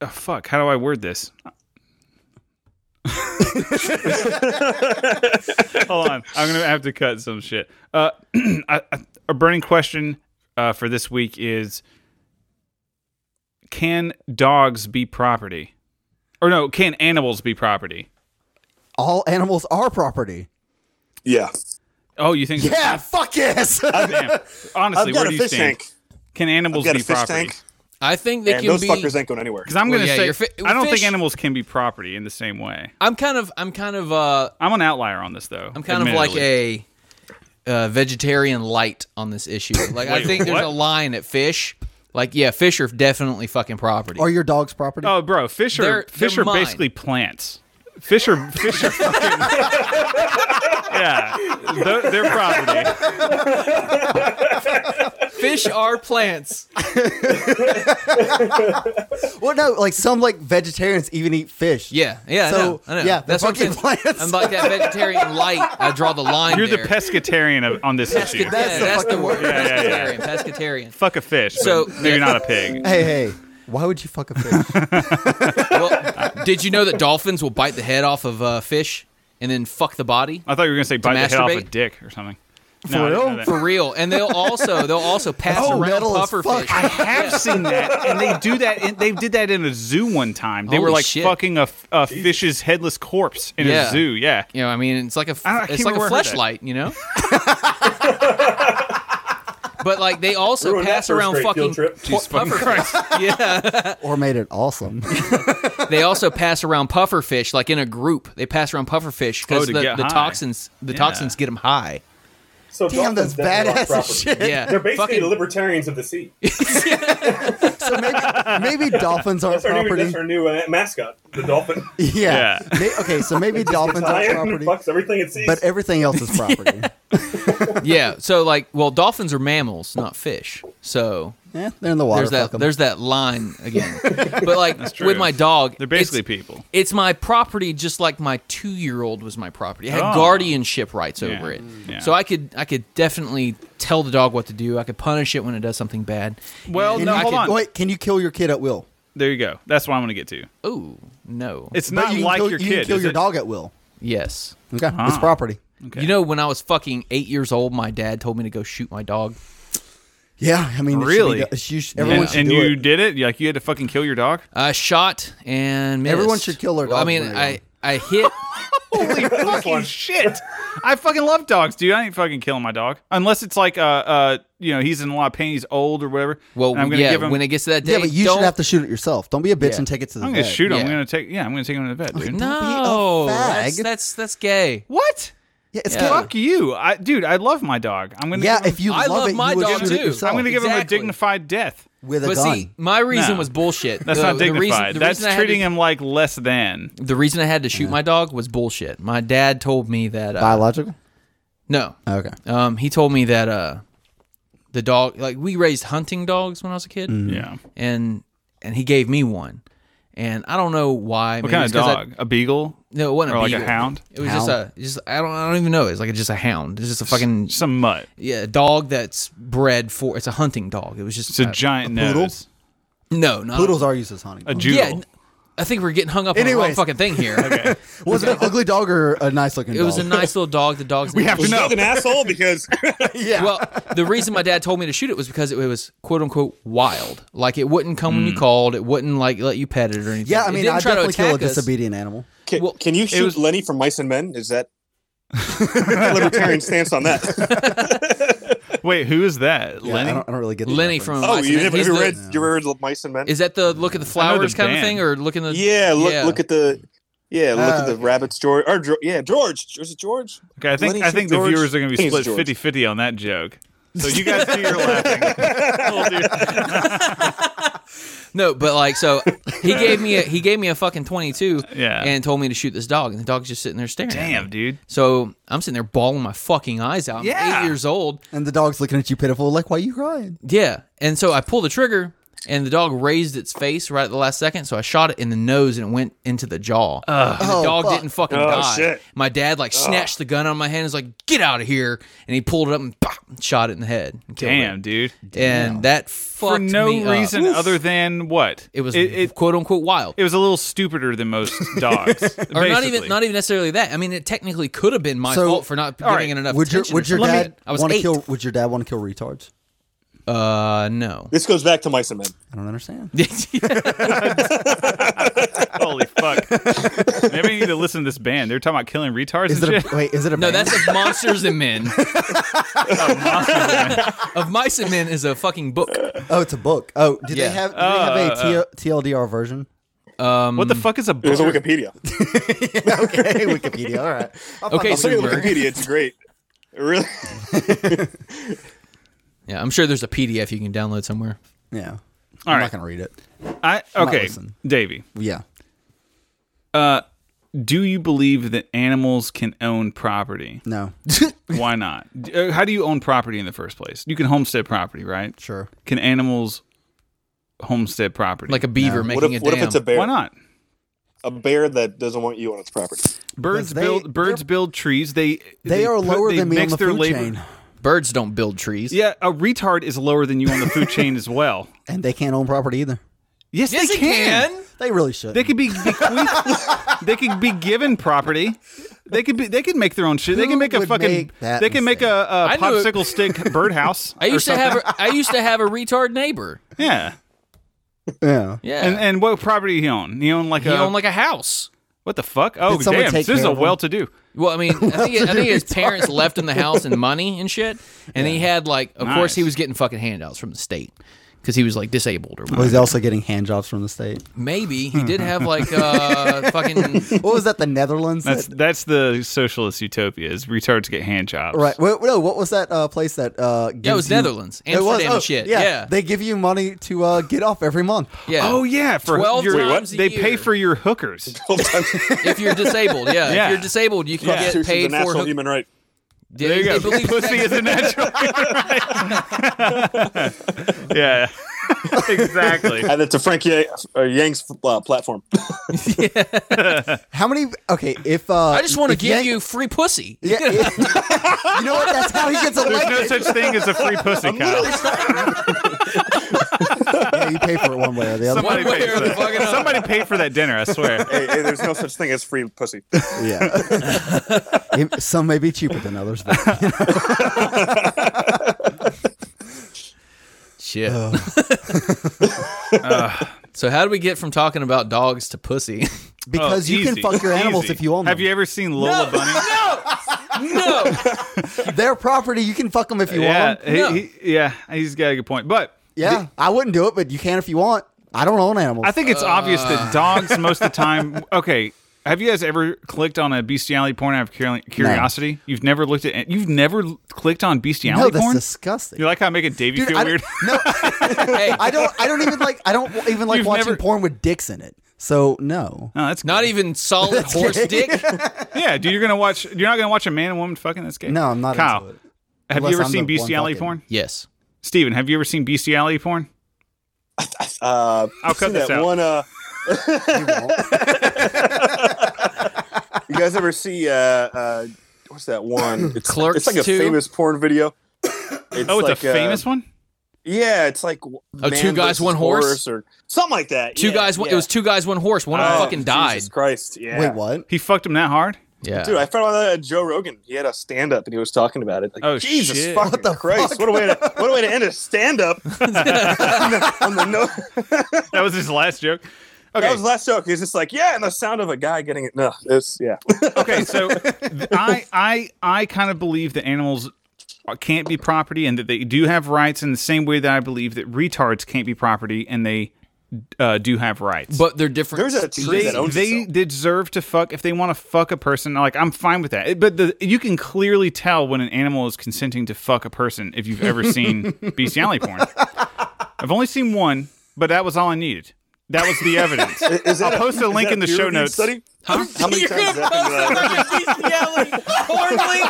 Speaker 1: uh, fuck. How do I word this? Hold on, I'm gonna have to cut some shit. Uh, I, I, our burning question uh, for this week is: Can dogs be property? Or no, can animals be property?
Speaker 3: All animals are property.
Speaker 2: Yeah,
Speaker 1: Oh, you think?
Speaker 3: Yeah, fuck yes.
Speaker 1: Damn. Honestly,
Speaker 2: I've
Speaker 1: where
Speaker 2: got a
Speaker 1: do you
Speaker 2: fish
Speaker 1: stand?
Speaker 2: tank.
Speaker 1: Can
Speaker 2: I've
Speaker 1: animals
Speaker 2: got a
Speaker 1: be
Speaker 2: fish
Speaker 1: property?
Speaker 2: tank,
Speaker 5: I think they
Speaker 2: and
Speaker 5: can
Speaker 2: those
Speaker 5: be.
Speaker 2: fuckers ain't going anywhere.
Speaker 1: Because I'm
Speaker 5: Well,
Speaker 1: going to
Speaker 5: yeah, your
Speaker 1: say,
Speaker 5: fi-
Speaker 1: I don't
Speaker 5: fish-
Speaker 1: think animals can be property in the same way.
Speaker 5: I'm kind of, I'm kind of, uh,
Speaker 1: I'm an outlier on this, though.
Speaker 5: I'm kind of like a uh, vegetarian light on this issue. Like I
Speaker 1: Wait,
Speaker 5: think there's
Speaker 1: what?
Speaker 5: a line at fish. Like yeah, fish are definitely fucking property.
Speaker 3: are your dog's property?
Speaker 1: Oh, bro, fish are
Speaker 5: They're-
Speaker 1: fish
Speaker 5: they're
Speaker 1: are
Speaker 5: mine.
Speaker 1: basically plants. Fish are fish are fucking. yeah, Tho- they're property.
Speaker 5: fish are plants.
Speaker 3: Well, no, like some like vegetarians even eat fish.
Speaker 5: Yeah, yeah, I
Speaker 3: So,
Speaker 5: know, I know.
Speaker 3: yeah,
Speaker 5: that's
Speaker 3: they're
Speaker 5: what I'm
Speaker 3: fucking
Speaker 5: saying.
Speaker 3: plants.
Speaker 5: I'm like that vegetarian light. I draw the line.
Speaker 1: You're the
Speaker 5: there.
Speaker 1: pescatarian of, on this issue.
Speaker 5: Yeah,
Speaker 3: That's
Speaker 5: that's,
Speaker 3: the
Speaker 5: the
Speaker 3: fucking
Speaker 5: word.
Speaker 1: Yeah, yeah, yeah.
Speaker 5: pescatarian. Pescatarian.
Speaker 1: Fuck a fish, so
Speaker 5: So-
Speaker 1: maybe not a pig.
Speaker 3: Hey, hey. Why would you fuck a fish?
Speaker 5: Well, did you know that dolphins will bite the head off of uh, fish and then fuck the body?
Speaker 1: I thought you were going to say bite the head off a
Speaker 5: masturbate?
Speaker 1: dick or something. No, I didn't
Speaker 3: real?
Speaker 1: know that.
Speaker 5: For real, and they'll also they'll also pass
Speaker 3: Oh,
Speaker 5: around
Speaker 3: metal as
Speaker 5: puffer
Speaker 3: fuck.
Speaker 5: fish.
Speaker 1: I have seen that, and they do that. In, they did that in a zoo one time. They were
Speaker 5: Holy
Speaker 1: like
Speaker 5: shit.
Speaker 1: fucking a, f- a fish's headless corpse in
Speaker 5: Yeah.
Speaker 1: a zoo. Yeah,
Speaker 5: You know, I mean, it's like a f-
Speaker 1: I don't- I
Speaker 5: it's
Speaker 1: can't
Speaker 5: like a
Speaker 1: remember where I heard
Speaker 5: fleshlight, you know. but like they also
Speaker 4: Ruined that
Speaker 5: pass
Speaker 4: first
Speaker 5: around
Speaker 4: grade
Speaker 5: fucking
Speaker 4: field trip.
Speaker 5: pu- puffer fish. Yeah,
Speaker 3: or made it awesome.
Speaker 5: they also pass around puffer fish like in a group. They pass around puffer fish
Speaker 1: Oh,
Speaker 5: because
Speaker 1: to
Speaker 5: the,
Speaker 1: get
Speaker 5: the
Speaker 1: high.
Speaker 5: toxins the
Speaker 1: Yeah.
Speaker 5: toxins get them high.
Speaker 4: So
Speaker 3: Damn, that's
Speaker 4: dolphins definitely aren't
Speaker 3: badass
Speaker 4: property.
Speaker 3: as shit.
Speaker 5: Yeah,
Speaker 4: They're basically
Speaker 5: Fucking-
Speaker 4: the libertarians of the sea.
Speaker 3: So maybe, maybe dolphins aren't
Speaker 4: That's our new,
Speaker 3: property.
Speaker 4: that's our new uh, mascot, the dolphin.
Speaker 3: Yeah.
Speaker 1: Yeah.
Speaker 3: May- okay, so maybe dolphins aren't
Speaker 4: Lion
Speaker 3: property,
Speaker 4: fucks everything it sees.
Speaker 3: but everything else is property.
Speaker 5: yeah. So like, well, dolphins are mammals, not fish. So
Speaker 3: yeah, they're in the water.
Speaker 5: there's that
Speaker 3: fuck 'em.
Speaker 5: there's that line again. but like
Speaker 1: true.
Speaker 5: with my dog,
Speaker 1: they're basically
Speaker 5: it's,
Speaker 1: people.
Speaker 5: it's my property, just like my two year old was my property. I had
Speaker 1: Oh.
Speaker 5: guardianship rights
Speaker 1: Yeah. Mm.
Speaker 5: over it,
Speaker 1: Yeah.
Speaker 5: so I could I could definitely tell the dog what to do. I could punish it when it does something bad.
Speaker 1: Well,
Speaker 5: And
Speaker 1: no,
Speaker 5: I
Speaker 1: hold
Speaker 5: could-
Speaker 1: on.
Speaker 3: Wait, can you kill your kid at will?
Speaker 1: There you go. That's what I'm going to get to.
Speaker 5: Oh no!
Speaker 1: It's
Speaker 3: But
Speaker 1: not
Speaker 3: you can
Speaker 1: like
Speaker 3: kill,
Speaker 1: your
Speaker 3: you
Speaker 1: kid.
Speaker 3: can kill
Speaker 1: is
Speaker 3: your
Speaker 1: it? Ah.
Speaker 3: dog at will.
Speaker 5: yes.
Speaker 3: Okay, it's property.
Speaker 1: Okay.
Speaker 5: You know, when I was fucking eight years old, my dad told me to go shoot my dog.
Speaker 3: Yeah, I mean, it should be
Speaker 1: Really?
Speaker 3: do- you should-
Speaker 1: and,
Speaker 3: everyone should
Speaker 1: and
Speaker 3: do
Speaker 1: you
Speaker 3: it.
Speaker 1: did it. Like you had to fucking kill your dog.
Speaker 5: I shot and missed.
Speaker 3: Everyone should kill their
Speaker 5: Well, I
Speaker 3: dog
Speaker 5: mean,
Speaker 3: when they're young.
Speaker 5: I I hit.
Speaker 1: Holy fucking shit! I fucking love dogs, dude. I ain't fucking killing my dog unless it's like uh uh you know he's in a lot of pain, he's old or whatever.
Speaker 5: Well,
Speaker 1: and I'm gonna
Speaker 5: yeah.
Speaker 1: give him.
Speaker 5: when it gets to that day,
Speaker 3: Yeah, but you
Speaker 5: don't
Speaker 3: should have to shoot it yourself. Don't be a bitch
Speaker 5: Yeah.
Speaker 3: and take it to the
Speaker 1: I'm gonna
Speaker 3: vet.
Speaker 1: shoot him.
Speaker 5: Yeah.
Speaker 1: I'm gonna take. Yeah, I'm gonna take him to the vet, dude.
Speaker 5: No,
Speaker 3: Don't be a
Speaker 5: that's,
Speaker 3: fag.
Speaker 5: that's that's gay.
Speaker 1: What?
Speaker 3: Yeah, it's
Speaker 5: Yeah.
Speaker 3: yeah.
Speaker 1: Fuck you, I, dude. I love my dog. I'm gonna.
Speaker 3: Yeah,
Speaker 1: give him,
Speaker 3: if you
Speaker 5: I
Speaker 3: love,
Speaker 5: love
Speaker 3: it,
Speaker 5: my
Speaker 3: you would
Speaker 5: dog
Speaker 3: shoot
Speaker 5: too.
Speaker 3: it yourself
Speaker 5: I'm
Speaker 1: I'm gonna give him a
Speaker 5: Exactly.
Speaker 1: dignified death.
Speaker 3: with a
Speaker 5: But
Speaker 3: gun.
Speaker 5: see, my reason
Speaker 1: No.
Speaker 5: was bullshit.
Speaker 1: That's
Speaker 5: The-
Speaker 1: not dignified.
Speaker 5: The reason, the
Speaker 1: That's
Speaker 5: reason I had
Speaker 1: treating
Speaker 5: to-
Speaker 1: him like less than.
Speaker 5: The reason I had to shoot my dog was bullshit. My dad told me that. Uh,
Speaker 3: Biological?
Speaker 5: no,
Speaker 3: Okay.
Speaker 5: um, he told me that uh, the dog, like we raised hunting dogs when I was a kid,
Speaker 3: Mm.
Speaker 1: Yeah.
Speaker 5: and and he gave me one, and I don't know why.
Speaker 1: What kind of dog? A beagle
Speaker 5: no, it wasn't
Speaker 1: or
Speaker 5: a
Speaker 1: like a
Speaker 5: beagle.
Speaker 1: hound?
Speaker 5: It was
Speaker 3: Hound.
Speaker 5: just a just I don't I don't even know. It's like just a hound. It's just a fucking
Speaker 1: Some mutt.
Speaker 5: yeah a dog that's bred for. It's a hunting dog. It was just
Speaker 1: It's a
Speaker 5: uh,
Speaker 1: giant
Speaker 3: poodle?
Speaker 1: nose.
Speaker 5: no no
Speaker 3: Poodles are used as hunting.
Speaker 1: A
Speaker 3: dogs.
Speaker 1: Jew.
Speaker 5: Yeah, n- I think we're getting hung up on the wrong
Speaker 3: Anyways.
Speaker 5: fucking thing here. okay.
Speaker 3: Was it an ugly dog or a nice looking
Speaker 5: It
Speaker 3: dog?
Speaker 5: was a nice little dog. The dog's we
Speaker 1: have to
Speaker 2: Was
Speaker 1: No.
Speaker 2: Doug an asshole? Because
Speaker 3: yeah.
Speaker 5: Well, the reason my dad told me to shoot it was because it was quote unquote wild. Like it wouldn't come
Speaker 1: Mm.
Speaker 5: when you called. It wouldn't like let you pet it or anything.
Speaker 3: yeah, I
Speaker 5: It
Speaker 3: mean,
Speaker 5: didn't
Speaker 3: I
Speaker 5: try to
Speaker 3: definitely kill a
Speaker 5: attack us.
Speaker 3: disobedient animal.
Speaker 2: can,
Speaker 5: Well,
Speaker 2: can you shoot
Speaker 1: was-
Speaker 2: Lenny from Mice and Men? Is that libertarian stance on that?
Speaker 1: Wait, who is that?
Speaker 3: Yeah,
Speaker 1: Lenny?
Speaker 3: I, don't, I don't really get the
Speaker 5: Lenny
Speaker 3: reference.
Speaker 5: from
Speaker 2: oh,
Speaker 5: Mice
Speaker 2: you
Speaker 5: and Men.
Speaker 2: never
Speaker 5: He's
Speaker 2: you
Speaker 5: the-
Speaker 2: read you ever read Mice and Men?
Speaker 5: Is that the look at the
Speaker 1: I know the
Speaker 5: flowers kind of
Speaker 1: band.
Speaker 5: thing, or look in the
Speaker 2: yeah, look look at the Yeah, look
Speaker 3: Ah,
Speaker 2: at the
Speaker 3: okay.
Speaker 2: rabbit story. Or Geo- yeah, George. Is it George?
Speaker 1: Okay, I think
Speaker 2: Lenny
Speaker 1: I think the
Speaker 2: George-
Speaker 1: viewers are going to
Speaker 2: I think
Speaker 1: be
Speaker 2: it's
Speaker 1: split
Speaker 2: George.
Speaker 1: 50-50 on that joke. So you guys do your laughing. We'll do-
Speaker 5: No, but like so he gave me a he gave me a fucking twenty two
Speaker 1: Yeah.
Speaker 5: and told me to shoot this dog and the dog's just sitting there staring. at
Speaker 1: Damn,
Speaker 5: me.
Speaker 1: dude.
Speaker 5: So I'm sitting there bawling my fucking eyes out. I'm
Speaker 1: Yeah.
Speaker 5: eight years old.
Speaker 3: And the dog's looking at you pitiful, like, why are you crying?
Speaker 5: Yeah. And so I pulled the trigger and the dog raised its face right at the last second. So I shot it in the nose and it went into the jaw. And the
Speaker 3: Oh,
Speaker 5: dog
Speaker 3: fuck.
Speaker 5: didn't fucking
Speaker 2: Oh,
Speaker 5: die.
Speaker 2: shit.
Speaker 5: My dad like snatched the gun out of my hand and was like, get out of here. And he pulled it up and pop, shot it in the head. and killed
Speaker 1: Damn,
Speaker 5: it.
Speaker 1: dude.
Speaker 5: And that fucked
Speaker 1: For
Speaker 5: me
Speaker 1: no
Speaker 5: up.
Speaker 1: reason other than what?
Speaker 5: It was
Speaker 1: it, it,
Speaker 5: quote unquote wild.
Speaker 1: it was a little stupider than most dogs.
Speaker 5: or not even not even necessarily that. I mean, it technically could have been my
Speaker 3: So-
Speaker 5: fault for not giving
Speaker 1: all right.
Speaker 5: it enough
Speaker 3: Would your
Speaker 5: attention.
Speaker 3: would
Speaker 5: or
Speaker 3: your
Speaker 5: something.
Speaker 3: dad
Speaker 5: I was
Speaker 3: want to
Speaker 5: eight.
Speaker 3: kill? Would your dad want to kill retards?
Speaker 5: Uh, no.
Speaker 2: This goes back to mice and men.
Speaker 3: I don't understand.
Speaker 1: Holy fuck. Maybe you need to listen to this band. They're talking about killing retards
Speaker 3: Is
Speaker 1: and
Speaker 3: it
Speaker 1: shit.
Speaker 3: a, wait? Is it a
Speaker 5: No,
Speaker 3: band?
Speaker 5: that's of Monsters and Men. of Mice and Men is a fucking book.
Speaker 3: oh, it's a book. Oh, do
Speaker 5: Yeah.
Speaker 3: they have do they
Speaker 1: Uh,
Speaker 3: have a T- TLDR version?
Speaker 1: what the fuck is a
Speaker 2: There's a
Speaker 1: booger?
Speaker 2: Wikipedia.
Speaker 3: okay, Wikipedia. All right. I'll
Speaker 5: Okay,
Speaker 2: I'll send you the
Speaker 5: Zoomer.
Speaker 2: Wikipedia. It's great. It really.
Speaker 5: Yeah, I'm sure there's a PDF you can download somewhere.
Speaker 3: Yeah.
Speaker 1: All
Speaker 3: I'm
Speaker 1: right.
Speaker 3: not gonna read it.
Speaker 1: I, okay,
Speaker 3: listen.
Speaker 1: Davey.
Speaker 3: Yeah.
Speaker 1: Do you believe that animals can own property?
Speaker 3: No.
Speaker 1: Why not? D- uh, How do you own property in the first place? You can homestead property, right?
Speaker 3: sure.
Speaker 1: Can animals homestead property?
Speaker 5: Like a beaver
Speaker 2: What
Speaker 5: making
Speaker 2: if,
Speaker 5: a
Speaker 2: what
Speaker 5: dam.
Speaker 2: if it's a bear?
Speaker 1: why not?
Speaker 2: A bear that doesn't want you on its property.
Speaker 1: Birds
Speaker 3: Because they-
Speaker 1: build birds build trees. They
Speaker 3: They, are
Speaker 1: put-
Speaker 3: lower
Speaker 1: they
Speaker 3: than me on
Speaker 1: mix
Speaker 3: the
Speaker 1: their
Speaker 3: food
Speaker 1: labor-
Speaker 3: chain,
Speaker 5: Birds don't build trees.
Speaker 1: Yeah, a retard is lower than you on the food chain as well.
Speaker 3: and they can't own property either.
Speaker 1: Yes,
Speaker 5: Yes,
Speaker 1: they
Speaker 5: it can.
Speaker 3: They really should.
Speaker 1: They could be bequeathed. they could be given property. They could be. They could make their own shit. they
Speaker 3: Who
Speaker 1: can make a
Speaker 3: would
Speaker 1: fucking.
Speaker 3: make that
Speaker 1: they can make a,
Speaker 3: mistake?
Speaker 1: a
Speaker 5: I knew it.
Speaker 1: popsicle stick birdhouse.
Speaker 5: I used
Speaker 1: or
Speaker 5: to have
Speaker 1: something.
Speaker 5: a, I used to have a retard neighbor.
Speaker 1: Yeah.
Speaker 3: yeah.
Speaker 5: Yeah.
Speaker 1: And and what property he own? He owned like
Speaker 5: he
Speaker 1: a
Speaker 2: uh,
Speaker 5: owned like a house.
Speaker 1: what the fuck? Oh
Speaker 3: Did someone
Speaker 1: damn!
Speaker 3: take
Speaker 1: This is
Speaker 3: care
Speaker 1: a
Speaker 3: of him?
Speaker 1: well-to-do.
Speaker 5: Well, I mean, I think, I think his parents left him the house and money and shit. And he had like, of
Speaker 1: Nice.
Speaker 5: course, he was getting fucking handouts from the state because he was like disabled or
Speaker 3: But
Speaker 5: whatever.
Speaker 3: he's also getting hand jobs from the state.
Speaker 5: Maybe
Speaker 2: Hmm.
Speaker 5: he did have like uh, fucking.
Speaker 3: What was that? The Netherlands?
Speaker 1: That's
Speaker 3: that-
Speaker 1: that's the socialist utopia. Is retards get hand jobs?
Speaker 3: right. Well, no, what was that uh, place that? Uh, gives
Speaker 5: Yeah, it was
Speaker 3: you-
Speaker 5: Netherlands,
Speaker 3: It was-
Speaker 5: Amsterdam
Speaker 3: oh,
Speaker 5: and shit.
Speaker 3: Yeah,
Speaker 5: Yeah,
Speaker 3: They give you money to uh, get off every month.
Speaker 5: yeah.
Speaker 1: Oh yeah, for
Speaker 5: 12
Speaker 1: your,
Speaker 5: times a
Speaker 1: they pay
Speaker 5: year.
Speaker 1: for your hookers.
Speaker 5: if you're disabled, yeah.
Speaker 1: Yeah.
Speaker 5: If you're disabled, you can get
Speaker 2: Constitution's a
Speaker 5: paid for.
Speaker 2: national
Speaker 5: Hook-
Speaker 2: human right.
Speaker 1: There you
Speaker 5: They
Speaker 1: go.
Speaker 5: believe
Speaker 1: Pussy is
Speaker 5: sex-
Speaker 1: a natural. yeah. exactly.
Speaker 2: And it's a Frankie uh, Yang's uh, platform.
Speaker 3: How many? Okay, if uh,
Speaker 5: I just want to
Speaker 3: if
Speaker 5: give
Speaker 3: Yank-
Speaker 5: you free pussy.
Speaker 3: Yeah, if- you know what? That's how he gets
Speaker 1: There's no
Speaker 3: elected.
Speaker 1: such thing as a free pussy, Kyle.
Speaker 3: yeah, you pay for it one way or the other.
Speaker 1: Somebody
Speaker 5: One way
Speaker 1: paid,
Speaker 5: or
Speaker 1: for
Speaker 5: the fucking
Speaker 1: that.
Speaker 5: other.
Speaker 1: Somebody paid for that dinner, I swear.
Speaker 2: hey, hey, there's no such thing as free pussy.
Speaker 3: Yeah, It- some may be cheaper than others. But,
Speaker 1: Oh,
Speaker 3: you know.
Speaker 5: Shit. Oh. Uh, so how do we get from talking about dogs to pussy?
Speaker 3: because
Speaker 1: Oh,
Speaker 3: you
Speaker 1: easy,
Speaker 3: can fuck your animals
Speaker 1: easy.
Speaker 3: if you own them.
Speaker 1: Have you ever seen Lola Bunny?
Speaker 5: no.
Speaker 3: Their property, you can fuck them if you want.
Speaker 1: yeah,
Speaker 3: 'em.
Speaker 1: he,
Speaker 5: No.
Speaker 1: he- yeah, he's got a good point. But
Speaker 3: Yeah, I wouldn't do it, but you can if you want. I don't own animals.
Speaker 1: I think it's obvious
Speaker 5: Uh.
Speaker 1: that dogs most of the time. Okay, have you guys ever clicked on a bestiality porn out of curi- curiosity? You've never looked at. You've never l- clicked on bestiality
Speaker 3: no, that's
Speaker 1: porn.
Speaker 3: disgusting.
Speaker 1: you like how I make it Davey
Speaker 3: Dude,
Speaker 1: feel
Speaker 3: I
Speaker 1: weird?
Speaker 3: don't, no,
Speaker 5: Hey,
Speaker 3: I don't. I don't even like. I don't even like
Speaker 1: You've
Speaker 3: watching
Speaker 1: never-
Speaker 3: porn with dicks in it. So no.
Speaker 1: No, that's
Speaker 5: not
Speaker 1: gay.
Speaker 5: even solid horse dick.
Speaker 1: Yeah, dude, you're gonna watch. You're not gonna watch a man and woman fucking. That's gay.
Speaker 3: No, I'm not
Speaker 1: Kyle,
Speaker 3: into it.
Speaker 1: have you
Speaker 3: Unless
Speaker 1: ever
Speaker 3: I'm
Speaker 1: seen
Speaker 3: the one
Speaker 1: bestiality
Speaker 3: fucking.
Speaker 1: porn?
Speaker 5: Yes.
Speaker 1: Steven, have you ever seen bestiality porn?
Speaker 2: Uh,
Speaker 1: I'll
Speaker 2: I've
Speaker 1: cut
Speaker 2: seen
Speaker 1: this
Speaker 2: that
Speaker 1: out.
Speaker 2: One, uh, you guys ever see uh, uh, what's that one? It's,
Speaker 5: Clerks
Speaker 2: It's like a
Speaker 5: 2?
Speaker 2: famous porn video. It's
Speaker 1: Oh, it's
Speaker 2: like,
Speaker 1: a famous
Speaker 2: uh,
Speaker 1: one.
Speaker 2: Yeah, it's like oh,
Speaker 5: Oh, Two Guys, One Horse?
Speaker 2: or something like that.
Speaker 5: Two
Speaker 2: Yeah,
Speaker 5: guys.
Speaker 2: yeah.
Speaker 5: It was two guys, one horse. One of them
Speaker 2: Oh,
Speaker 5: fucking died.
Speaker 2: Jesus Christ! Yeah.
Speaker 3: Wait, what?
Speaker 1: He fucked him that hard.
Speaker 5: Yeah.
Speaker 2: Dude, I found out that at Joe Rogan. He had a stand up and he was talking about it. Like,
Speaker 1: Oh,
Speaker 2: Jesus
Speaker 1: shit.
Speaker 2: fucking
Speaker 3: What the
Speaker 2: Christ. What a way to what a way to end a stand up on the, on the no-
Speaker 1: That was his last joke. Okay,
Speaker 2: That was the last joke. He's just like, yeah, and the sound of a guy getting it. No, it's yeah.
Speaker 1: okay. So th- I, I, I kind of believe that animals can't be property and that they do have rights in the same way that I believe that retards can't be property and they uh, do have rights.
Speaker 5: But they're different.
Speaker 2: There's a tree
Speaker 1: they,
Speaker 2: that owns
Speaker 1: they
Speaker 2: itself.
Speaker 1: deserve to fuck if they want to fuck a person. Like I'm fine with that. But the, you can clearly tell when an animal is consenting to fuck a person if you've ever seen bestiality porn. I've only seen one, but that was all I needed. That was the evidence.
Speaker 2: Is that
Speaker 1: I'll post a
Speaker 2: is
Speaker 1: link
Speaker 2: that
Speaker 1: in the
Speaker 2: peer
Speaker 1: show
Speaker 2: review
Speaker 1: notes.
Speaker 2: Study? How many
Speaker 5: You're
Speaker 2: times
Speaker 5: gonna
Speaker 2: has that been read?
Speaker 5: porn link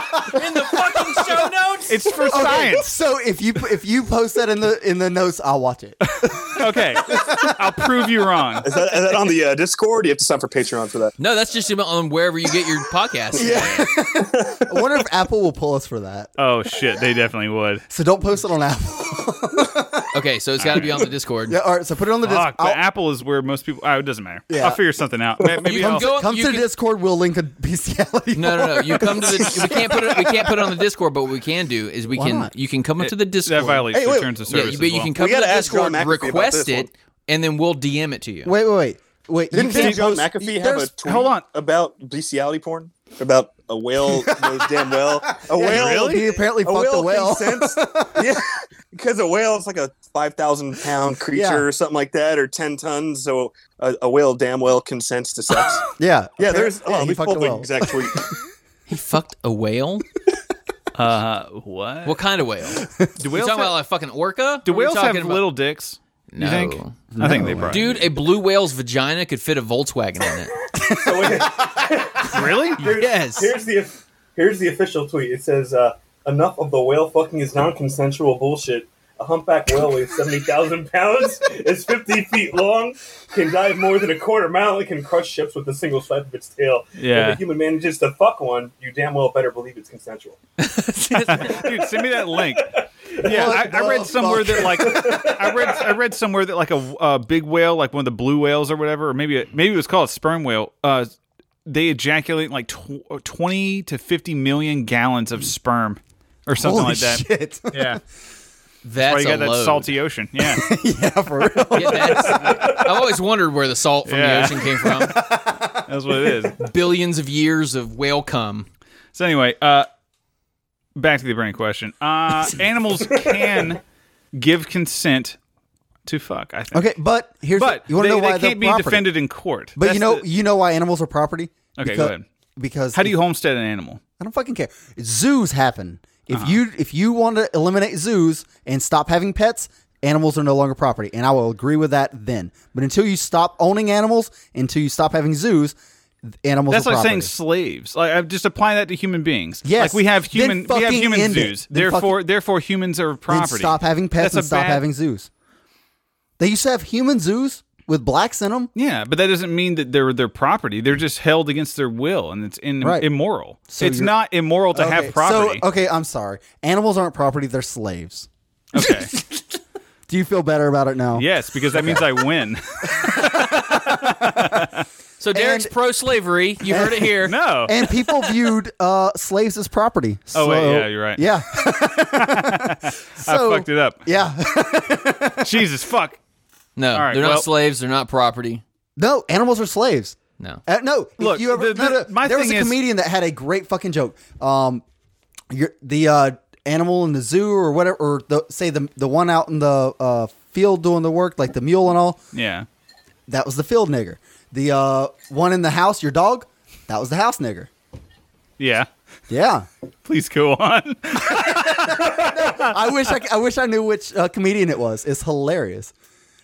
Speaker 5: in the fucking show notes.
Speaker 1: It's for science.
Speaker 3: So if you if you post that in the in the notes, I'll watch it.
Speaker 1: Okay, I'll prove you wrong.
Speaker 2: Is that, is that on the uh, Discord? You have to sign for Patreon for that.
Speaker 5: no, that's just on wherever you get your podcast.
Speaker 3: I wonder if Apple will pull us for that.
Speaker 1: Oh shit, they definitely would.
Speaker 3: So don't post it on Apple.
Speaker 5: Okay, so it's got to be on the Discord.
Speaker 3: Yeah, all right. So put it on the
Speaker 1: Fuck,
Speaker 3: Discord.
Speaker 1: but Apple is where most people. Oh, it doesn't matter.
Speaker 3: Yeah.
Speaker 1: I'll figure something out. May- Maybe
Speaker 5: You
Speaker 1: I'll,
Speaker 5: can go.
Speaker 3: Come
Speaker 5: you
Speaker 3: to the
Speaker 5: can-
Speaker 3: Discord. We'll link a bestiality.
Speaker 5: No, no, no.
Speaker 3: form.
Speaker 5: You come to the. We can't put it. We can't put it on the Discord. But what we can do is we
Speaker 3: Why
Speaker 5: can.
Speaker 3: not?
Speaker 5: You can come up to the Discord.
Speaker 1: that violates
Speaker 3: Hey,
Speaker 1: the
Speaker 3: wait.
Speaker 1: terms of
Speaker 5: Yeah,
Speaker 1: service.
Speaker 5: but
Speaker 1: as
Speaker 5: you
Speaker 1: well.
Speaker 5: can come
Speaker 2: We
Speaker 5: to the
Speaker 2: gotta ask John
Speaker 5: Discord,
Speaker 2: McAfee about
Speaker 5: request
Speaker 2: this one.
Speaker 5: it, and then we'll DM it to you.
Speaker 3: Wait, wait, wait, wait. you
Speaker 2: Didn't
Speaker 3: can't
Speaker 2: John
Speaker 3: post-
Speaker 2: McAfee have a
Speaker 3: there's-
Speaker 2: tweet
Speaker 1: hold on.
Speaker 2: about bestiality porn? About a whale knows damn well. A whale.
Speaker 3: He apparently
Speaker 2: A
Speaker 3: fucked
Speaker 2: whale,
Speaker 3: a whale.
Speaker 2: consents. yeah, because a whale is like a five thousand pound creature
Speaker 3: Yeah.
Speaker 2: or something like that, or ten tons. So a, a whale damn well consents to sex.
Speaker 3: Yeah,
Speaker 2: yeah, there's. Oh,
Speaker 3: Yeah,
Speaker 2: let
Speaker 3: he
Speaker 2: me
Speaker 3: fucked
Speaker 2: pull
Speaker 3: a
Speaker 2: up the
Speaker 3: whale.
Speaker 2: exact tweet.
Speaker 5: He fucked a whale.
Speaker 1: Uh, what?
Speaker 5: What kind of whale? Do
Speaker 1: do
Speaker 5: you
Speaker 1: whales
Speaker 5: talking
Speaker 1: have,
Speaker 5: about like fucking orca?
Speaker 1: do
Speaker 5: What are we
Speaker 1: whales have
Speaker 5: talking about?
Speaker 1: little dicks?
Speaker 5: No.
Speaker 1: You think? I think they probably.
Speaker 5: Dude, a blue whale's vagina could fit a Volkswagen in it.
Speaker 4: So wait,
Speaker 1: really?
Speaker 4: here's,
Speaker 5: Yes.
Speaker 4: Here's the here's the official tweet. It says, uh, "Enough of the whale fucking is non-consensual bullshit." A humpback whale weighs seventy thousand pounds, is fifty feet long, can dive more than a quarter mile, and can crush ships with a single swipe of its tail.
Speaker 1: Yeah.
Speaker 4: If a human manages to fuck one, you damn well better believe it's consensual.
Speaker 1: Dude, send me that link. Yeah, I,
Speaker 3: What
Speaker 1: I
Speaker 3: the
Speaker 1: read somewhere
Speaker 3: fuck?
Speaker 1: that like I read I read somewhere that like a, uh big whale, like one of the blue whales or whatever, or maybe it- maybe it was called a sperm whale. Uh, they ejaculate like tw- twenty to fifty million gallons of sperm or something
Speaker 3: Holy
Speaker 1: like that.
Speaker 3: shit.
Speaker 1: Yeah,
Speaker 5: That's
Speaker 1: well, you got
Speaker 5: a
Speaker 1: that
Speaker 5: load.
Speaker 1: salty ocean. Yeah,
Speaker 3: yeah, for real.
Speaker 5: Yeah, that's- I've always wondered where the salt from
Speaker 1: Yeah.
Speaker 5: the ocean came from.
Speaker 1: that's what it is.
Speaker 5: Billions of years of whale cum.
Speaker 1: So anyway, uh, back to the brain question. Uh, animals can give consent to fuck. I think.
Speaker 3: Okay, but here's
Speaker 1: But
Speaker 3: you want
Speaker 1: they,
Speaker 3: to know
Speaker 1: they
Speaker 3: why they're
Speaker 1: can't be
Speaker 3: property.
Speaker 1: defended in court.
Speaker 3: But
Speaker 1: That's
Speaker 3: you know,
Speaker 1: the-
Speaker 3: you know why animals are property.
Speaker 1: Okay,
Speaker 3: Becau-
Speaker 1: go ahead.
Speaker 3: Because
Speaker 1: how do you homestead an animal?
Speaker 3: I don't fucking care. Zoos happen. If
Speaker 1: Uh-huh.
Speaker 3: you if you want to eliminate zoos and stop having pets, animals are no longer property, and I will agree with that then. But until you stop owning animals, until you stop having zoos, th- animals
Speaker 1: That's
Speaker 3: are
Speaker 1: like
Speaker 3: property.
Speaker 1: saying slaves. Like I just apply that to human beings.
Speaker 3: Yes.
Speaker 1: like we have
Speaker 3: Then
Speaker 1: human we have
Speaker 3: fucking
Speaker 1: human
Speaker 3: end it.
Speaker 1: zoos.
Speaker 3: Then
Speaker 1: Therefore, therefore humans are
Speaker 3: Then
Speaker 1: property.
Speaker 3: stop having
Speaker 1: That's
Speaker 3: pets and
Speaker 1: a
Speaker 3: stop
Speaker 1: bad-
Speaker 3: having zoos. They used to have human zoos with blacks in them.
Speaker 1: Yeah, but that doesn't mean that they're their property. They're just held against their will, and it's in,
Speaker 3: Right.
Speaker 1: immoral.
Speaker 3: So
Speaker 1: it's
Speaker 3: you're-
Speaker 1: not immoral to have property.
Speaker 3: So okay, I'm sorry. Animals aren't property; they're slaves.
Speaker 1: okay.
Speaker 3: Do you feel better about it now?
Speaker 1: yes, because that means I win.
Speaker 5: So Derek's
Speaker 3: And-
Speaker 5: pro slavery. You heard it here.
Speaker 1: no.
Speaker 3: and people viewed uh, slaves as property.
Speaker 1: Oh,
Speaker 3: So,
Speaker 1: wait, yeah, you're right.
Speaker 3: Yeah. so,
Speaker 1: I fucked it up.
Speaker 3: Yeah.
Speaker 1: Jesus fuck.
Speaker 5: No,
Speaker 1: right,
Speaker 5: they're
Speaker 1: well-
Speaker 5: not slaves. They're not property.
Speaker 3: No, animals are slaves.
Speaker 5: No.
Speaker 3: Uh, no, if
Speaker 1: Look,
Speaker 3: you ever,
Speaker 1: the-
Speaker 3: no, no,
Speaker 1: the- my
Speaker 3: there was
Speaker 1: thing
Speaker 3: a
Speaker 1: is-
Speaker 3: comedian that had a great fucking joke. Um, you the uh, animal in the zoo or whatever, or the, say the the one out in the uh, field doing the work, like the mule and all.
Speaker 1: Yeah.
Speaker 3: That was the field nigger. The uh, one in the house, your dog, that was the house nigger.
Speaker 1: Yeah.
Speaker 3: Yeah,
Speaker 1: Please go on.
Speaker 3: I wish I, c- I wish I knew which uh, comedian it was. It's hilarious,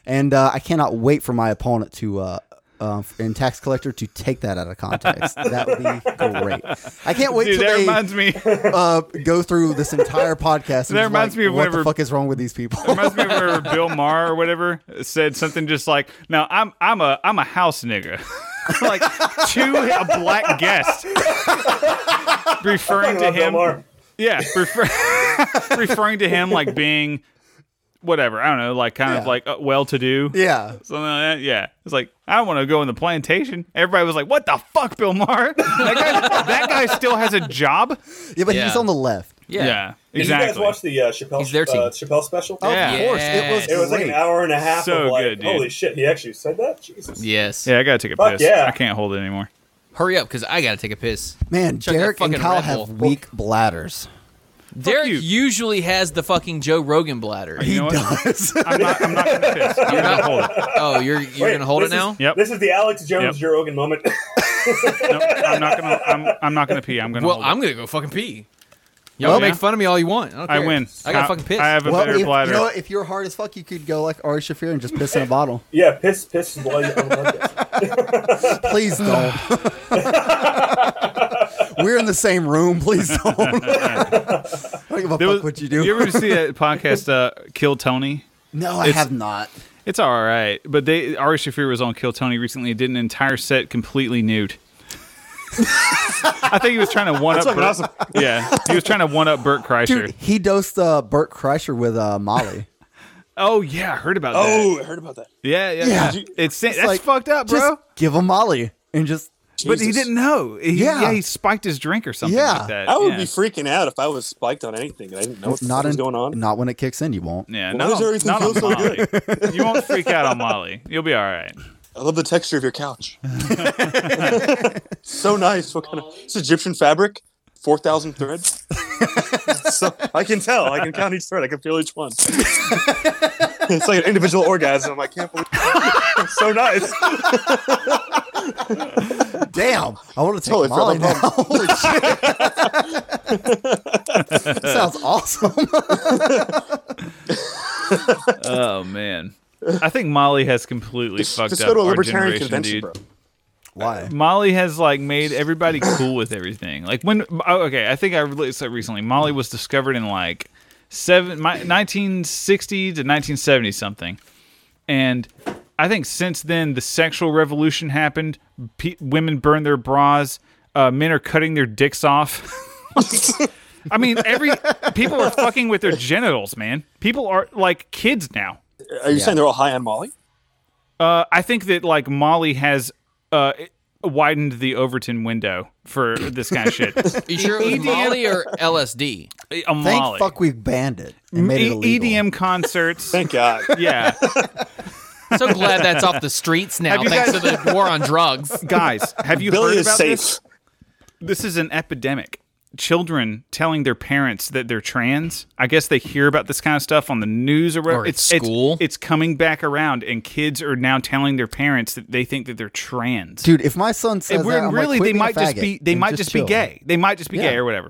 Speaker 3: and uh, I cannot wait for my opponent to uh, uh, and tax collector to take that out of context. that would be great. I can't wait
Speaker 1: Dude,
Speaker 3: till
Speaker 1: that
Speaker 3: they
Speaker 1: reminds me that
Speaker 3: uh, go through this entire podcast. And
Speaker 1: That
Speaker 3: just
Speaker 1: reminds
Speaker 3: like,
Speaker 1: me of
Speaker 3: what
Speaker 1: whenever-
Speaker 3: the fuck is wrong with these people.
Speaker 1: reminds me of where Bill Maher or whatever said something just like, "Now I'm I'm a I'm a house nigga." like to a black guest. referring to
Speaker 4: Love Bill
Speaker 1: him
Speaker 4: Maher.
Speaker 1: Yeah, refer- referring to him like being whatever, I don't know, like kind of
Speaker 3: Yeah.
Speaker 1: like uh, well to do.
Speaker 3: yeah,
Speaker 1: Something like that. Yeah. It's like, I don't want to go in the plantation. Everybody was like, what the fuck, Bill Maher? That guy, that guy still has a job?
Speaker 3: yeah, but
Speaker 5: Yeah.
Speaker 3: he's on the left.
Speaker 5: Yeah.
Speaker 4: Did
Speaker 1: exactly.
Speaker 4: you guys watch the uh, Chappelle,
Speaker 5: He's their team.
Speaker 4: uh, Chappelle special?
Speaker 1: Yeah.
Speaker 3: Of course, it was.
Speaker 5: Yes.
Speaker 4: It was like an
Speaker 3: great.
Speaker 4: hour and a half
Speaker 1: So
Speaker 4: of like,
Speaker 1: good, dude.
Speaker 4: holy shit, he actually said that? Jesus.
Speaker 5: Yes.
Speaker 1: yeah, I got to take a
Speaker 4: Fuck
Speaker 1: piss.
Speaker 4: yeah.
Speaker 1: I can't hold it anymore.
Speaker 5: Hurry up, because I gotta take a piss.
Speaker 3: Man,
Speaker 5: Chuck that
Speaker 3: Derek and
Speaker 5: fucking
Speaker 3: Kyle
Speaker 5: Red
Speaker 3: have
Speaker 5: Bull.
Speaker 3: weak bladders.
Speaker 5: Derek
Speaker 1: you.
Speaker 5: usually has the fucking Joe Rogan bladder.
Speaker 1: You know what?
Speaker 3: does.
Speaker 1: I'm not, I'm not going to piss. I'm going to hold it.
Speaker 5: Oh, you're you're
Speaker 4: Wait,
Speaker 5: gonna hold it
Speaker 4: this is-
Speaker 5: now?
Speaker 1: Yep.
Speaker 4: This is the Alex Jones
Speaker 1: Yep.
Speaker 4: Joe Rogan moment.
Speaker 1: No, I'm not going to. I'm, I'm not going to pee. I'm going to.
Speaker 5: Well,
Speaker 1: hold
Speaker 5: I'm
Speaker 1: It.
Speaker 5: gonna go fucking pee. Y'all
Speaker 1: Well,
Speaker 5: make
Speaker 1: yeah.
Speaker 5: fun of me all you want. I, don't
Speaker 1: I
Speaker 5: care.
Speaker 1: win.
Speaker 5: I got
Speaker 1: I-
Speaker 5: fucking pissed.
Speaker 1: I have a
Speaker 3: well,
Speaker 1: better
Speaker 3: if, you
Speaker 1: bladder.
Speaker 3: know what? If you're hard as fuck, you could go like Ari Shafir and just piss in a bottle.
Speaker 4: yeah, piss, piss, and blood on the podcast.
Speaker 3: Please don't. We're in the same room. Please don't. I don't give a
Speaker 1: There
Speaker 3: fuck
Speaker 1: was-
Speaker 3: what you do.
Speaker 1: You ever see that podcast, uh, Kill Tony?
Speaker 3: no, I have not.
Speaker 1: It's all right, but they Ari Shafir was on Kill Tony recently and did an entire set completely nude. I think he was trying to one up.
Speaker 2: That's
Speaker 1: Bert,
Speaker 2: fucking awesome.
Speaker 1: Yeah, he was trying to one up Burt Kreischer.
Speaker 3: Dude, he dosed uh, Burt Kreischer with uh, Molly.
Speaker 1: Oh yeah, I heard about that.
Speaker 2: Oh, I heard about that.
Speaker 1: Yeah, yeah,
Speaker 3: Yeah.
Speaker 1: yeah. It's that's
Speaker 3: like,
Speaker 1: fucked up, bro.
Speaker 3: Just give him Molly and just.
Speaker 1: but he
Speaker 2: Jesus.
Speaker 1: didn't know. He-
Speaker 3: Yeah.
Speaker 1: yeah. he spiked his drink or something.
Speaker 3: Yeah.
Speaker 1: like that.
Speaker 2: I would
Speaker 1: yeah.
Speaker 2: be freaking out if I was spiked on anything and I didn't know what the
Speaker 3: not
Speaker 2: fuck was
Speaker 3: in-
Speaker 2: going on.
Speaker 3: Not when it kicks in, you won't.
Speaker 1: Yeah,
Speaker 2: Why
Speaker 1: not
Speaker 2: does
Speaker 1: on,
Speaker 2: everything
Speaker 1: not on
Speaker 2: feel so
Speaker 1: Molly. you won't freak out on Molly. You'll be all right.
Speaker 2: I love the texture of your couch. so nice. What kind of? It's Egyptian fabric, four thousand threads. so I can tell. I can count each thread. I can feel each one. it's like an individual orgasm. I can't believe. It's so nice.
Speaker 3: Damn, I want to take
Speaker 2: Totally
Speaker 3: Molly now.
Speaker 2: felt that
Speaker 3: Holy shit, That sounds awesome.
Speaker 1: Oh man, I think Molly has completely fucked
Speaker 2: Just
Speaker 1: up
Speaker 2: go to a
Speaker 1: our
Speaker 2: libertarian
Speaker 1: generation,
Speaker 2: convention,
Speaker 1: dude.
Speaker 2: bro.
Speaker 3: Why?
Speaker 1: Molly has like made everybody cool with everything. Like when oh, okay, I think I released that recently. Molly was discovered in like seven my, 1960 to 1970 something, and I think since then the sexual revolution happened. Pe women burn their bras. Uh, men are cutting their dicks off. I mean, every people are fucking with their genitals, man. People are like kids now.
Speaker 2: Are you saying they're all high on Molly?
Speaker 1: Uh, I think that like Molly has uh, widened the Overton window for this kind of shit.
Speaker 5: You sure
Speaker 1: E
Speaker 5: it was Molly or LSD?
Speaker 1: A
Speaker 3: Thank
Speaker 1: Molly.
Speaker 3: fuck we banned it and made it
Speaker 1: E-
Speaker 3: illegal.
Speaker 1: EDM concerts.
Speaker 2: Thank God.
Speaker 1: yeah,
Speaker 5: So glad that's off the streets now,
Speaker 1: you
Speaker 5: thanks
Speaker 1: guys-
Speaker 5: to the war on drugs.
Speaker 1: guys, have you
Speaker 2: Billy
Speaker 1: heard
Speaker 2: is
Speaker 1: about
Speaker 2: safe.
Speaker 1: this? This is an epidemic. Children telling their parents that they're trans. I guess they hear about this kind of stuff on the news or, whatever.
Speaker 5: Or at school.
Speaker 1: It's, it's coming back around, and kids are now telling their parents that they think that they're trans.
Speaker 3: Dude, if my son says
Speaker 1: And we're-
Speaker 3: that, I'm
Speaker 1: really,
Speaker 3: like, "Quit
Speaker 1: they
Speaker 3: being a
Speaker 1: might just
Speaker 3: faggot
Speaker 1: be they
Speaker 3: and
Speaker 1: might just, be
Speaker 3: chill."
Speaker 1: gay. They might just be
Speaker 3: Yeah.
Speaker 1: gay or whatever.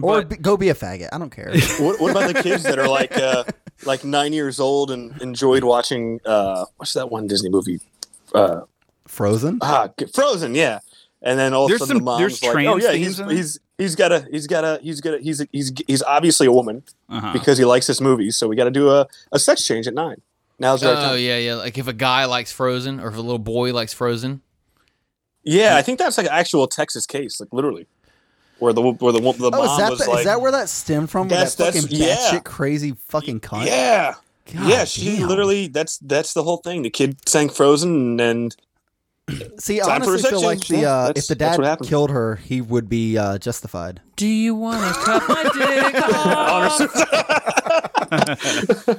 Speaker 3: or
Speaker 1: but-
Speaker 3: be, go be a faggot. I don't care.
Speaker 2: What, what about the kids that are like uh, like nine years old and enjoyed watching uh, what's that one Disney movie? Uh,
Speaker 3: Frozen.
Speaker 2: Ah, g- Frozen, yeah. And then all
Speaker 1: There's
Speaker 2: of a sudden
Speaker 1: some-
Speaker 2: the mom's
Speaker 1: there's
Speaker 2: like,
Speaker 1: trans
Speaker 2: "Oh yeah,
Speaker 1: themes
Speaker 2: he's
Speaker 1: in it?
Speaker 2: he's he's got a he's got a he's got a he's a, he's he's obviously a woman
Speaker 1: Uh-huh.
Speaker 2: because he likes this movie, so we got to do a, a sex change at nine. Now's the right
Speaker 5: Oh
Speaker 2: time.
Speaker 5: yeah, yeah. Like if a guy likes Frozen, or if a little boy likes Frozen.
Speaker 2: Yeah, I think that's like an actual Texas case, like literally, where the where the wo- the
Speaker 3: Oh,
Speaker 2: mom
Speaker 3: is that
Speaker 2: was
Speaker 3: the,
Speaker 2: like,
Speaker 3: is that where that stemmed from? Where
Speaker 2: That's-
Speaker 3: that fucking
Speaker 2: that's- yeah.
Speaker 3: batshit crazy fucking cunt.
Speaker 2: yeah,
Speaker 3: God
Speaker 2: yeah, she
Speaker 3: damn.
Speaker 2: literally that's that's the whole thing. The kid sang Frozen, and
Speaker 3: See, I
Speaker 2: Time for a
Speaker 3: honestly feel
Speaker 2: section.
Speaker 3: like the
Speaker 2: Yeah,
Speaker 3: uh,
Speaker 2: that's-
Speaker 3: if the
Speaker 2: that's
Speaker 3: dad
Speaker 2: what happened.
Speaker 3: killed her, he would be uh, justified.
Speaker 5: Do you want to cut my dick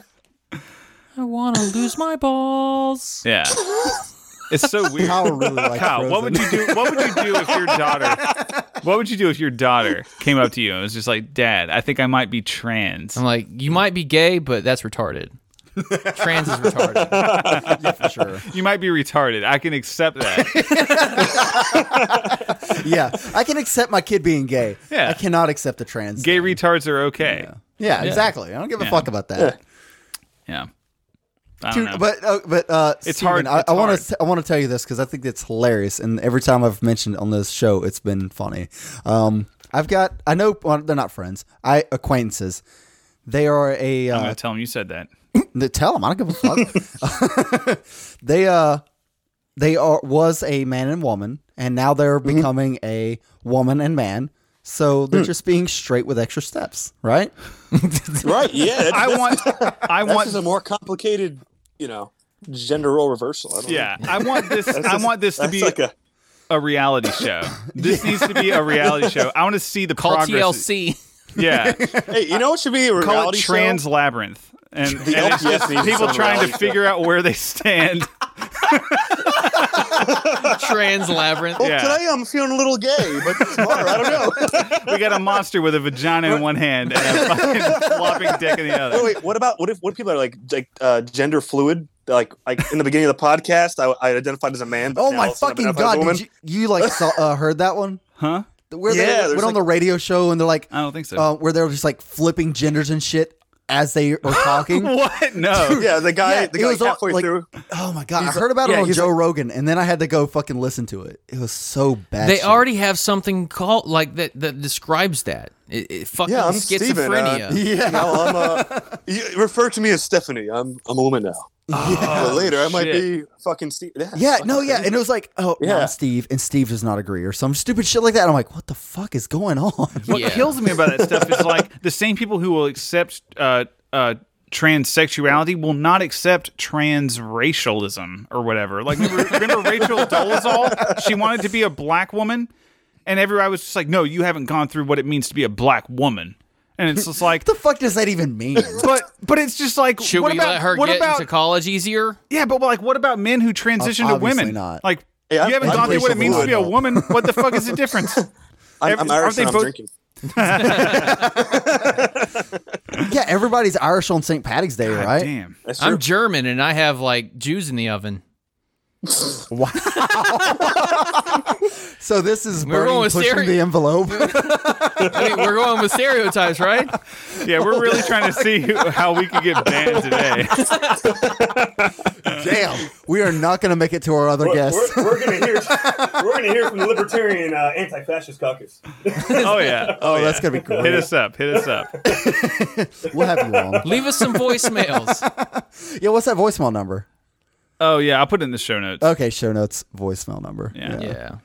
Speaker 5: I want to lose my balls.
Speaker 1: Yeah. It's so weird.
Speaker 3: Kyle really likes
Speaker 1: Kyle, what would you do? What would you do if your daughter? What would you do if your daughter came up to you and was just like, "Dad, I think I might be trans."
Speaker 5: I'm like, you might be gay, but that's retarded. Trans is retarded.
Speaker 3: for sure?
Speaker 1: You might be retarded. I can accept that.
Speaker 3: yeah, I can accept my kid being gay.
Speaker 1: Yeah.
Speaker 3: I cannot accept a trans.
Speaker 1: Gay
Speaker 3: thing.
Speaker 1: retards are okay.
Speaker 3: yeah, exactly. I don't give a fuck about that.
Speaker 1: Yeah. I don't
Speaker 3: Dude,
Speaker 1: know.
Speaker 3: but uh, but uh,
Speaker 1: It's
Speaker 3: Steven,
Speaker 1: hard-
Speaker 3: I-
Speaker 1: it's
Speaker 3: I want
Speaker 1: hard.
Speaker 3: to I want to tell you this because I think it's hilarious, and every time I've mentioned it on this show, it's been funny. Um, I've got I know well, they're not friends, I acquaintances. They are a
Speaker 1: I'm
Speaker 3: uh,
Speaker 1: gonna tell him you said that.
Speaker 3: They tell them. I don't give a fuck. they uh, they are was a man and woman, and now they're becoming a woman and man. So they're just being straight with extra steps, right?
Speaker 2: right, yeah, that's,
Speaker 1: I
Speaker 2: that's,
Speaker 1: want. I
Speaker 2: that's
Speaker 1: want.
Speaker 2: just a more complicated, you know, gender role reversal. I don't
Speaker 1: yeah. I want this. I want this
Speaker 2: know.
Speaker 1: to
Speaker 2: That's
Speaker 1: be
Speaker 2: like a
Speaker 1: a reality show. This needs to be a reality show. I want to see the
Speaker 5: Call
Speaker 1: progress.
Speaker 5: TLC.
Speaker 1: Yeah.
Speaker 2: Hey, you know what should be a
Speaker 1: call it
Speaker 2: reality
Speaker 1: trans
Speaker 2: show?
Speaker 1: labyrinth and, and it's
Speaker 2: LPS
Speaker 1: just
Speaker 2: needs
Speaker 1: people
Speaker 2: some
Speaker 1: trying
Speaker 2: reality
Speaker 1: to
Speaker 2: show.
Speaker 1: figure out where they stand
Speaker 5: Trans labyrinth.
Speaker 2: Well,
Speaker 1: Yeah.
Speaker 2: today I'm feeling a little gay, but tomorrow I don't know.
Speaker 1: We got a monster with a vagina in one hand and a fucking flopping dick in the other.
Speaker 2: wait, wait, what about what if what if people are like like uh, gender fluid? Like like in the beginning of the podcast, I, I identified as a man. But
Speaker 3: Oh
Speaker 2: now
Speaker 3: my
Speaker 2: all of a sudden I've
Speaker 3: fucking
Speaker 2: identified as a
Speaker 3: god!
Speaker 2: woman.
Speaker 3: Did you, you like saw, uh, heard that one?
Speaker 1: Huh?
Speaker 3: Where
Speaker 2: Yeah,
Speaker 3: they
Speaker 2: there's
Speaker 3: went on the radio show and they're like,
Speaker 1: I don't think so.
Speaker 3: uh, where they're just like flipping genders and shit as they are talking.
Speaker 1: what? No.
Speaker 2: Yeah, the guy,
Speaker 3: Yeah,
Speaker 2: the
Speaker 3: it
Speaker 2: guy
Speaker 3: was all-
Speaker 2: halfway
Speaker 3: like-
Speaker 2: through.
Speaker 3: Oh my god! I heard about
Speaker 2: yeah,
Speaker 3: it on
Speaker 2: he's
Speaker 3: Joe Rogan, and then I had to go fucking listen to it. It was so bad.
Speaker 5: They
Speaker 3: shit.
Speaker 5: already have something called like that that describes that. It, it fucking
Speaker 2: Yeah, I'm Steven, uh,
Speaker 5: schizophrenia.
Speaker 2: Yeah, I'm. Uh, you refer to me as Stephanie. I'm. I'm a woman now. but later, I might be fucking Steve.
Speaker 3: Yeah, no, yeah, and it was like, oh,
Speaker 2: Yeah.
Speaker 3: I'm Steve, and Steve does not agree, or some stupid shit like that. And I'm like, what the fuck is going on?
Speaker 1: What
Speaker 5: Yeah.
Speaker 1: kills me about that stuff is like the same people who will accept uh, uh, transsexuality will not accept transracialism or whatever. Like remember, remember Rachel Dolezal? She wanted to be a black woman, and everybody was just like, "No, you haven't gone through what it means to be a black woman." And it's just like,
Speaker 3: What the fuck does that even mean?
Speaker 1: but but it's just like,
Speaker 5: Should
Speaker 1: what
Speaker 5: we
Speaker 1: about
Speaker 5: let her
Speaker 1: what
Speaker 5: get
Speaker 1: about
Speaker 5: into college easier?
Speaker 1: yeah? But like, what about men who transition to
Speaker 3: Obviously
Speaker 1: women?
Speaker 3: not.
Speaker 1: Like.
Speaker 2: Yeah,
Speaker 1: you haven't
Speaker 2: I'm
Speaker 1: gone through what it
Speaker 2: Rachel
Speaker 1: means to be a
Speaker 2: Wood.
Speaker 1: woman. What the fuck is the difference?
Speaker 2: I'm,
Speaker 1: Every-
Speaker 2: I'm
Speaker 1: aren't
Speaker 2: Irish
Speaker 1: they
Speaker 2: and I'm
Speaker 1: both-
Speaker 2: drinking.
Speaker 3: yeah, everybody's Irish on St. Patrick's Day,
Speaker 1: God
Speaker 3: right?
Speaker 1: Damn.
Speaker 2: That's true.
Speaker 5: I'm German and I have like Jews in the oven.
Speaker 3: So this is
Speaker 5: We're going
Speaker 3: Bernie
Speaker 5: with
Speaker 3: pushing
Speaker 5: Siri.
Speaker 3: the envelope.
Speaker 5: I mean, we're going with stereotypes, right?
Speaker 1: Yeah, we're really trying to see who- how we could get banned today.
Speaker 3: Damn, we are not going to make it to our other
Speaker 4: We're,
Speaker 3: guests.
Speaker 4: we're, we're gonna hear. We're gonna hear from the libertarian uh, anti-fascist caucus.
Speaker 1: Oh yeah.
Speaker 3: Oh, that's gonna be
Speaker 1: Hit
Speaker 3: great.
Speaker 1: us up. Hit us up.
Speaker 3: We'll have you on.
Speaker 5: Leave us some voicemails.
Speaker 3: Yeah, what's that voicemail number?
Speaker 1: Oh yeah, I'll put it in the show notes
Speaker 3: Okay, show notes voicemail number.
Speaker 1: Yeah.
Speaker 5: Yeah.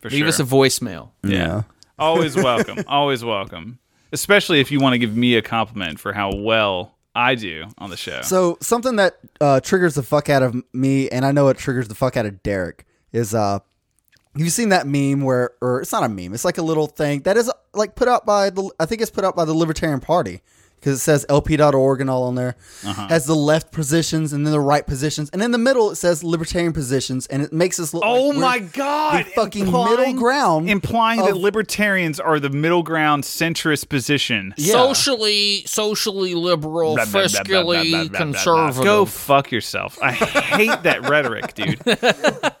Speaker 1: for
Speaker 5: Leave
Speaker 1: sure.
Speaker 5: us a voicemail.
Speaker 1: yeah. Always welcome. Always welcome. Especially if you want to give me a compliment for how well I do on the show.
Speaker 3: So something that uh, triggers the fuck out of me, and I know it triggers the fuck out of Derek, is uh, you've seen that meme where, or it's not a meme, it's like a little thing that is like put out by the, I think it's put out by the Libertarian Party because it says LP.org and all on there,
Speaker 1: Uh-huh.
Speaker 3: has the left positions and then the right positions, and in the middle it says Libertarian positions, and it makes us look.
Speaker 1: oh
Speaker 3: like we're
Speaker 1: my god.
Speaker 3: The fucking middle ground.
Speaker 1: implying that
Speaker 3: of-
Speaker 1: libertarians are the middle ground centrist position.
Speaker 3: Yeah.
Speaker 5: Socially, socially liberal,
Speaker 1: Blah, blah, blah, blah, blah, blah, blah,
Speaker 5: fiscally
Speaker 1: blah.
Speaker 5: conservative.
Speaker 1: Go fuck yourself. I hate that rhetoric, dude.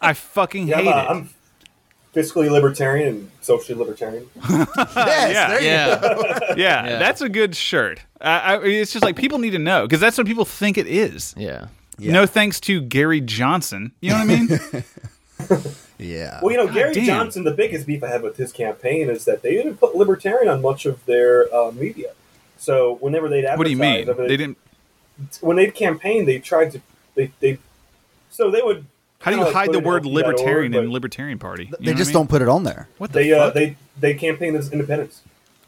Speaker 1: I fucking
Speaker 4: Yeah,
Speaker 1: hate
Speaker 4: I'm,
Speaker 1: it.
Speaker 4: uh, I'm fiscally libertarian and socially libertarian.
Speaker 3: Yes,
Speaker 1: yeah.
Speaker 3: there you
Speaker 5: yeah.
Speaker 1: yeah,
Speaker 5: Yeah.
Speaker 1: that's a good shirt. I, I, it's just like people need to know because that's what people think it is.
Speaker 5: Yeah.
Speaker 1: No thanks to Gary Johnson. You know what I mean?
Speaker 3: Yeah.
Speaker 4: Well, you know, Gary
Speaker 1: damn.
Speaker 4: Johnson, the biggest beef I have with his campaign is that they didn't put libertarian on much of their uh, media. So whenever they'd advertise,
Speaker 1: what do you mean?
Speaker 4: I mean,
Speaker 1: They didn't.
Speaker 4: when they'd campaign, they tried to they they so they would.
Speaker 1: How do you
Speaker 4: kinda like
Speaker 1: hide
Speaker 4: put
Speaker 1: the
Speaker 4: it
Speaker 1: word
Speaker 4: on
Speaker 1: libertarian
Speaker 4: LP.org,
Speaker 1: in
Speaker 4: but
Speaker 1: Libertarian Party? You
Speaker 3: They
Speaker 1: know
Speaker 3: just
Speaker 1: what I mean?
Speaker 3: don't put it on there.
Speaker 1: What the
Speaker 4: They uh,
Speaker 1: fuck?
Speaker 4: they they campaigned as independents.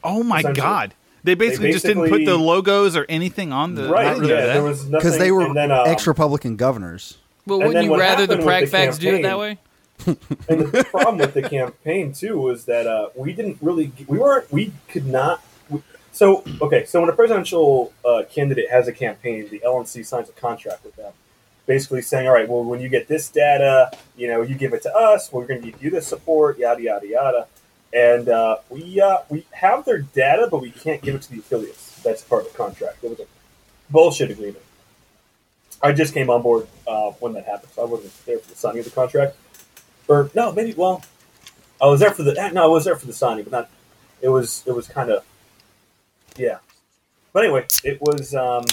Speaker 1: oh my
Speaker 4: essentially-
Speaker 1: god! They basically, just didn't put the
Speaker 4: basically-
Speaker 1: logos or anything on the.
Speaker 4: Right?
Speaker 1: Not really
Speaker 4: yeah,
Speaker 1: that.
Speaker 4: there was nothing
Speaker 3: Because they were
Speaker 4: and then, um,
Speaker 3: ex-Republican governors.
Speaker 5: Well,
Speaker 4: And
Speaker 5: wouldn't
Speaker 4: then
Speaker 5: you
Speaker 4: what
Speaker 5: rather the
Speaker 4: happened with
Speaker 5: Prague
Speaker 4: the
Speaker 5: Fags do it that
Speaker 4: campaign-
Speaker 5: way?
Speaker 4: And the problem with the campaign too was that uh, we didn't really, we weren't, we could not. We, so okay, so when a presidential uh, candidate has a campaign, the LNC signs a contract with them, basically saying, "All right, well, when you get this data, you know, you give it to us. We're going to give you this support, yada yada yada." And uh, we uh, we have their data, but we can't give it to the affiliates. That's part of the contract. It was a bullshit agreement. I just came on board uh, when that happened, so I wasn't there for the signing of the contract or no, maybe well, I was there for the eh, no, I was there for the signing, but not. It was it was kind of yeah, but anyway, it was um,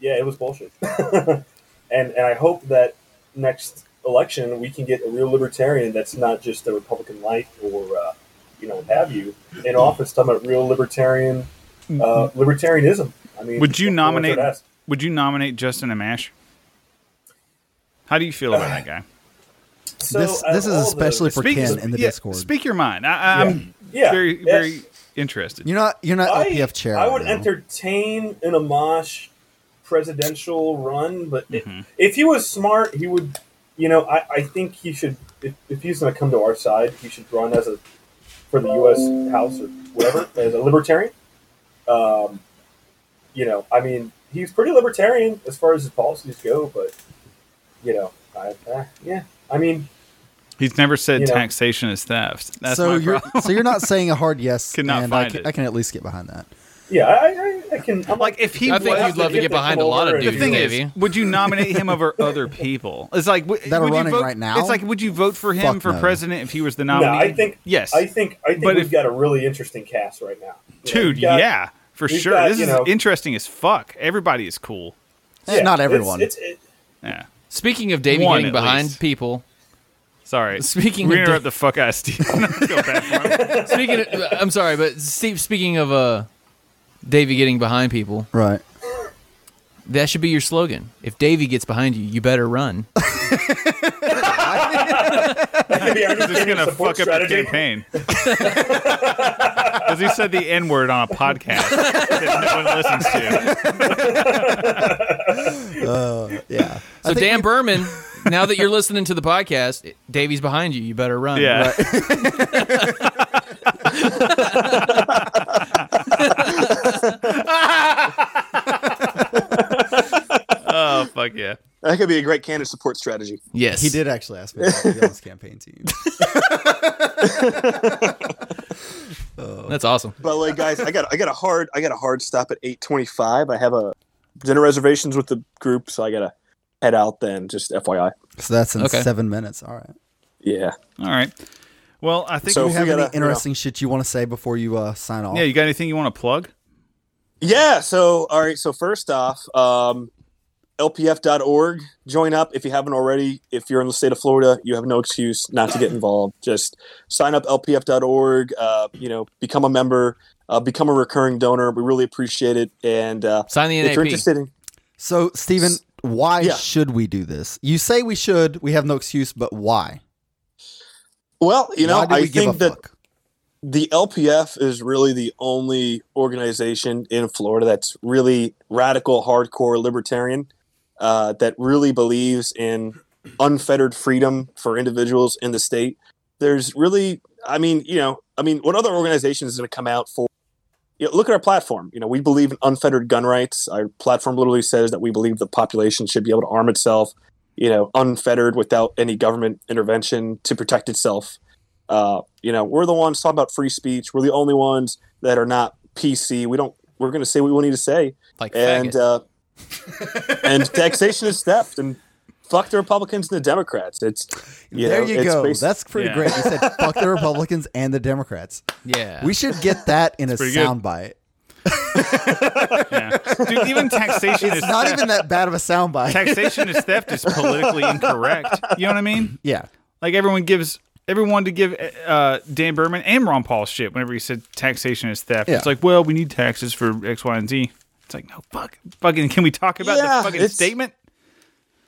Speaker 4: yeah, it was bullshit, and and I hope that next election we can get a real libertarian that's not just a Republican light or uh, you know what have you in office talking about real libertarian uh, libertarianism. I mean,
Speaker 1: Would you
Speaker 4: that's what I
Speaker 1: nominate?
Speaker 4: would ask.
Speaker 1: Would you nominate Justin Amash? How do you
Speaker 4: Uh,
Speaker 1: feel about that guy?
Speaker 4: So,
Speaker 3: this
Speaker 4: out
Speaker 3: this
Speaker 4: of
Speaker 3: is
Speaker 4: all the-
Speaker 3: especially for
Speaker 1: Speak-
Speaker 3: Ken in the
Speaker 1: yeah,
Speaker 3: Discord.
Speaker 1: Speak your mind. I, I, I'm
Speaker 4: Yeah.
Speaker 1: very,
Speaker 4: Yeah.
Speaker 1: very interested.
Speaker 3: You're not you're not
Speaker 4: I,
Speaker 3: LPF chair.
Speaker 4: I would
Speaker 3: right now.
Speaker 4: entertain an Amash presidential run, but i-
Speaker 1: Mm-hmm.
Speaker 4: if he was smart, he would. You know, I, I think he should. If, if he's going to come to our side, he should run as a for the U.S. House or whatever as a libertarian. Um, you know, I mean, he's pretty libertarian as far as his policies go, but you know, I, uh, yeah, I mean,
Speaker 1: He's never said
Speaker 4: You know.
Speaker 1: taxation is theft. That's
Speaker 3: so
Speaker 1: my
Speaker 3: you're
Speaker 1: problem.
Speaker 3: so you're not saying a hard yes.
Speaker 1: Could not
Speaker 3: and I
Speaker 1: find
Speaker 3: can,
Speaker 1: it.
Speaker 3: I can at least get behind that.
Speaker 4: Yeah, I, I, I can. I'm
Speaker 1: Like if he
Speaker 5: I think
Speaker 1: was,
Speaker 5: you'd love to
Speaker 4: if
Speaker 5: get
Speaker 4: they
Speaker 5: behind a
Speaker 4: come
Speaker 5: lot
Speaker 4: over
Speaker 5: of
Speaker 4: and-
Speaker 5: dudes.
Speaker 1: the thing
Speaker 5: maybe.
Speaker 1: is, would you nominate him over other people? It's like w-
Speaker 3: That are
Speaker 1: would you
Speaker 3: running
Speaker 1: vote-
Speaker 3: right now?
Speaker 1: It's like would you vote for him
Speaker 3: Fuck
Speaker 1: for
Speaker 3: no.
Speaker 1: president if he was the
Speaker 4: no,
Speaker 1: nominee?
Speaker 4: I think
Speaker 1: yes,
Speaker 4: I think I think
Speaker 1: But
Speaker 4: we've
Speaker 1: if-
Speaker 4: got a really interesting cast right now, You know,
Speaker 1: dude.
Speaker 4: we've got-
Speaker 1: yeah, for
Speaker 4: we've
Speaker 1: sure.
Speaker 4: got,
Speaker 1: this
Speaker 4: you
Speaker 1: is
Speaker 4: know-
Speaker 1: interesting as fuck. Everybody is cool.
Speaker 3: Eh, not everyone.
Speaker 4: It's, it's, it,
Speaker 1: Yeah.
Speaker 5: Speaking of Davey
Speaker 1: One,
Speaker 5: getting
Speaker 1: at
Speaker 5: behind
Speaker 1: least.
Speaker 5: people,
Speaker 1: Sorry.
Speaker 5: Speaking
Speaker 1: we
Speaker 5: of
Speaker 1: interrupt
Speaker 5: di-
Speaker 1: the fuck out of Steve. I feel bad for him.
Speaker 5: speaking, of, uh, I'm sorry, but Steve, speaking of uh, Davey getting behind people,
Speaker 3: Right.
Speaker 5: that should be your slogan. If Davey gets behind you, you better run.
Speaker 4: that could be our new
Speaker 1: This is
Speaker 4: campaign
Speaker 1: gonna
Speaker 4: support
Speaker 1: fuck up
Speaker 4: strategy.
Speaker 1: your campaign. Because he said the N word on a podcast that no one listens to.
Speaker 3: Yeah.
Speaker 5: So Dan Berman, now that you're listening to the podcast, Davey's behind you. You better run.
Speaker 1: Yeah. oh fuck yeah.
Speaker 2: That could be a great candidate support strategy.
Speaker 5: Yes,
Speaker 3: He did actually ask me to be on his campaign team.
Speaker 5: That's awesome.
Speaker 2: By the way, guys, I got I got a hard I got a hard stop at eight twenty five. I have a dinner reservations with the group, so I gotta head out then. Just FYI.
Speaker 3: So that's in
Speaker 5: Okay.
Speaker 3: seven minutes. All right.
Speaker 2: Yeah.
Speaker 1: All right. Well, I think
Speaker 2: So-
Speaker 3: Do
Speaker 1: we
Speaker 3: you
Speaker 1: have,
Speaker 3: have any
Speaker 2: gotta-
Speaker 3: interesting shit you want to say before you uh, sign off?
Speaker 1: yeah. You got anything you want to plug?
Speaker 2: Yeah. So, all right. So, first off, um, lpf.org, join up if you haven't already. If you're in the state of Florida, you have no excuse not to get involved. Just sign up lpf.org, uh, you know, become a member, uh, become a recurring donor. We really appreciate it. And uh,
Speaker 5: Sign the
Speaker 2: if you're
Speaker 5: NAP.
Speaker 2: interested in,
Speaker 3: So Steven, why
Speaker 2: Yeah.
Speaker 3: should we do this? You say we should. We have no excuse, but why?
Speaker 2: well, you know,
Speaker 3: why do
Speaker 2: I
Speaker 3: we
Speaker 2: think
Speaker 3: give a
Speaker 2: that
Speaker 3: fuck?
Speaker 2: the LPF is really the only organization in Florida that's really radical, hardcore libertarian uh, that really believes in unfettered freedom for individuals in the state. There's really, I mean, you know, I mean, what other organization is going to come out for? You know, look at our platform. You know, we believe in unfettered gun rights. Our platform literally says that we believe the population should be able to arm itself, you know, unfettered without any government intervention to protect itself uh, you know, we're the ones talking about free speech. We're the only ones that are not PC. We don't. We're going to say what we need to say,
Speaker 5: Like
Speaker 2: and
Speaker 5: faggot.
Speaker 2: uh, and taxation is theft, and fuck the Republicans and the Democrats. It's you
Speaker 3: there
Speaker 2: know,
Speaker 3: you
Speaker 2: it's
Speaker 3: go.
Speaker 2: basi-
Speaker 3: That's pretty
Speaker 1: Yeah.
Speaker 3: great. You said fuck the Republicans and the Democrats.
Speaker 5: yeah.
Speaker 3: We should get that in a
Speaker 1: pretty good.
Speaker 3: soundbite.
Speaker 1: Yeah. Dude, even taxation is
Speaker 3: It's not even that bad of a soundbite.
Speaker 1: taxation is theft is politically incorrect. You know what I mean?
Speaker 3: Yeah.
Speaker 1: Like everyone gives everyone to give uh, Dan Berman and Ron Paul shit whenever he said taxation is theft.
Speaker 3: Yeah.
Speaker 1: It's like, well, we need taxes for X, Y, and Z. It's like, no, fuck, fucking. Can we talk about
Speaker 2: Yeah,
Speaker 1: the fucking
Speaker 2: it's-
Speaker 1: statement?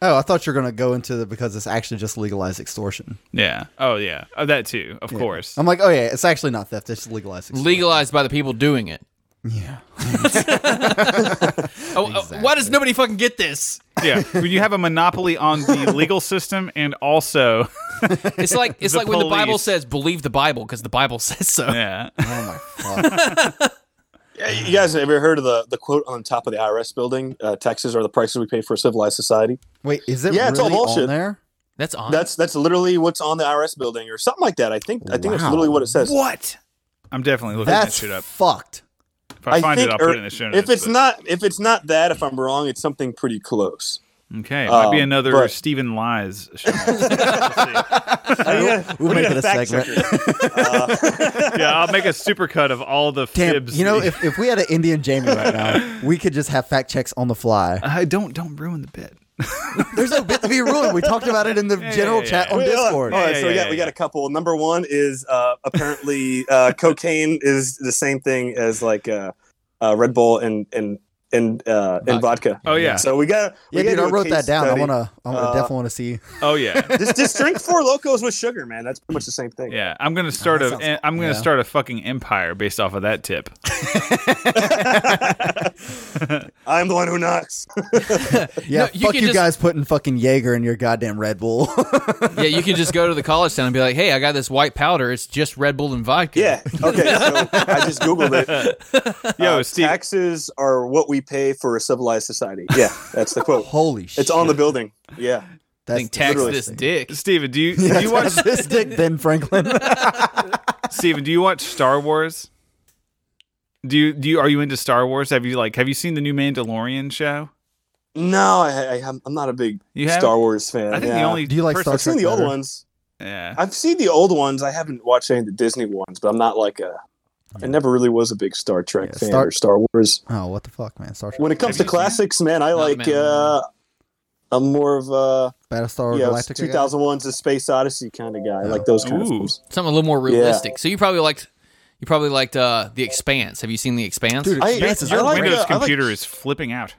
Speaker 3: Oh, I thought you were gonna go into the because it's actually just legalized extortion.
Speaker 1: Yeah. Oh yeah. Oh, that too. Of course.
Speaker 3: I'm like, oh yeah, it's actually not theft. It's legalized extortion.
Speaker 5: legalized by the people doing it.
Speaker 3: Yeah.
Speaker 5: Oh, oh, why does nobody fucking get this?
Speaker 1: yeah. When you have a monopoly on the legal system and also,
Speaker 5: It's like it's
Speaker 1: The
Speaker 5: like when the Bible
Speaker 1: police.
Speaker 5: says believe the Bible because the Bible says so.
Speaker 1: yeah.
Speaker 3: Oh my fuck.
Speaker 2: you guys ever heard of the the quote on top of the IRS building? Uh, taxes are the prices we pay for a civilized society.
Speaker 3: Wait, is it
Speaker 2: Yeah, it's all
Speaker 3: really on
Speaker 2: bullshit.
Speaker 3: there?
Speaker 5: That's on.
Speaker 2: That's that's literally what's on the IRS building, or something like that. I think I think that's
Speaker 3: Wow.
Speaker 2: literally what it says.
Speaker 1: What? I'm definitely looking that
Speaker 3: That's
Speaker 1: shit up.
Speaker 3: fucked.
Speaker 1: If I, find it, I'll put
Speaker 2: or
Speaker 1: it in the show notes.
Speaker 2: er, if it's
Speaker 1: but-
Speaker 2: not if it's not that, if I'm wrong, it's something pretty close.
Speaker 1: okay, it might be
Speaker 2: um,
Speaker 1: another
Speaker 2: but-
Speaker 1: Stephen lies. Show notes.
Speaker 2: Oh,
Speaker 3: We'll make it a
Speaker 2: fact
Speaker 3: segment.
Speaker 1: yeah, I'll make a supercut of all the
Speaker 3: Damn,
Speaker 1: fibs.
Speaker 3: you know, if, if we had an Indian Jamie right now, we could just have fact checks on the fly.
Speaker 1: I don't don't ruin the bit.
Speaker 3: There's no bit to be ruined. We talked about it in the general
Speaker 1: yeah,
Speaker 3: chat
Speaker 1: yeah.
Speaker 3: on
Speaker 2: Wait, hold on.
Speaker 3: Discord.
Speaker 2: All right,
Speaker 1: Yeah,
Speaker 2: so
Speaker 1: yeah,
Speaker 2: we got
Speaker 1: yeah,
Speaker 2: we
Speaker 1: yeah.
Speaker 2: got a couple. Number one is uh, apparently uh, cocaine is the same thing as like uh, uh, Red Bull and and and uh, and vodka.
Speaker 1: Oh yeah.
Speaker 2: So we got. we
Speaker 3: Yeah, dude,
Speaker 2: gotta
Speaker 3: I
Speaker 2: do a
Speaker 3: wrote
Speaker 2: case
Speaker 3: that down.
Speaker 2: study.
Speaker 3: I wanna, I wanna-
Speaker 2: Uh,
Speaker 3: definitely wanna see.
Speaker 1: Oh yeah.
Speaker 2: just just drink four locos with sugar, man. That's pretty much the same thing.
Speaker 1: Yeah, I'm gonna start
Speaker 3: that
Speaker 1: a. eh,
Speaker 3: sounds-
Speaker 1: I'm gonna
Speaker 3: yeah.
Speaker 1: start a fucking empire based off of that tip.
Speaker 2: I'm the one who knocks.
Speaker 3: Yeah,
Speaker 5: No, you
Speaker 3: fuck
Speaker 5: can
Speaker 3: you
Speaker 5: just-
Speaker 3: guys putting fucking Jaeger in your goddamn Red Bull.
Speaker 5: yeah, you can just go to the college town and be like, "Hey, I got this white powder. It's just Red Bull and vodka."
Speaker 2: yeah. Okay. So I just googled it.
Speaker 3: Oh,
Speaker 1: Yo,
Speaker 2: Uh,
Speaker 1: Steve.
Speaker 2: taxes are what we pay for a civilized society. Yeah, that's the quote.
Speaker 3: Holy shit.
Speaker 2: It's on the building. Yeah.
Speaker 5: I
Speaker 3: That's
Speaker 5: think tax
Speaker 2: literally-
Speaker 5: this dick.
Speaker 1: Steven, do you
Speaker 3: Yeah,
Speaker 1: do you watch
Speaker 3: that's this dick then, Franklin?
Speaker 1: Steven, do you watch Star Wars? Do you do you are you into Star Wars? Have you like have you seen the new Mandalorian show?
Speaker 2: No, I, I, I'm not a big
Speaker 1: You have
Speaker 2: Star Wars fan.
Speaker 1: I think the
Speaker 2: yeah.
Speaker 1: only
Speaker 3: Do you like
Speaker 1: person-
Speaker 2: I've seen the old
Speaker 3: better.
Speaker 2: ones.
Speaker 1: Yeah.
Speaker 2: I've seen the old ones. I haven't watched any of the Disney ones, but I'm not like a. I never really was a big Star Trek
Speaker 3: Yeah,
Speaker 2: fan
Speaker 3: Star-
Speaker 2: or Star Wars.
Speaker 3: oh, what the fuck, man? Star Trek.
Speaker 2: When it comes
Speaker 1: Have you
Speaker 2: to
Speaker 1: seen it?
Speaker 2: classics, man, I
Speaker 5: Not
Speaker 2: like.
Speaker 5: Mandalorian.
Speaker 2: uh I'm more of a
Speaker 3: Battlestar
Speaker 2: yeah,
Speaker 3: Galactica. guy?
Speaker 2: 2001's A Space Odyssey kind of guy, like those kind of
Speaker 1: Ooh.
Speaker 2: films.
Speaker 5: Something a little more
Speaker 2: Yeah.
Speaker 5: realistic. So you probably liked you probably liked uh The Expanse. Have you seen The Expanse?
Speaker 3: Dude,
Speaker 2: I-
Speaker 3: Expanse is
Speaker 2: I
Speaker 1: Your
Speaker 2: like
Speaker 1: Windows
Speaker 2: the- I like-
Speaker 1: computer is flipping out.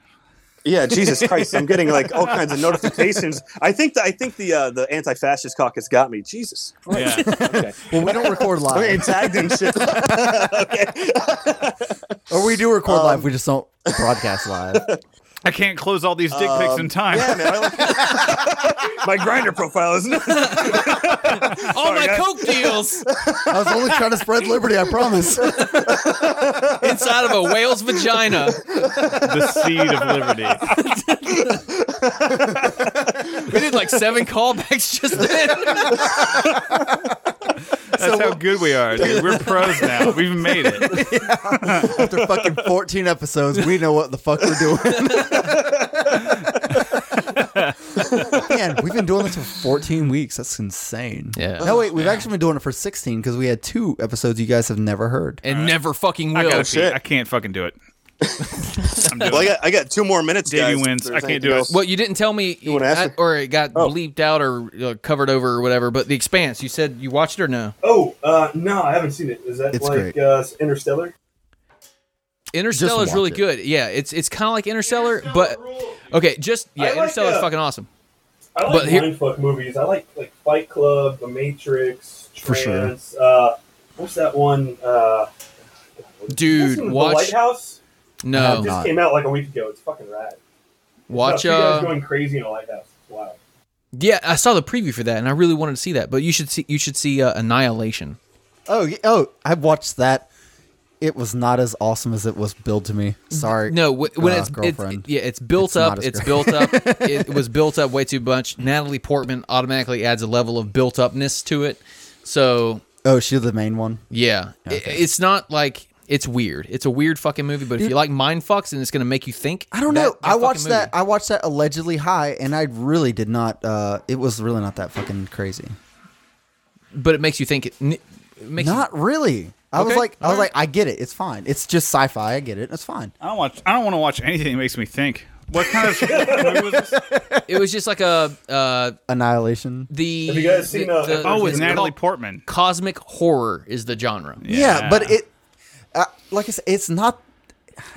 Speaker 2: Yeah, Jesus Christ! I'm getting like all kinds of notifications. I think the, I think the uh, the anti-fascist caucus got me. Jesus Christ!
Speaker 1: Yeah.
Speaker 2: Okay.
Speaker 3: Well, we don't record
Speaker 2: I'm getting
Speaker 3: live,
Speaker 2: tagged and shit. okay.
Speaker 3: or we do record
Speaker 2: Um,
Speaker 3: live. We just don't broadcast live.
Speaker 1: I can't close all these dick pics in time.
Speaker 2: Um, Yeah, man. I like- My grinder profile is
Speaker 5: All my
Speaker 2: guys.
Speaker 5: coke deals
Speaker 3: I was only trying to spread liberty. I promise.
Speaker 5: inside of a whale's vagina.
Speaker 1: The seed of liberty.
Speaker 5: We did like seven callbacks just then.
Speaker 1: That's how good we are, dude. We're pros now. We've made it.
Speaker 3: After fucking 14 episodes, we know what the fuck we're doing. Man, we've been doing this for 14 weeks. That's insane.
Speaker 5: Yeah.
Speaker 3: No, wait, we've actually been doing it for 16 because we had two episodes you guys have never heard.
Speaker 5: And never fucking
Speaker 1: I
Speaker 5: will.
Speaker 1: gotta
Speaker 2: shit.
Speaker 1: pee. I can't fucking do it. I'm doing
Speaker 2: Well, I
Speaker 1: it.
Speaker 2: got, I got two more minutes.
Speaker 1: Davey
Speaker 2: guys, if
Speaker 1: wins.
Speaker 2: there's
Speaker 1: I can't
Speaker 2: anything
Speaker 1: do it.
Speaker 2: else.
Speaker 5: Well, you didn't tell me,
Speaker 2: You wanna ask
Speaker 5: I-
Speaker 2: me?
Speaker 5: or it got
Speaker 2: Oh.
Speaker 5: bleeped out or uh, covered over or whatever. But The Expanse, you said you watched it or no?
Speaker 4: Oh, uh, no, I haven't seen it. Is that
Speaker 3: It's
Speaker 4: like
Speaker 3: great.
Speaker 4: uh, Interstellar?
Speaker 5: Interstellar is
Speaker 3: watch
Speaker 5: really
Speaker 3: it.
Speaker 5: good. Yeah, it's it's kind of like Interstellar, but okay, just yeah,
Speaker 4: I like,
Speaker 5: Interstellar is
Speaker 4: uh,
Speaker 5: fucking awesome.
Speaker 4: I like
Speaker 5: But here-
Speaker 4: mindfuck movies. I like like Fight Club, The Matrix,
Speaker 3: For sure.
Speaker 4: Trance. Uh, what's that one? Uh,
Speaker 5: Dude,
Speaker 4: the
Speaker 5: watch
Speaker 3: I
Speaker 4: Lighthouse.
Speaker 1: Oh.
Speaker 5: no,
Speaker 3: have
Speaker 4: It
Speaker 3: not.
Speaker 4: just came out like a week ago. It's fucking rad.
Speaker 5: watch
Speaker 4: no, you guys
Speaker 5: uh,
Speaker 4: going crazy in a lighthouse. It's wild.
Speaker 5: Yeah, I saw the preview for that, and I really wanted to see that. But you should see you should see uh, Annihilation.
Speaker 3: Oh, y- oh, I watched that. It was not as awesome as it was billed to me. Sorry.
Speaker 5: No, wh- when
Speaker 3: uh,
Speaker 5: it's, it's
Speaker 3: girlfriend.
Speaker 5: yeah, it's built
Speaker 3: It's
Speaker 5: up.
Speaker 3: not as
Speaker 5: It's
Speaker 3: great.
Speaker 5: built up. it was built up way too much. Natalie Portman automatically adds a level of built upness to it. So
Speaker 3: oh, she's the main one.
Speaker 5: yeah, I- it's not like it's weird. It's a weird fucking movie. But if you like mind fucks and it's gonna make you think,
Speaker 3: I don't
Speaker 5: that-
Speaker 3: know.
Speaker 5: that
Speaker 3: I
Speaker 5: fucking
Speaker 3: watched that.
Speaker 5: movie.
Speaker 3: I watched that allegedly high, and I really did not. Uh, it was really not that fucking crazy.
Speaker 5: but it makes you think. It, n- it makes you-
Speaker 3: Not really. I was
Speaker 5: Okay,
Speaker 3: like, I was
Speaker 5: all right.
Speaker 3: like, I get it. It's fine. It's just sci-fi. I get it. It's fine.
Speaker 1: I don't watch. I don't want to watch anything that makes me think. What kind of movie was this?
Speaker 5: it was just like a uh,
Speaker 3: Annihilation.
Speaker 5: the.
Speaker 4: Have you guys seen,
Speaker 5: the-
Speaker 4: uh,
Speaker 5: the-
Speaker 1: Oh, with
Speaker 5: it's
Speaker 1: Natalie
Speaker 5: called
Speaker 1: Portman.
Speaker 5: Cosmic horror is the genre.
Speaker 3: Yeah, but it, uh, like I said, it's not.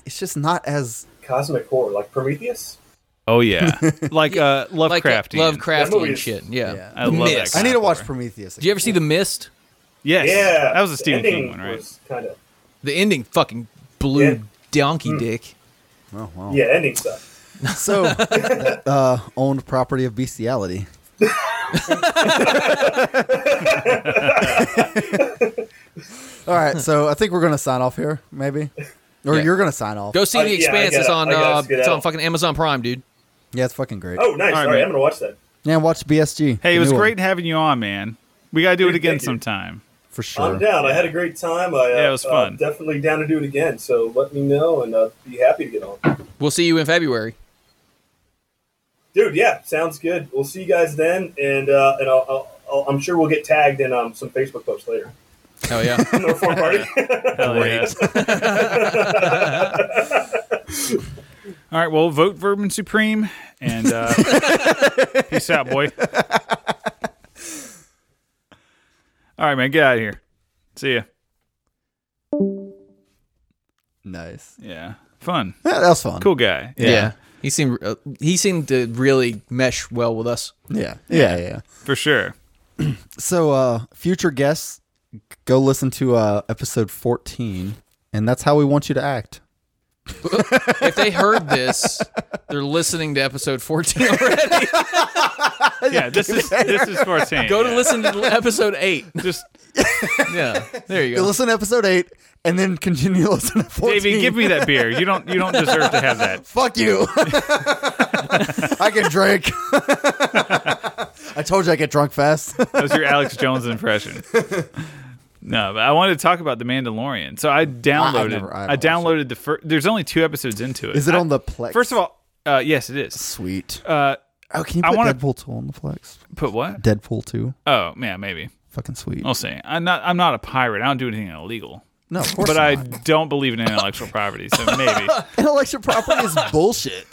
Speaker 3: It's just not as.
Speaker 4: Cosmic horror, like Prometheus.
Speaker 1: Oh yeah, like uh, Lovecraftian.
Speaker 5: Like Lovecraftian
Speaker 4: That movie is-
Speaker 5: shit. Yeah.
Speaker 3: Yeah.
Speaker 1: I love that.
Speaker 5: Mist.
Speaker 1: guy.
Speaker 3: I need to watch Prometheus.
Speaker 5: Did you ever see The Mist?
Speaker 1: Yes.
Speaker 4: Yeah,
Speaker 1: That was a
Speaker 4: the
Speaker 1: Stephen
Speaker 4: ending
Speaker 1: King one, right?
Speaker 4: was Kind of.
Speaker 5: The ending fucking blew
Speaker 4: Yeah. Mm.
Speaker 5: donkey dick.
Speaker 3: Oh wow.
Speaker 4: Yeah, ending stuff.
Speaker 3: So, that, uh, owned property of bestiality. All right, so I think we're gonna sign off here, maybe, or
Speaker 5: Yeah.
Speaker 3: you're gonna sign off.
Speaker 5: Go see
Speaker 4: I-
Speaker 5: The
Speaker 4: yeah, I
Speaker 5: Expanse.
Speaker 4: gotta-
Speaker 5: it's on
Speaker 4: I gotta
Speaker 5: uh,
Speaker 4: get
Speaker 5: it's
Speaker 4: out.
Speaker 5: on fucking Amazon Prime, dude.
Speaker 3: Yeah, it's fucking great.
Speaker 4: Oh, nice.
Speaker 1: All right,
Speaker 4: All right,
Speaker 1: man.
Speaker 4: I'm gonna watch that.
Speaker 3: Yeah, watch BSG.
Speaker 1: Hey,
Speaker 3: the
Speaker 1: it was
Speaker 3: new one,
Speaker 1: great having you on, man. We gotta do it
Speaker 4: Dude,
Speaker 1: again
Speaker 4: thank you.
Speaker 1: sometime.
Speaker 3: for
Speaker 4: I'm
Speaker 3: sure.
Speaker 4: down. I had a great time. I, uh,
Speaker 1: Yeah, it was
Speaker 4: uh,
Speaker 1: fun.
Speaker 4: definitely down to do it again. So let me know, and uh, be happy to get on.
Speaker 5: We'll see you in February.
Speaker 4: Dude, yeah, sounds good. We'll see you guys then, and uh, and I'll, I'll, I'll, I'm sure we'll get tagged in um, some Facebook posts later.
Speaker 5: Oh yeah.
Speaker 4: In the reform party.
Speaker 1: Great. All right, well, vote Vermin Supreme and uh, peace out, boy. All right, man, get out of here. See ya.
Speaker 3: Nice.
Speaker 1: Yeah, fun,
Speaker 3: Yeah, that was fun.
Speaker 1: cool guy.
Speaker 5: yeah. He seemed uh, he seemed to really mesh well with us.
Speaker 3: Yeah, yeah, yeah.
Speaker 1: for sure.
Speaker 3: So, uh, future guests, g- go listen to uh, episode 14, and that's how we want you to act.
Speaker 5: If they heard this, they're listening to episode 14 already.
Speaker 1: Yeah, this is this is fourteen.
Speaker 5: Go to
Speaker 1: yeah.
Speaker 5: listen to episode 8.
Speaker 1: Just
Speaker 5: Yeah. There you
Speaker 3: You
Speaker 5: go.
Speaker 3: listen to episode 8, and then continue to listen to 14.
Speaker 1: Davey, give me that beer. You don't you don't deserve to have that.
Speaker 3: Fuck you. I can drink. I told you I get drunk fast.
Speaker 1: That was your Alex Jones impression. No, but I wanted to talk about the Mandalorian. So I downloaded.
Speaker 3: never- I
Speaker 1: I,
Speaker 3: haven't watched
Speaker 1: downloaded the first. There's only two episodes into it.
Speaker 3: Is it
Speaker 1: I-
Speaker 3: on the Plex?
Speaker 1: First of all, uh, yes, it is.
Speaker 3: sweet.
Speaker 1: Uh,
Speaker 3: Oh, can you
Speaker 1: I
Speaker 3: put
Speaker 1: wanna-
Speaker 3: Deadpool two on the Plex?
Speaker 1: put what?
Speaker 3: Deadpool two,
Speaker 1: Oh, yeah, maybe.
Speaker 3: fucking sweet.
Speaker 1: We'll see. I'm not. I'm not a pirate. I don't do anything illegal.
Speaker 3: No, of course
Speaker 1: But
Speaker 3: not.
Speaker 1: I don't believe in intellectual property, so maybe.
Speaker 3: Intellectual property is bullshit.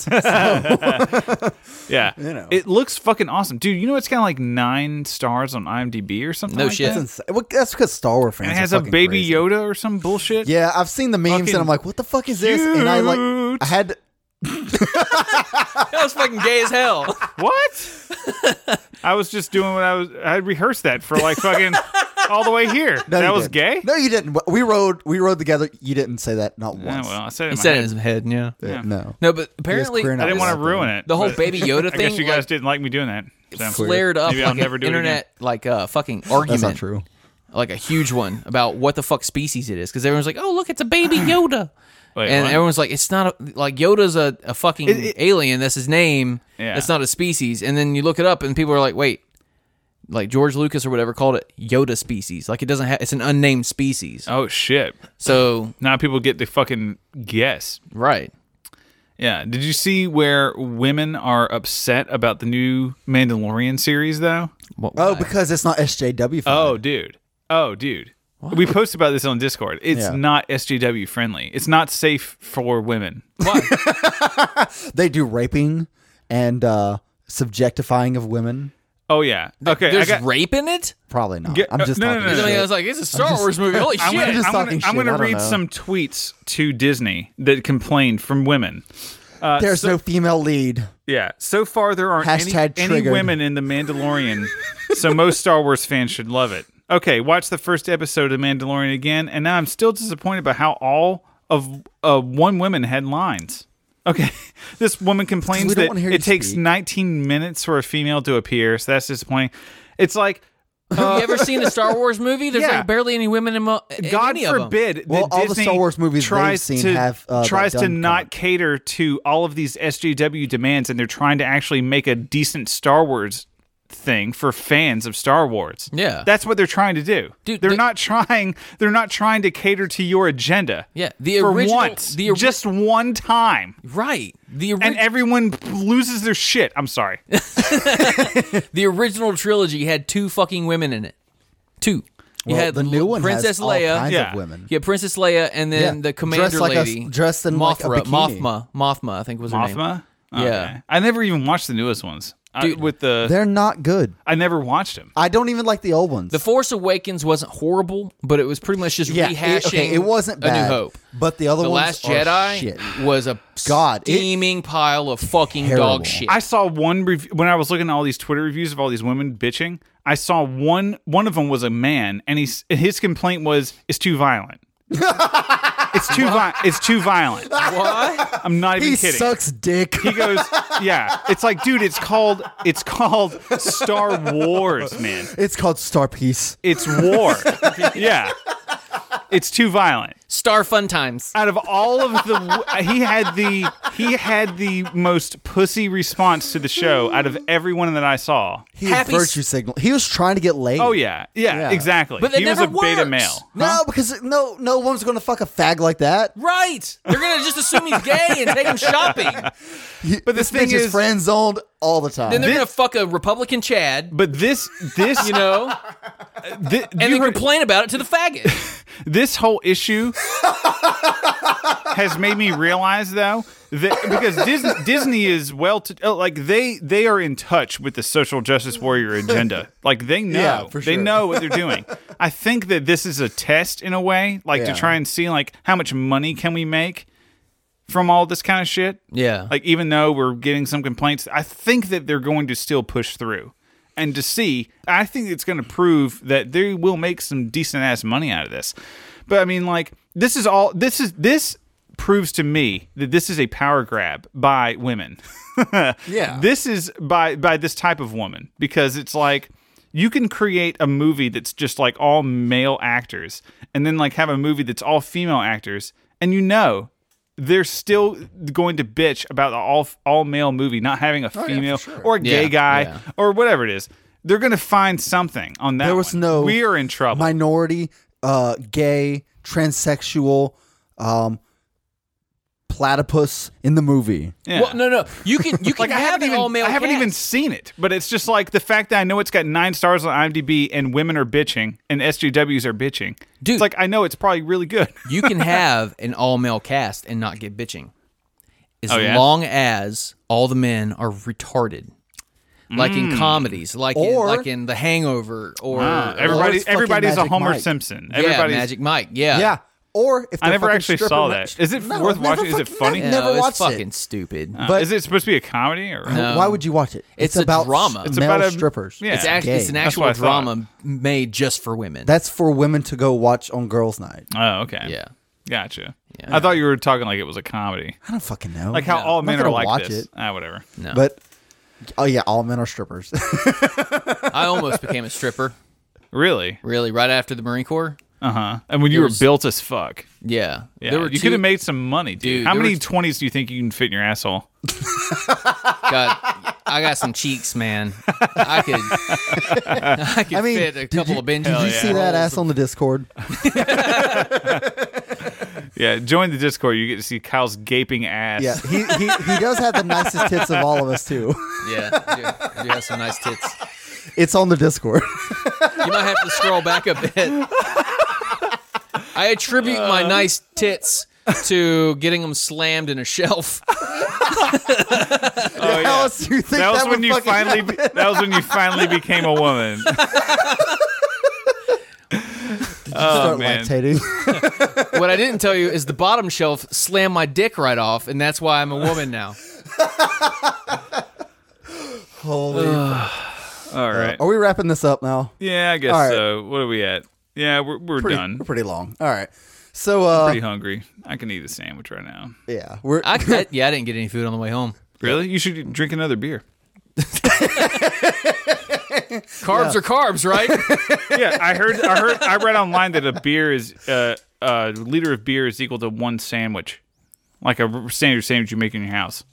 Speaker 1: Yeah.
Speaker 3: You know.
Speaker 1: It looks fucking awesome. Dude, you know it's got like nine stars on IMDb or something?
Speaker 5: No
Speaker 1: like
Speaker 5: shit.
Speaker 1: that?
Speaker 3: That's insane. Well, that's because Star Wars fans.
Speaker 1: And it
Speaker 3: are
Speaker 1: has a
Speaker 3: fucking
Speaker 1: baby
Speaker 3: crazy.
Speaker 1: Yoda or some bullshit.
Speaker 3: Yeah, I've seen the memes
Speaker 1: Fucking
Speaker 3: and I'm like, what the fuck is this? And I like, I had
Speaker 5: That was fucking gay as hell.
Speaker 1: What? I was just doing what I was. I rehearsed that for like fucking all the way here.
Speaker 3: no,
Speaker 1: that
Speaker 3: you
Speaker 1: was gay.
Speaker 3: didn't. No, you didn't. We rode, we rode together. You didn't say that not
Speaker 1: Yeah,
Speaker 3: once.
Speaker 1: well, I said it.
Speaker 5: He
Speaker 1: in my
Speaker 5: said it
Speaker 1: head.
Speaker 5: in his head. Yeah.
Speaker 3: Yeah, No,
Speaker 5: No, but apparently
Speaker 3: queer
Speaker 1: I didn't want to
Speaker 3: Yeah.
Speaker 1: ruin it.
Speaker 5: the whole
Speaker 1: but
Speaker 5: baby Yoda
Speaker 1: I
Speaker 5: thing
Speaker 1: guess you guys
Speaker 5: like,
Speaker 1: didn't like me doing that. So.
Speaker 5: flared up
Speaker 1: Maybe I'll
Speaker 5: like
Speaker 1: never
Speaker 5: an
Speaker 1: do it again.
Speaker 5: internet like a fucking argument.
Speaker 3: that's not true.
Speaker 5: Like a huge one about what the fuck species it is because everyone's like, "Oh, look, it's a baby Yoda."
Speaker 1: Wait,
Speaker 5: and
Speaker 1: what?
Speaker 5: everyone's like, "It's not a, like Yoda's a, a fucking alien. That's his name.
Speaker 1: Yeah.
Speaker 5: That's not a species." And then you look it up, and people are like, "Wait, like George Lucas or whatever called it Yoda species. Like it doesn't have. It's an unnamed species.
Speaker 1: Oh shit!
Speaker 5: So
Speaker 1: Now people get to fucking guess.
Speaker 5: right,
Speaker 1: Yeah. Did you see where women are upset about the new Mandalorian series though?
Speaker 5: What-
Speaker 3: Oh,
Speaker 5: why?
Speaker 3: because it's not SJW.
Speaker 1: Oh, dude. Oh, dude. We posted about this on Discord. It's
Speaker 3: Yeah.
Speaker 1: not SJW friendly. It's not safe for women. Oh.
Speaker 3: they do raping and uh, subjectifying of women.
Speaker 1: Oh yeah. Okay. I
Speaker 5: there's
Speaker 1: got,
Speaker 5: rape in it.
Speaker 3: Probably not.
Speaker 1: Get-
Speaker 3: I'm
Speaker 1: uh,
Speaker 3: just
Speaker 1: no, no,
Speaker 3: talking
Speaker 1: no,
Speaker 3: shit.
Speaker 1: no,
Speaker 5: I was like, "It's a Star Wars movie. Holy
Speaker 1: I'm
Speaker 5: shit!"
Speaker 1: gonna,
Speaker 3: just
Speaker 1: I'm gonna-
Speaker 3: talking
Speaker 1: I'm
Speaker 3: shit.
Speaker 1: gonna
Speaker 3: I don't
Speaker 1: read
Speaker 3: know.
Speaker 1: some tweets to Disney that complained from women.
Speaker 3: There's no female lead.
Speaker 1: Yeah. So far, there aren't any,
Speaker 3: Hashtag
Speaker 1: any
Speaker 3: triggered.
Speaker 1: women in The Mandalorian, so most Star Wars fans should love it. Okay, watch the first episode of Mandalorian again, and now I'm still disappointed by how all of uh, one woman had lines. Okay, this woman complains
Speaker 3: We don't
Speaker 1: that
Speaker 3: wanna hear you
Speaker 1: it takes
Speaker 3: speak.
Speaker 1: 19 minutes for a female to appear, so that's disappointing. It's like,
Speaker 5: Have you ever seen a Star Wars movie? There's
Speaker 1: Yeah.
Speaker 5: like barely any women in, mo- in
Speaker 1: God
Speaker 5: any of them.
Speaker 1: forbid that
Speaker 3: Well, all the
Speaker 1: Disney
Speaker 3: Star Wars movies they've
Speaker 1: tries
Speaker 3: seen
Speaker 1: to,
Speaker 3: have, uh, that
Speaker 1: tries to
Speaker 3: done
Speaker 1: not
Speaker 3: cut.
Speaker 1: cater to all of these SJW demands, and they're trying to actually make a decent Star Wars thing for fans of Star Wars.
Speaker 5: Yeah.
Speaker 1: that's what they're trying to do.
Speaker 5: Dude,
Speaker 1: they're
Speaker 5: the-
Speaker 1: not trying. They're not trying to cater to your agenda.
Speaker 5: Yeah, the
Speaker 1: for
Speaker 5: original-
Speaker 1: once,
Speaker 5: the ori-
Speaker 1: just one time,
Speaker 5: Right. The
Speaker 1: and
Speaker 5: ori-
Speaker 1: everyone loses their shit. I'm sorry.
Speaker 5: the original trilogy had two fucking women in it. Two. You
Speaker 3: Well,
Speaker 5: had
Speaker 3: the new
Speaker 5: L-
Speaker 3: one
Speaker 5: Princess
Speaker 3: has all
Speaker 5: Leia.
Speaker 3: kinds
Speaker 1: Yeah.
Speaker 3: of women.
Speaker 5: Yeah, Princess Leia, and then
Speaker 3: Yeah.
Speaker 5: the
Speaker 3: Dressed
Speaker 5: commander
Speaker 3: like a s-
Speaker 5: lady,
Speaker 3: dressed in, like, a
Speaker 5: Mothra,
Speaker 3: bikini.
Speaker 5: Mothma, Mothma, I think was her name.
Speaker 1: Mothma.
Speaker 5: Yeah.
Speaker 1: Okay. I never even watched the newest ones. I,
Speaker 5: Dude.
Speaker 1: with the
Speaker 3: They're not good.
Speaker 1: I never watched them.
Speaker 3: I don't even like the old ones.
Speaker 5: The Force Awakens wasn't horrible, but it was pretty much just
Speaker 3: yeah,
Speaker 5: rehashing.
Speaker 3: it, okay, it wasn't bad.
Speaker 5: A New Hope.
Speaker 3: but the other
Speaker 5: The
Speaker 3: ones
Speaker 5: Last
Speaker 3: are
Speaker 5: Jedi
Speaker 3: shit.
Speaker 5: was a
Speaker 3: God, it-
Speaker 5: steaming pile of fucking
Speaker 3: Terrible.
Speaker 5: dog shit.
Speaker 1: I saw one rev- when I was looking at all these Twitter reviews of all these women bitching. I saw one. One of them was a man, and he's his complaint was it's too violent. it's too vi- It's too violent.
Speaker 5: what?
Speaker 1: I'm not even
Speaker 3: He
Speaker 1: kidding.
Speaker 3: sucks dick.
Speaker 1: He goes, yeah. It's like, dude, it's called it's called Star Wars, man.
Speaker 3: it's called Star Peace.
Speaker 1: It's war. Yeah. It's too violent.
Speaker 5: Star Fun Times.
Speaker 1: Out of all of the, he had the he had the most pussy response to the show out of everyone that I saw.
Speaker 3: He was
Speaker 5: Happy
Speaker 3: virtue
Speaker 5: s-
Speaker 3: signal. He was trying to get laid.
Speaker 1: Oh yeah, yeah,
Speaker 3: Yeah.
Speaker 1: exactly.
Speaker 5: But that
Speaker 1: he was
Speaker 5: never
Speaker 1: a beta
Speaker 5: works.
Speaker 1: male.
Speaker 3: No, because no, no one's gonna fuck a fag like that.
Speaker 5: Right. They're going to just assume he's gay and take him shopping.
Speaker 1: But the
Speaker 3: this
Speaker 1: thing
Speaker 3: bitch is,
Speaker 1: is-
Speaker 3: friend zoned all the time.
Speaker 5: Then they're going to fuck a Republican Chad,
Speaker 1: But this, this,
Speaker 5: you know?
Speaker 1: thi-
Speaker 5: and
Speaker 1: you
Speaker 5: then
Speaker 1: heard-
Speaker 5: complain about it to the faggot.
Speaker 1: this whole issue has made me realize though that because Disney, Disney is well, to, oh, like they they are in touch with the social justice warrior agenda. Like they know,
Speaker 3: Yeah, for
Speaker 1: they
Speaker 3: sure.
Speaker 1: know what they're doing. I think that this is a test in a way, like to
Speaker 3: Yeah.
Speaker 1: try and see like how much money can we make from all this kind of shit.
Speaker 5: Yeah.
Speaker 1: like even though we're getting some complaints i think that they're going to still push through and to see i think it's going to prove that they will make some decent ass money out of this but i mean like this is all this is this proves to me that this is a power grab by women
Speaker 3: Yeah.
Speaker 1: this is by by this type of woman because it's like you can create a movie that's just like all male actors and then like have a movie that's all female actors and you know they're still going to bitch about the all all male movie not having a
Speaker 7: yeah, for
Speaker 1: female
Speaker 7: sure.
Speaker 1: or a gay
Speaker 5: Yeah,
Speaker 1: guy
Speaker 5: yeah.
Speaker 1: or whatever it is. They're going to find something on that.
Speaker 3: There was
Speaker 1: one.
Speaker 3: no
Speaker 1: We are in trouble.
Speaker 3: minority, uh, gay, transsexual, um, platypus in the movie.
Speaker 1: Yeah.
Speaker 5: Well, no, no. You can you can
Speaker 1: like I
Speaker 5: have
Speaker 1: haven't
Speaker 5: an
Speaker 1: even
Speaker 5: all male.
Speaker 1: I haven't even seen it, but it's just like the fact that I know it's got nine stars on IMDb and women are bitching and SJWs are bitching.
Speaker 5: Dude.
Speaker 1: it's like I know it's probably really good.
Speaker 5: you can have an all male cast and not get bitching, as
Speaker 1: Oh, yeah?
Speaker 5: long as all the men are retarded. Like
Speaker 1: Hmm.
Speaker 5: in comedies, like
Speaker 3: Or-
Speaker 5: in, like in The Hangover, or
Speaker 1: Wow.
Speaker 3: Well,
Speaker 1: Everybody,
Speaker 3: it's fucking
Speaker 1: everybody's a
Speaker 3: Magic
Speaker 1: Homer
Speaker 3: Mike.
Speaker 1: Simpson.
Speaker 5: yeah,
Speaker 1: Everybody's
Speaker 5: Magic Mike, yeah,
Speaker 3: Yeah. Or if
Speaker 1: I
Speaker 3: they're
Speaker 1: never
Speaker 3: fucking
Speaker 1: actually
Speaker 3: stripper
Speaker 1: saw
Speaker 3: ma-
Speaker 1: that. Is it worth
Speaker 3: I've
Speaker 1: watching? Is
Speaker 3: never
Speaker 1: it
Speaker 3: fucking-
Speaker 1: funny?
Speaker 5: No,
Speaker 3: I've never
Speaker 5: it's
Speaker 3: watched
Speaker 5: fucking
Speaker 3: it.
Speaker 5: stupid.
Speaker 1: Uh,
Speaker 3: but-
Speaker 1: is it supposed to be a comedy or?
Speaker 3: Why would you watch it?
Speaker 5: It's a
Speaker 3: about
Speaker 5: drama.
Speaker 3: s-
Speaker 5: It's
Speaker 3: male
Speaker 1: about a-
Speaker 3: strippers.
Speaker 1: yeah.
Speaker 5: It's actually it's an
Speaker 3: Gay.
Speaker 1: That's
Speaker 5: actual
Speaker 1: what I thought.
Speaker 5: drama made just for women.
Speaker 3: That's for women to go watch on girls' night.
Speaker 1: Oh, okay.
Speaker 5: yeah,
Speaker 1: Gotcha.
Speaker 5: Yeah.
Speaker 1: I thought you were talking like it was a comedy,
Speaker 3: I don't fucking know.
Speaker 1: like how all
Speaker 3: Oh, I'm not
Speaker 1: men are
Speaker 3: gonna
Speaker 1: like
Speaker 3: watch
Speaker 1: this.
Speaker 3: it.
Speaker 1: Ah, whatever.
Speaker 5: no.
Speaker 3: But oh yeah, all men are strippers.
Speaker 1: Oh,
Speaker 5: I almost became a stripper.
Speaker 1: Really?
Speaker 5: Really, right after the Marine Corps.
Speaker 1: Uh huh. And when you were
Speaker 5: was-
Speaker 1: built as fuck,
Speaker 5: Yeah,
Speaker 1: yeah,
Speaker 5: there were
Speaker 1: you
Speaker 5: two.
Speaker 1: could have made some money, dude.
Speaker 5: Dude,
Speaker 1: how
Speaker 5: there
Speaker 1: many
Speaker 5: were-
Speaker 1: twenties do you think you can fit in your asshole?
Speaker 5: got- I got some cheeks, man. I could, I could
Speaker 3: I mean,
Speaker 5: fit a
Speaker 3: did
Speaker 5: couple
Speaker 3: you-
Speaker 5: of benches.
Speaker 3: Did you see that ass on the Discord?
Speaker 1: Yeah, join the Discord. You get to see Kyle's gaping ass.
Speaker 3: Yeah, he, he he does have the nicest tits of all of us too.
Speaker 5: Yeah, you do, you have some nice tits.
Speaker 3: It's on the Discord.
Speaker 5: You might have to scroll back a bit. I attribute my nice tits to getting them slammed in a shelf.
Speaker 1: Oh, yeah.
Speaker 3: How else do you think
Speaker 1: that was
Speaker 3: would
Speaker 1: when you
Speaker 3: fucking
Speaker 1: finally.
Speaker 3: happen?
Speaker 1: That was when you finally became a woman.
Speaker 3: start
Speaker 1: Oh, man.
Speaker 3: lactating?
Speaker 5: What I didn't tell you is the bottom shelf slammed my dick right off, and that's why I'm a woman now.
Speaker 3: Holy!
Speaker 1: All right.
Speaker 3: Are we wrapping this up now?
Speaker 1: Yeah, I guess
Speaker 3: All right.
Speaker 1: so. What are we at? Yeah, we're we're
Speaker 3: Pretty,
Speaker 1: done.
Speaker 3: We're pretty long. All right. So uh,
Speaker 1: Pretty hungry. I can eat a sandwich right now.
Speaker 3: yeah, we're
Speaker 5: I, I- yeah, I didn't get any food on the way home.
Speaker 1: Really? You should drink another beer.
Speaker 5: Carbs are carbs, right?
Speaker 1: yeah, I heard. I heard. I read online that a beer is uh, a liter of beer is equal to one sandwich, like a r- standard sandwich you make in your house.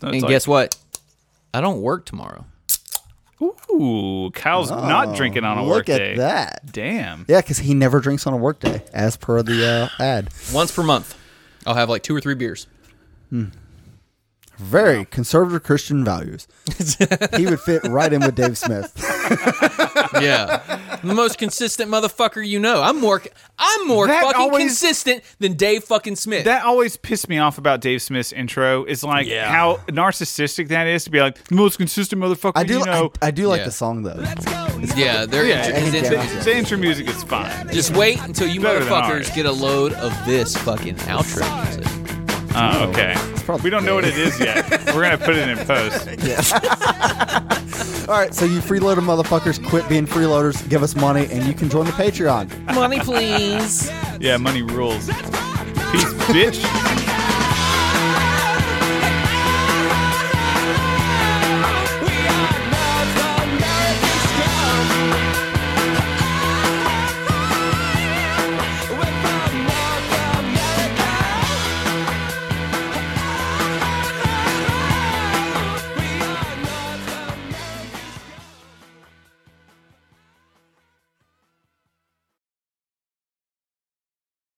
Speaker 1: So
Speaker 5: and guess what? I don't work tomorrow.
Speaker 1: Ooh, Kyle's not drinking on a
Speaker 3: look
Speaker 1: workday.
Speaker 3: at that.
Speaker 1: Damn.
Speaker 3: Yeah, because he never drinks on a workday, as per the uh, ad.
Speaker 5: Once per month, I'll have like two or three beers.
Speaker 3: Very conservative Christian values. he would fit right in with Dave Smith.
Speaker 5: Yeah, the most consistent motherfucker you know. I'm more, I'm more
Speaker 1: That
Speaker 5: fucking
Speaker 1: always-
Speaker 5: consistent than Dave fucking Smith.
Speaker 1: That always pissed me off about Dave Smith's intro. Is like how narcissistic that is to be like the most consistent motherfucker
Speaker 3: I do.
Speaker 1: you know.
Speaker 3: I, I do like
Speaker 5: Yeah.
Speaker 3: the song though.
Speaker 5: yeah, they're
Speaker 1: Yeah,
Speaker 5: his
Speaker 3: I hate
Speaker 5: intro-
Speaker 3: that.
Speaker 1: the, the intro music is fine.
Speaker 5: Just wait until you
Speaker 1: Better than
Speaker 5: motherfuckers
Speaker 1: ours.
Speaker 5: get a load of this fucking outro music.
Speaker 1: Oh, okay.
Speaker 3: probably
Speaker 1: We don't know what it is yet. We're gonna put it in post.
Speaker 3: All right, so you freeloader motherfuckers, quit being freeloaders, give us money, and you can join the Patreon.
Speaker 5: Money, please.
Speaker 1: Yeah, money rules. Peace, bitch.